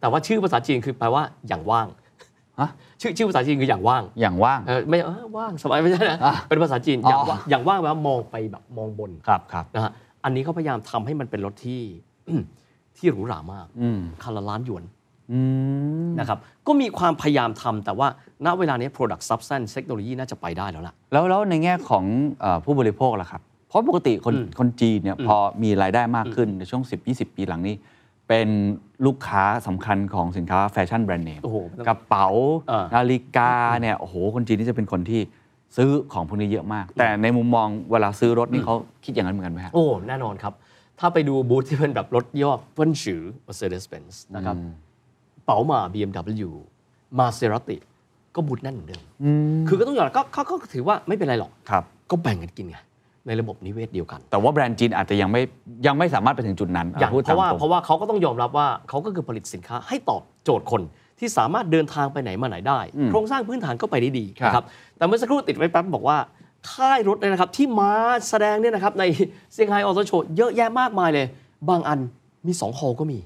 C: แต่ว่าชื่อภาษาจีนคือแปลว่าอย่างว่าง
D: ฮะ
C: ชื่อชื่อภาษาจีนคืออย่างว่าง
D: อย่างว่าง
C: เออไม่เออว่างสบายไม่ใช่นะ
D: อ่ะ
C: เป็นภาษาจีนอย่างว่า
D: อ๋อ
C: อย่างว่างแปลว่ามองไปแบบมองบน
D: ครับครับ
C: นะฮะ อันนี้เขาพยายามทำให้มันเป็นรถที่ ที่หรูหรามาก
D: อืม
C: คันละล้านหยวน
D: อืม
C: นะครับ ก็มีความพยายามทำแต่ว่าณเวลานี้ Product Substance เทคโนโลยีน่าจะไปได้แล้วล่ะ
D: แล้วแล้วในแง่ของเอ่อผู้บริโภคล่ะครับ เพราะปกติคน
C: อืม
D: คนจีนเนี่ย
C: อืม
D: พอมีรายได้มากขึ้นในช่วง 10-20 ปีหลังนี้ เป็นลูกค้าสำคัญของสินค้าแฟชั่นแบรนด์เนม
C: โอ้โห
D: กระเป๋า
C: เออ
D: นาฬิกาเนี่ยโอ้โหคนจีนนี่จะเป็นคนที่ซื้อของพวกนี้เยอะมาก แต่ในมุมมองเวลาซื้อรถนี่เขาคิดอย่างนั้นเหมือนกันไหมฮะ
C: โอ้ แน่นอนครับ ถ้าไปดูบูธที่เป็นแบบรถย่อเฟิ่นฉือ Mercedes-Benz นะครับเป๋าหมา BMW Maserati ก็บูธแน่นเหมือนเดิม คือก็ต้องยอมรับก็เขาก็ถือว่าไม่เป็นไรหรอก
D: ครับ
C: ก็แบ่งกันกินไง ในระบบนิเวศเดียวกัน
D: แต่ว่าแบรนด์จีนอาจจะยังไม่ยังไม่สามารถไปถึงจุดนั้น
C: อย่าง
D: พูด
C: เพ
D: ตาม
C: ราะว่า
D: ตรง
C: เพราะว่าเขาก็ต้องยอมรับว่าเขาก็คือผลิตสินค้าให้ตอบโจทย์คนที่สามารถเดินทางไปไหนมาไหนได้ โครงสร้างพื้นฐานก็ไปได้ดีนะครับแต่เมื่อสักครู่ติดไว้แป๊บบอกว่า ค่ายรถเนี่ยนะครับ ที่มาแสดงเนี่ยนะครับ ในเซี่ยงไฮ้ออโตโชว์เยอะแยะมากมายเลย บางอันมี 2 ฮอลล์ก็มี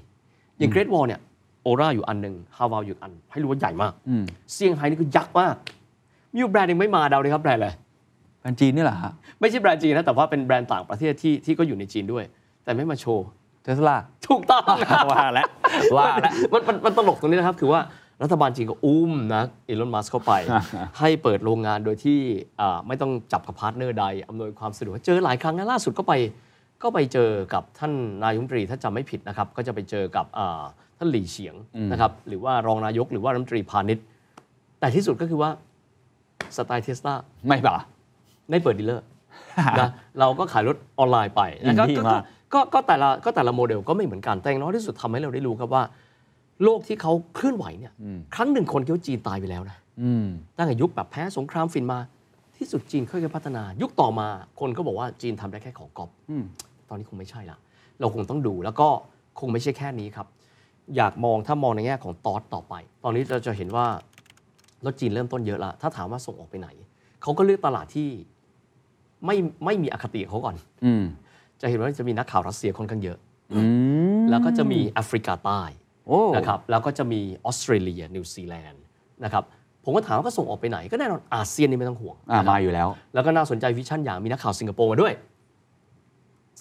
C: อย่างเกร t วอลเนี่ยโอราอยู่อันหนึ่งฮาวาอยู่อัน ให้รู้ว่าใหญ่มาก
D: อืม
C: เซี่ยงไฮ้นี่ก็ยักษ์มากมีอยู่แบรนด์หนึ่งไม่มาเดาเลยครับแบรนด์อะไร
D: แบรนด์จีนนี่แหละฮะ
C: ไม่ใช่แบรนด์จีนนะแต่ว่าเป็นแบรนด์ต่างประเทศที่ที่ก็อยู่ในจีนด้วย แต่ไม่มาโชว์
D: เทสลา
C: ถูกต้อง
D: ว่าแล้ว ว่าแล้ว
C: มันมันมันตลกตรงนี้นะครับ คือว่ารัฐบาลจีนก็อุ้มนะอีลอนมัสเข้ าไป ให้เปิดโรงงานโดยที่อ่าไม่ต้องจับกับพาร์ทเนอร์ใดอำนวยความสะดวกเจอหลายครั้งนะล่าสุดก็ไปก็ไปเจอกับท่านนายกรัฐมนตรีถ้าจำไม่ผิดนะครับ ก็จะไปเจอกับอ่าท่านหลี่เฉียงนะครับหรือว่ารองนายกหรือว่ารัฐมนตรีพาณิชย์ แต่ที่สุดก็คือว่าสไตล์เทสลา
D: ไม่ ป่ะ
C: ได้เปิดดีลเลอร์ นะเราก็ขายรถออนไลน์ไปนะก็
D: อินดี้
C: ก็
D: มาก
C: ก็ก็แต่ละก็แต่ละโมเดลก็ไม่เหมือนกัน แต่อย่างน้อยที่สุดทำให้เราได้รู้ครับว่า โลกที่เขาเคลื่อนไหวเนี่ย ครั้งหนึ่งคนคิดว่าจีนตายไปแล้วนะ
D: อืม
C: ตั้งแต่ยุคแบบแพ้สงครามฟินมา ที่สุดจีนค่อยๆพัฒนา ยุคต่อมาคนก็บอกว่าจีนทำได้แค่ของกอบ
D: อืม
C: ตอนนี้คงไม่ใช่ละเราคงต้องดูแล้วก็คงไม่ใช่แค่นี้ครับ อยากมองถ้ามองในแง่ของตอสต่อไป ตอนนี้เราจะเห็นว่ารถจีนเริ่มต้นเยอะละถ้าถามว่าส่งออกไปไหนเขาก็เลือกตลาดที่ไม่ไม่มีอคติกับเขาก่อน
D: อืม
C: จะเห็นว่าจะมีนักข่าวรัสเซียค่อนข้างเยอะ
D: อืม
C: แล้วก็จะมีแอฟริกาใต้
D: โอ้
C: นะครับแล้วก็จะมีออสเตรเลียนิวซีแลนด์นะครับผมก็ถามว่าก็ส่งออกไปไหน ก็แน่นอนอาเซียนนี่ไม่ต้องห่วง
D: อ่า
C: นะครับ
D: มาอยู่แล้ว
C: แล้วก็น่าสนใจวิชั่นอย่างมีนักข่าวสิงคโปร์มาด้วย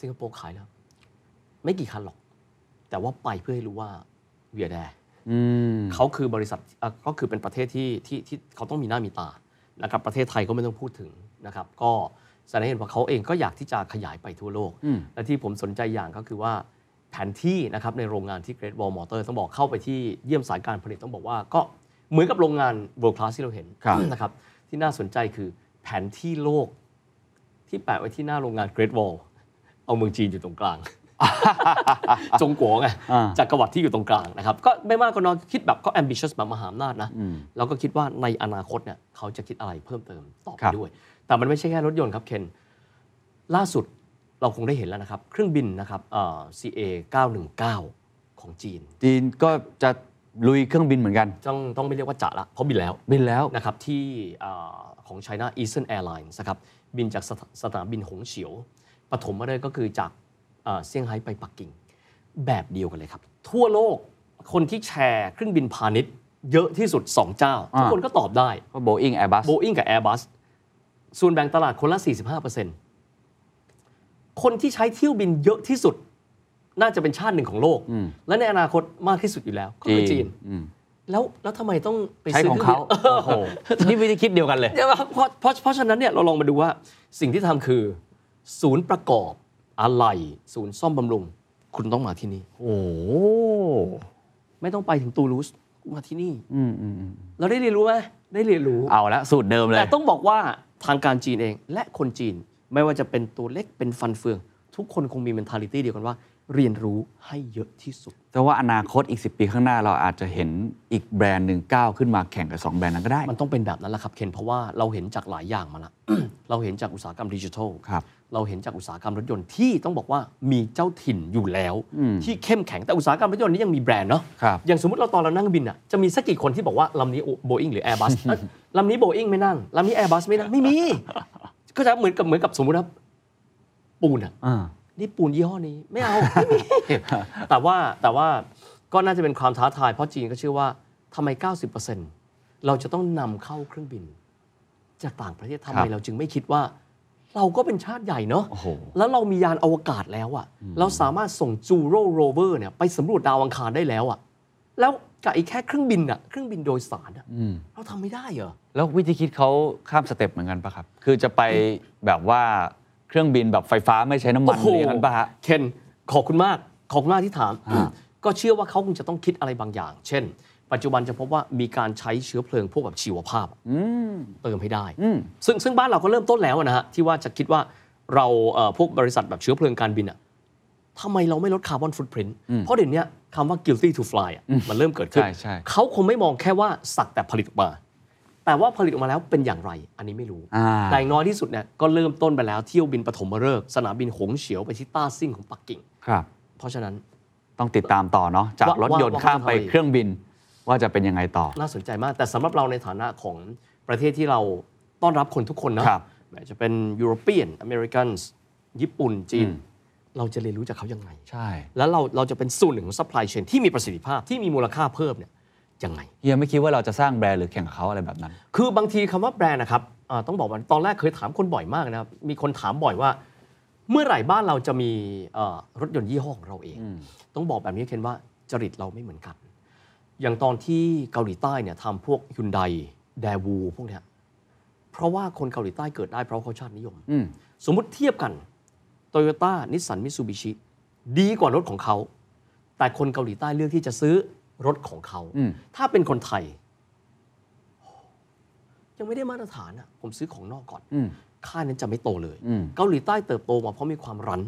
C: สิงคโปร์ขายแล้ว ไม่กี่คันหรอก แต่ว่าไปเพื่อให้รู้ว่าเวียแด
D: อืม
C: เขาคือบริษัทเอ่อก็คือเป็นประเทศที่ที่ที่เขาต้องมีหน้ามีตานะครับประเทศไทยก็ไม่ต้องพูดถึงนะครับ ก็แสดงให้เห็นว่าเขาเองก็อยากที่จะขยายไปทั่วโลก
D: อืม
C: และที่ผมสนใจอย่างก็คือว่าแผนที่นะครับในโรงงานที่ Great Wall Motor ต้องบอกเข้าไปที่เยี่ยมสายการผลิตต้องบอกว่าก็เหมือนกับโรงงาน World Class ที่เราเห็น
D: ครับ
C: นะครับที่น่าสนใจคือแผนที่โลกที่แปะไว้ที่หน้าโรงงาน Great Wall เอาเมืองจีนอยู่ตรงกลาง จงกัวไง
D: อ่า
C: จักรวรรดิที่อยู่ตรงกลางนะครับ ก็ไม่มากก็น้อยคิดแบบก็ ambitious แบบมหาอำนาจนะ
D: อืม
C: เราก็คิดว่าในอนาคตเนี่ยเขาจะคิดอะไรเพิ่มเติมต่อไป
D: ครับ
C: ด้วย แต่มันไม่ใช่แค่รถยนต์ครับเคน ล่าสุดเราคงได้เห็นแล้วนะครับ เครื่องบินนะครับเอ่อ CA 919 ของจีน
D: จีนก็จะลุยเครื่องบินเหมือนกัน
C: ต้องต้องไม่เรียกว่าจะละ เพราะบินแล้ว
D: บินแล้ว
C: นะครับที่เอ่อของ China Eastern Airlines นะครับบินจากสถสนามบินหงเฉียวปฐมมาเลยก็คือจากเอ่อเซี่ยงไฮ้ไปปักกิ่ง แบบเดียวกันเลยครับ ทั่วโลกคนที่แชร์เครื่องบินพาณิชย์ เยอะที่สุดสองเจ้าทุกคนก็ตอบได้
D: ก็โบอิงแอร์บัส
C: โบอิงกับ Airbus ส่วนแบ่งตลาดคนละ 45%คนที่ใช้เที่ยวบินเยอะที่สุด น่าจะเป็นชาติหนึ่งของโลก
D: อืม
C: และในอนาคตมากที่สุดอยู่แล้ว ก็คือจีน แล้วแล้วทำไมต้องไป
D: ใช้
C: ซื้อ
D: ของเขา
C: ครื่
D: โอ้โหนี่วิธีคิดเดียวกันเลย
C: เดี๋ยวนะครับเพราะเพราะเพราะฉะนั้นเนี่ยเราลองมาดูว่าสิ่งที่ทำคือ ศูนย์ประกอบอะไหล่ศูนย์ซ่อมบำรุง คุณต้องมาที่นี่
D: โอ้โห
C: ไม่ต้องไปถึงตูลูสมาที่นี่
D: อืมอืมอืม
C: เราได้เรียนรู้ไหมได้เรียนรู้
D: เอาละสูตรเดิมเลย
C: แต่ต้องบอกว่าทางการจีนเองและคนจีนไม่ว่าจะเป็นตัวเล็กเป็นฟันเฟือง ทุกคนคงมี mentality เดียวกันว่า เรียนรู้ให้เยอะที่สุด
D: แต่ว่าอนาคตอีก 10 ปีข้างหน้าเราอาจจะเห็นอีกแบรนด์หนึ่งก้าวขึ้นมาแข่งกับ 2 แบรนด์นั้นก็ได้
C: มันต้องเป็นแบบนั้นแหละครับเคนเพราะว่าเราเห็นจากหลายอย่างมาละ เราเห็นจากอุตสาหกรรมดิจิทัล
D: ครับ
C: เราเห็นจากอุตสาหกรรมรถยนต์ที่ต้องบอกว่ามีเจ้าถิ่นอยู่แล้ว ที่เข้มแข็งแต่อุตสาหกรรมรถยนต์นี้ยังมีแบรนด์เนาะ
D: ครับ
C: อย่างสมมติเราตอนเรานั่งบินอ่ะจะมีสักกี่คนที่บอกว่าลำนี้โบอิงหรือ Airbus เอ้ยลำนี้โบอิงไม่นั่งลำนี้ Airbus ไม่นั่งไม่มี ก็จะเหมือนกับเหมือนกับสมมติว่าปูนอ่ะ
D: อ่า
C: นี่ปูนยี่ห้อนี้ไม่เอา ไม่มี แต่ว่าแต่ว่าก็น่าจะเป็นความท้าทาย เพราะจีนก็เชื่อว่าทำไม 90%เราจะต้องนำเข้าเครื่องบิน จากต่างประเทศทำ
D: ครั
C: ไม
D: บ
C: เราจึงไม่คิดว่า เราก็เป็นชาติใหญ่เนอะ
B: โอ้โห
C: แล้วเรามียานอวกาศแล้วอะเราสามารถส่งจูโรโรเวอร์เนี่ยไปสำรวจดาวอังคารได้แล้วอะแล้วกับไอ้แค่เครื่องบินอะเครื่องบินโดยสารอะ
B: อืม
C: เราทำไม่ได้เหรอ
B: แล้ววิธีคิดเขาข้ามสเต็ปเหมือนกันปะครับ คือจะไปแบบว่าเครื่องบินแบบไฟฟ้าไม่ใช้น้ำมัน
C: โอ้
B: อะ
C: โห
B: ไรอย่างนั้นปะฮะ
C: เคนขอบคุณมาก ขอบคุณมากที่ถาม
B: อ่า
C: ก็เชื่อว่าเขาคงจะต้องคิดอะไรบางอย่าง เช่น ปัจจุบันจะพบว่ามีการใช้เชื้อเพลิงพวกแบบชีวภาพ
B: อืม
C: เติมให้ได้
B: อืม
C: ซึ่งซึ่งบ้านเราก็เริ่มต้นแล้วนะฮะ ที่ว่าจะคิดว่าเราเอ่อพวกบริษัทแบบเชื้อเพลิงการบินอ่ะทำไมเราไม่ลดคาร์บอนฟุตพิ้น
B: อืม
C: เพราะเดี๋ยวนี้คำว่า guilty to fly อะมันเริ่มเกิดขึ้น
B: ใช่ใช่
C: เขาคงไม่มองแค่ว่าสักแต่ผลิตออกมา แต่ว่าผลิตออกมาแล้วเป็นอย่างไร อันนี้ไม่รู้
B: อ่า
C: แต่อย่างน้อยที่สุดเนี่ยก็เริ่มต้นไปแล้วเที่ยวบินปฐมฤกษ์สนามบินหงเฉียวไปที่ต้าซิ่งของปักกิ่ง
B: ครับ
C: เพราะฉะนั้น
B: ต้องติดตามต่อเนาะจาก
C: ว่าร
B: ถยนต์
C: ว่าว่า
B: ข้ามไป
C: ว่าจะทำอะไร
B: เครื่องบิน ว่าจะเป็นยังไงต่อ
C: น่าสนใจมาก แต่สำหรับเราในฐานะของประเทศที่เราต้อนรับคนทุกคนนะครับ แม้จะเป็นยุโรเปียนอเมริกันญี่ปุ่น จีน เราจะเรียนรู้จากเขายังไง
B: ใช่
C: แล้วเราเราจะเป็นส่วนหนึ่งของซัพพลายเชนที่มีประสิทธิภาพที่มีมูลค่าเพิ่มเนี่ยยังไง
B: เฮียไม่คิดว่าเราจะสร้างแบรนด์หรือแข่งกับเขาอะไรแบบนั้น
C: คือบางทีคำว่าแบรนด์นะครับอ่าต้องบอกว่าตอนแรกเคยถามคนบ่อยมากนะครับ มีคนถามบ่อยว่า เมื่อไหร่บ้านเราจะมีเอ่อรถยนต์ยี่ห้อของเราเอง ต้องบอกแบบนี้เคนว่าจริตเราไม่เหมือนกัน อย่างตอนที่เกาหลีใต้เนี่ยทำพวกยุนไดแดวูพวกเนี้ยเพราะว่าคนเกาหลีใต้เกิดได้เพราะเขาชาตินิยม
B: อืม
C: สมมุติเทียบกันโตโยต้านิสสันมิ u ูบิชิดีกว่ารถของเขา แต่คนเกาหลีใต้เลือกที่จะซื้อรถของเขา
B: อืม
C: ถ้าเป็นคนไทย ยังไม่ได้มาตรฐานอ่ะ ผมซื้อของนอกก่อน
B: อืม
C: ค่านั้นจะไม่โตเลย
B: อืม
C: เกาหลีใต้เติบโตมาเพราะมีความรั้น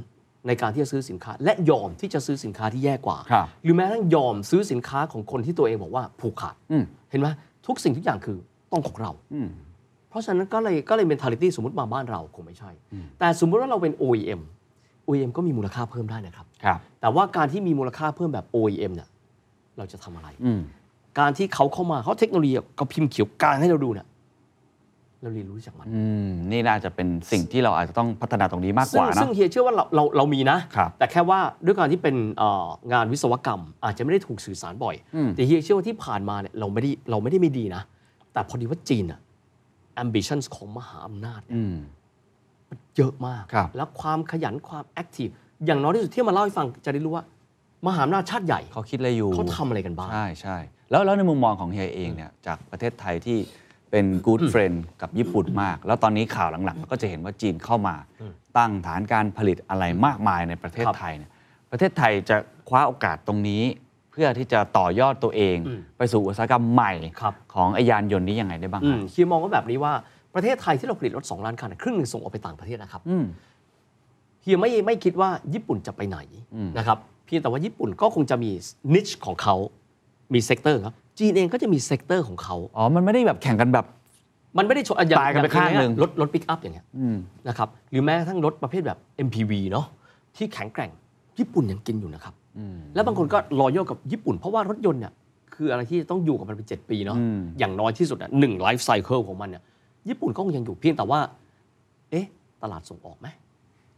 C: ในการที่จะซื้อสินค้า และยอมที่จะซื้อสินค้าที่แย่กว่า
B: ครับ
C: หรือแม้กระทั่งยอมซื้อสินค้าของคนที่ตัวเองบอกว่าผูกขาด
B: อืม
C: เห็นไหมทุกสิ่งทุกอย่างคือต้องของเรา
B: อืม
C: เพราะฉะนั้นก็เลยก็เลย mentality สมมติมาบ้านเราคงไม่ใช่ แต่สมมุติว่าเราเป็น OEM OEM ก็มีมูลค่าเพิ่มได้นะครับ
B: ครับ
C: แต่ว่าการที่มีมูลค่าเพิ่มแบบ OEM เนี่ยเราจะทำอะไร
B: อืม
C: การที่เขาเข้ามาเขาเทคโนโลยีเขาพิมพ์เขียวกลางให้เราดูเนี่ยเราเรียนรู้จากมัน
B: อืม นี่น่าจะเป็นสิ่งที่เราอาจจะต้องพัฒนาตรงนี้มากก
C: ซึ่ง
B: ว่า
C: ซึ่
B: เนาะ
C: งเฮียเชื่อว่าเราเราเรามีนะ
B: ครับ
C: แต่แค่ว่าด้วยการที่เป็นเอ่องานวิศวกรรม อาจจะไม่ได้ถูกสื่อสารบ่อย
B: อืม
C: แต่เฮียเชื่อว่าที่ผ่านมาเนี่ยเราไม่ได้เราไม่ได้ไม่ดีนะ แต่พอดีว่าจีนอะ ambitions ของมหาอำนาจเนี่ย
B: อืม
C: เยอะมาก
B: ครับ
C: แล้วความขยันความ active อย่างน้อยที่สุดที่มาเล่าให้ฟังจะได้รู้ว่ามหาอำนาจชาติใหญ่
B: เขาคิดอะไรอยู่
C: เขาทำอะไรกันบ้าง
B: ใช่ใช่แล้วแล้วในมุมมองของเฮียเองเนี่ยจากประเทศไทยที่เป็น good friend กับญี่ปุ่นมาก แล้วตอนนี้ข่าวหลังๆ ก็จะเห็นว่าจีนเข้ามา ตั้งฐานการผลิตอะไรมากมายในประเทศ
C: ครับ
B: ไทยเนี่ยประเทศไทยจะคว้าโอกาสตรงนี้ เพื่อที่จะต่อยอดตัวเอง
C: อืม
B: ไปสู่อุตสาหกรรมใหม่
C: ครับ
B: ของไอยานยนต์นี้ยังไงได้บ้าง
C: อื
B: ครั
C: ม
B: บ
C: เฮียมองว่าแบบนี้ว่าประเทศไทยที่เราผลิตรถสองล้านคันนะครึ่งหนึ่งส่งออกไปต่างประเทศนะครับ
B: อืม
C: เฮียไม่ไม่คิดว่าญี่ปุ่นจะไปไหน
B: อืม
C: นะครับเพียงแต่ว่าญี่ปุ่นก็คงจะมีนิชของเขา มีเซกเตอร์ครับจีนเองก็จะมีเซกเตอร์ของเขา
B: อ๋อ มันไม่ได้แบบแข่งกันแบบ
C: มันไม่ได้ชนอ่ะอย่
B: ตายกันไป
C: อย่
B: ข้างหนึ่ง
C: รถรถปิกอัพอย่างเงี้ย
B: อืม
C: นะครับหรือแม้กระทั่งรถประเภทแบบ MPV เนาะที่แข็งแกร่งญี่ปุ่นยังกินอยู่นะครับ
B: อืม
C: แล้วบางคนก็รอยย่กับญี่ปุ่น เพราะว่ารถยนต์เนี่ยคืออะไรที่ต้องอยู่กับมันเป็นเจ็ดปีเนาะ
B: อืม
C: อย่างน้อยที่สุดอ่ะหนึ่งไลฟ์ไซเคิลของมันเนี่ยญี่ปุ่นก็คงยังอยู่เพียงแต่ว่า เอ๊ะ ตลาดส่งออกไหม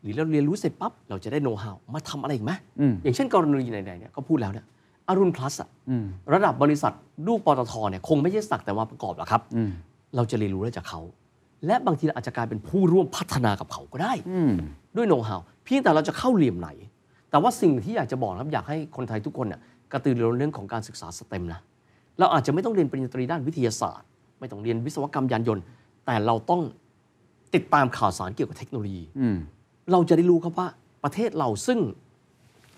C: หรือเราเรียนรู้เสร็จปั๊บ เราจะได้โน้ตฮาวมาทำอะไรอีกไหม
B: อืม
C: อย่างเช่นกรณีไหนๆเนี่ยก็พูดแล้วเนี่ยอรุณพลัสอะ
B: อืม
C: ระดับบริษัทลูกปตทเนี่ยคงไม่ใช่สักแต่ว่าประกอบหรอกครับ
B: อืม
C: เราจะเรียนรู้ได้จากเขา และบางทีเราอาจจะกลายเป็นผู้ร่วมพัฒนากับเขาก็ได้
B: อืม
C: ด้วยโน้ตฮาวเพียงแต่เราจะเข้าเหลี่ยมไหน แต่ว่าสิ่งที่อยากจะบอกนะครับ อยากให้คนไทยทุกคนเนี่ยกระตือรือร้นเรื่องของการศึกษาสเต็มนะ เราอาจจะไม่ต้องเรียนปริญญาตรีด้านวิทยาศาสตร์ ไม่ต้องเรียนวิศวกรรมยานยนต์ แต่เราต้องติดตามข่าวสารเกี่ยวกับเทคโนโลยี
B: อืม
C: เราจะได้รู้ครับว่าประเทศเราซึ่ง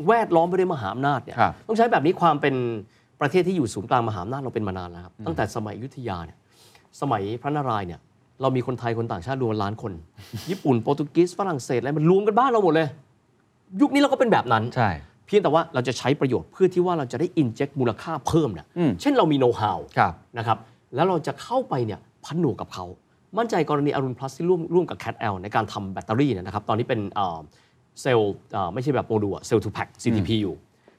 C: แวดล้อมไปด้วยมหาอำนาจเนี่ย
B: ครับ
C: ต้องใช้แบบนี้ความเป็นประเทศที่อยู่ศูนย์กลางมหาอำนาจเราเป็นมานานแล้วครับตั้งแต่สมัยอยุทธยาเนี่ยสมัยพระนารายณ์เนี่ยเรามีคนไทยคนต่างชาติรวมล้านคน ญี่ปุ่นโปรตุเกสฝรั่งเศสอะไรมันรวมกันบ้านเราหมดเลย ยุคนี้เราก็เป็นแบบนั้น
B: ใช่
C: เพียงแต่ว่าเราจะใช้ประโยชน์เพื่อที่ว่าเราจะได้อินเจ t มูลค่าเพิ่มเนี่ย
B: อืม
C: เช่นเรามีโน้ตฮาว
B: ครับ
C: นะครับแล้วเราจะเข้าไปเนี่ยพันหนวกกับเขา มั่นใจกรณีอรุณพลัสที่ร่วมร่วมกับ Cat L ในการทำแบตเตอรี่เนยนะครับ ตอนนี้เป็นเอ่อเซลล์เอ่อไม่ใช่แบบโมดูลอะเซลล์ทูแพ็ค CTP อยู่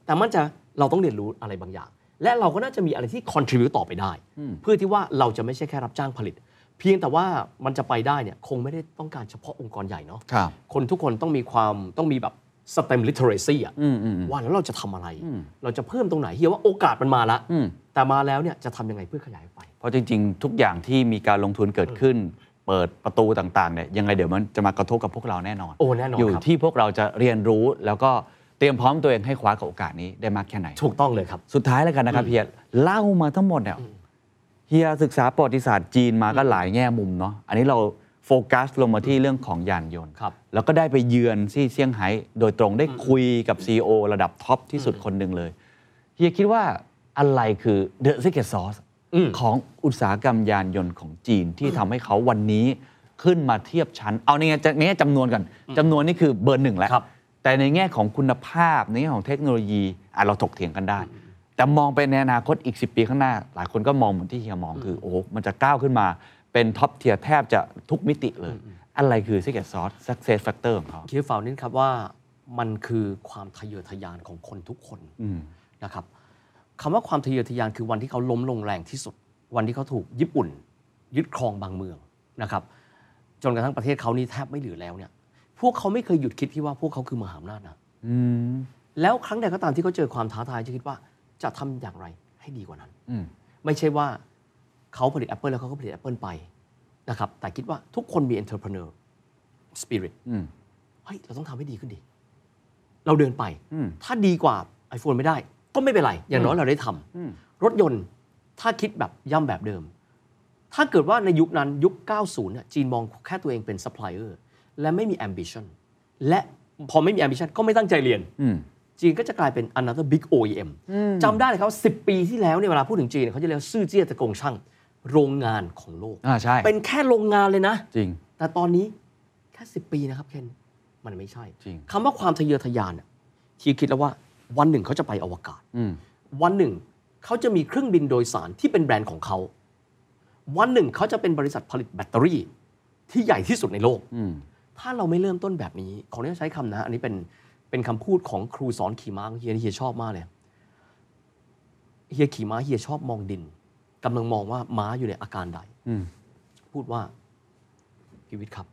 C: แต่มั่นใจเราต้องเรียนรู้อะไรบางอย่าง และเราก็น่าจะมีอะไรที่ contribute ต่อไปได้ เพื่อที่ว่าเราจะไม่ใช่แค่รับจ้างผลิต เพียงแต่ว่ามันจะไปได้เนี่ยคงไม่ได้ต้องการเฉพาะองค์กรใหญ่เนาะ
B: ครับ
C: คนทุกคนต้องมีความต้องมีแบบ STEM literacy อะ
B: อืมอืม
C: ว่าแล้วเราจะทำอะไร
B: อืม
C: เราจะเพิ่มตรงไหนเฮียว่าโอกาสมันมาละ
B: อืม
C: แต่มาแล้วเนี่ยจะทำยังไงเพื่อขยายออกไป
B: เพราะจริง ๆ ทุกอย่างที่มีการลงทุนเกิดขึ้น เปิดประตูต่างๆเนี่ยยังไงเดี๋ยวมันจะมากระทบกับพวกเราแน่นอน
C: โอ้แน่นอน
B: อยู่
C: ครับ
B: ที่พวกเราจะเรียนรู้แล้วก็เตรียมพร้อมตัวเองให้คว้ากับโอกาสนี้ได้มากแค่ไหน
C: ถูกต้องเลยครับ
B: สุดท้ายแล้วกันนะครับเฮียเล่ามาทั้งหมดเนี่ยเฮียศึกษาประวัติศาสตร์จีนมาก็หลายแง่มุมเนาะอันนี้เราโฟกัสลงมาที่เรื่องของยานยนต์
C: ครับ
B: แล้วก็ได้ไปเยือนที่เซี่ยงไฮ้โดยตรงได้คุยกับ CEO ระดับท็อปที่สุดคนหนึ่งเลยเฮียคิดว่าอะไรคือ The Secret Sauce
C: อืม
B: ของอุตสาหกรรมยานยนต์ของจีนที่ทำให้เขาวันนี้ขึ้นมาเทียบชั้น เอาในแง่ในแง่จำนวนก่อนจำนวนนี่คือเบอร์หนึ่งแล้ว
C: ครับ
B: แต่ในแง่ของคุณภาพ ในแง่ของเทคโนโลยีอ่ะเราถกเถียงกันได้ แต่มองไปในอนาคตอีก 10 ปีข้างหน้า หลายคนก็มองเหมือนที่เฮียมองคือ โอ้โหมันจะก้าวขึ้นมาเป็นท็อปเทียร์แทบจะทุกมิติเลย อะไรคือ secret sauce success factor ของเขา
C: คิดฟาวนินครับว่ามันคือความทะเยอทะยานของคนทุกคน
B: อืม
C: นะครับคำว่าความทะเยอทะยานคือวันที่เขาล้มลงแรงที่สุด วันที่เขาถูกญี่ปุ่น ยึดครองบางเมืองนะครับ จนกระทั่งประเทศเขานี่แทบไม่เหลือแล้วเนี่ย พวกเขาไม่เคยหยุดคิดที่ว่าพวกเขาคือมหาอำนาจนะ
B: อืม
C: แล้วครั้งใดก็ตามที่เขาเจอความท้าทายจะคิดว่าจะทำอย่างไรให้ดีกว่านั้น
B: อืม
C: ไม่ใช่ว่าเขาผลิต Apple แล้วเขาก็ผลิต Apple ไปนะครับ แต่คิดว่าทุกคนมี entrepreneur spirit
B: อืม
C: เฮ้ยเราต้องทำให้ดีขึ้นดี เราเดินไป
B: อืม
C: ถ้าดีกว่า iPhone ไม่ได้ ก็ไม่เป็นไร อย่างน้อยเราได้ทำ
B: อืม
C: รถยนต์ถ้าคิดแบบย่ำแบบเดิม ถ้าเกิดว่าในยุคนั้นยุค 90เนี่ยจีนมองแค่ตัวเองเป็นซัพพลายเออร์และไม่มี ambition และพอไม่มี ambition ก็ไม่ตั้งใจเรียน
B: อืม
C: จีนก็จะกลายเป็น another big OEM จำได้เลยครับ10 ปีที่แล้วเนี่ยเวลาพูดถึงจีนเนี่ยเขาจะเรียกว่าซื่อเจี้ยตะกงช่างโรงงานของโลก
B: อ่าใช่
C: เป็นแค่โรงงานเลยนะ
B: จริง
C: แต่ตอนนี้แค่สิปีนะครับเคนมันไม่ใช่
B: จริง
C: คำว่าความทะเยอทะยานอะทีคิดแล้วว่าวันหนึ่งเขาจะไปอวกาศ
B: อืม
C: วันหนึ่งเขาจะมีเครื่องบินโดยสารที่เป็นแบรนด์ของเขา วันหนึ่งเขาจะเป็นบริษัทผลิตแบตเตอรี่ ที่ใหญ่ที่สุดในโลก
B: อืม
C: ถ้าเราไม่เริ่มต้นแบบนี้ขออนุญาตใช้คำนะ อันนี้เป็นเป็นคำพูดของครูสอนขี่ม้าของเฮียเฮียชอบมากเลยเฮียขี่ม้าเฮียชอบมองดินกำลังมองว่าม้าอยู่ในอาการใด
B: อืม
C: พูดว่าพีวิทย์ครับ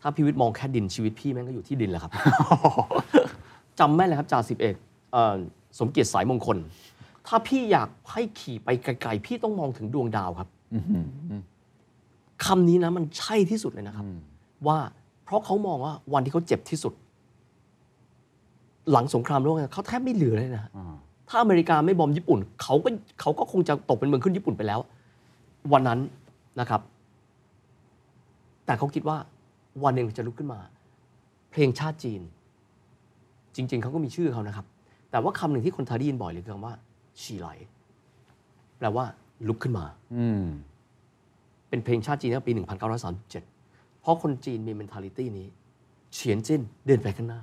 C: ถ้าพีวิทย์มองแค่ดินชีวิตพี่แม่งก็อยู่ที่ดินแหละครับ จำแม่นเลยครับจ่าสิบเอกเอ่อสมเกียรติสายมงคล ถ้าพี่อยากให้ขี่ไปไกลๆพี่ต้องมองถึงดวงดาวครับ
B: อืมอืมอืม
C: คำนี้นะมันใช่ที่สุดเลยนะครับ
B: อืม
C: ว่าเพราะเขามองว่าวันที่เขาเจ็บที่สุด หลังสงครามโลกเนี่ยเขาแทบไม่เหลือเลยนะฮะ
B: อ่า
C: ถ้าอเมริกาไม่บอมญี่ปุ่นเขาก็เขาก็คงจะตกเป็นเมืองขึ้นญี่ปุ่นไปแล้ว วันนั้นนะครับ แต่เขาคิดว่าวันหนึ่งจะลุกขึ้นมา เพลงชาติจีน จริง ๆเขาก็มีชื่อเขานะครับ แต่ว่าคำหนึ่งที่คนไทยได้ยินบ่อยเลยคือคำว่าฉีไหล แปลว่าลุกขึ้นมา
B: อืม
C: เป็นเพลงชาติจีนตั้งแต่ปี 1937 เพราะคนจีนมี mentality นี้ เฉียนจิ้นเดินไปข้างหน้า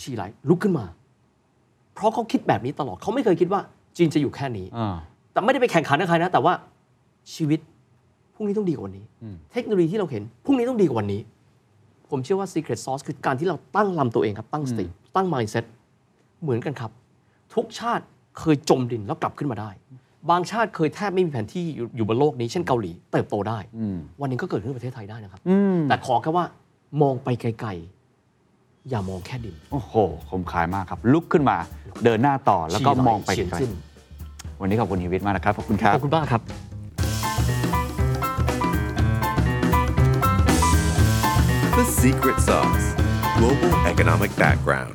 C: ชีไหลลุกขึ้นมา เพราะเขาคิดแบบนี้ตลอดเขาไม่เคยคิดว่าจีนจะอยู่แค่นี้
B: อ่า
C: แต่ไม่ได้ไปแข่งขันกับใครนะ แต่ว่าชีวิตพรุ่งนี้ต้องดีกว่าวันนี้
B: อืม
C: เทคโนโลยีที่เราเห็นพรุ่งนี้ต้องดีกว่าวันนี้ ผมเชื่อว่า Secret Sauce คือการที่เราตั้งลำตัวเองครับ ตั้งสติ ตั้ง mindset เหมือนกันครับ ทุกชาติเคยจมดินแล้วกลับขึ้นมาได้ บางชาติเคยแทบไม่มีแผนที่อยู่อยู่บนโลกนี้ เช่นเกาหลีเติบโตได้
B: อืม
C: วันหนึงก็เกิดขึ้นในประเทศไทยได้นะครับ
B: อืม
C: แต่ขอแค่ว่ามองไปไกลๆ อย่ามองแค่ดิน
B: โอ้โห คมขายมากครับ ลุกขึ้นมาเดินหน้าต่อแล้วก็มองไป
C: เฉียน
B: ไกล
C: จิ้น
B: ๆวันนี้ขอบคุณฮีวิทมากนะครับ ขอบคุณครั
C: ข
B: บ
C: อบคุณมากครับ
A: The secret sauce. Global economic background.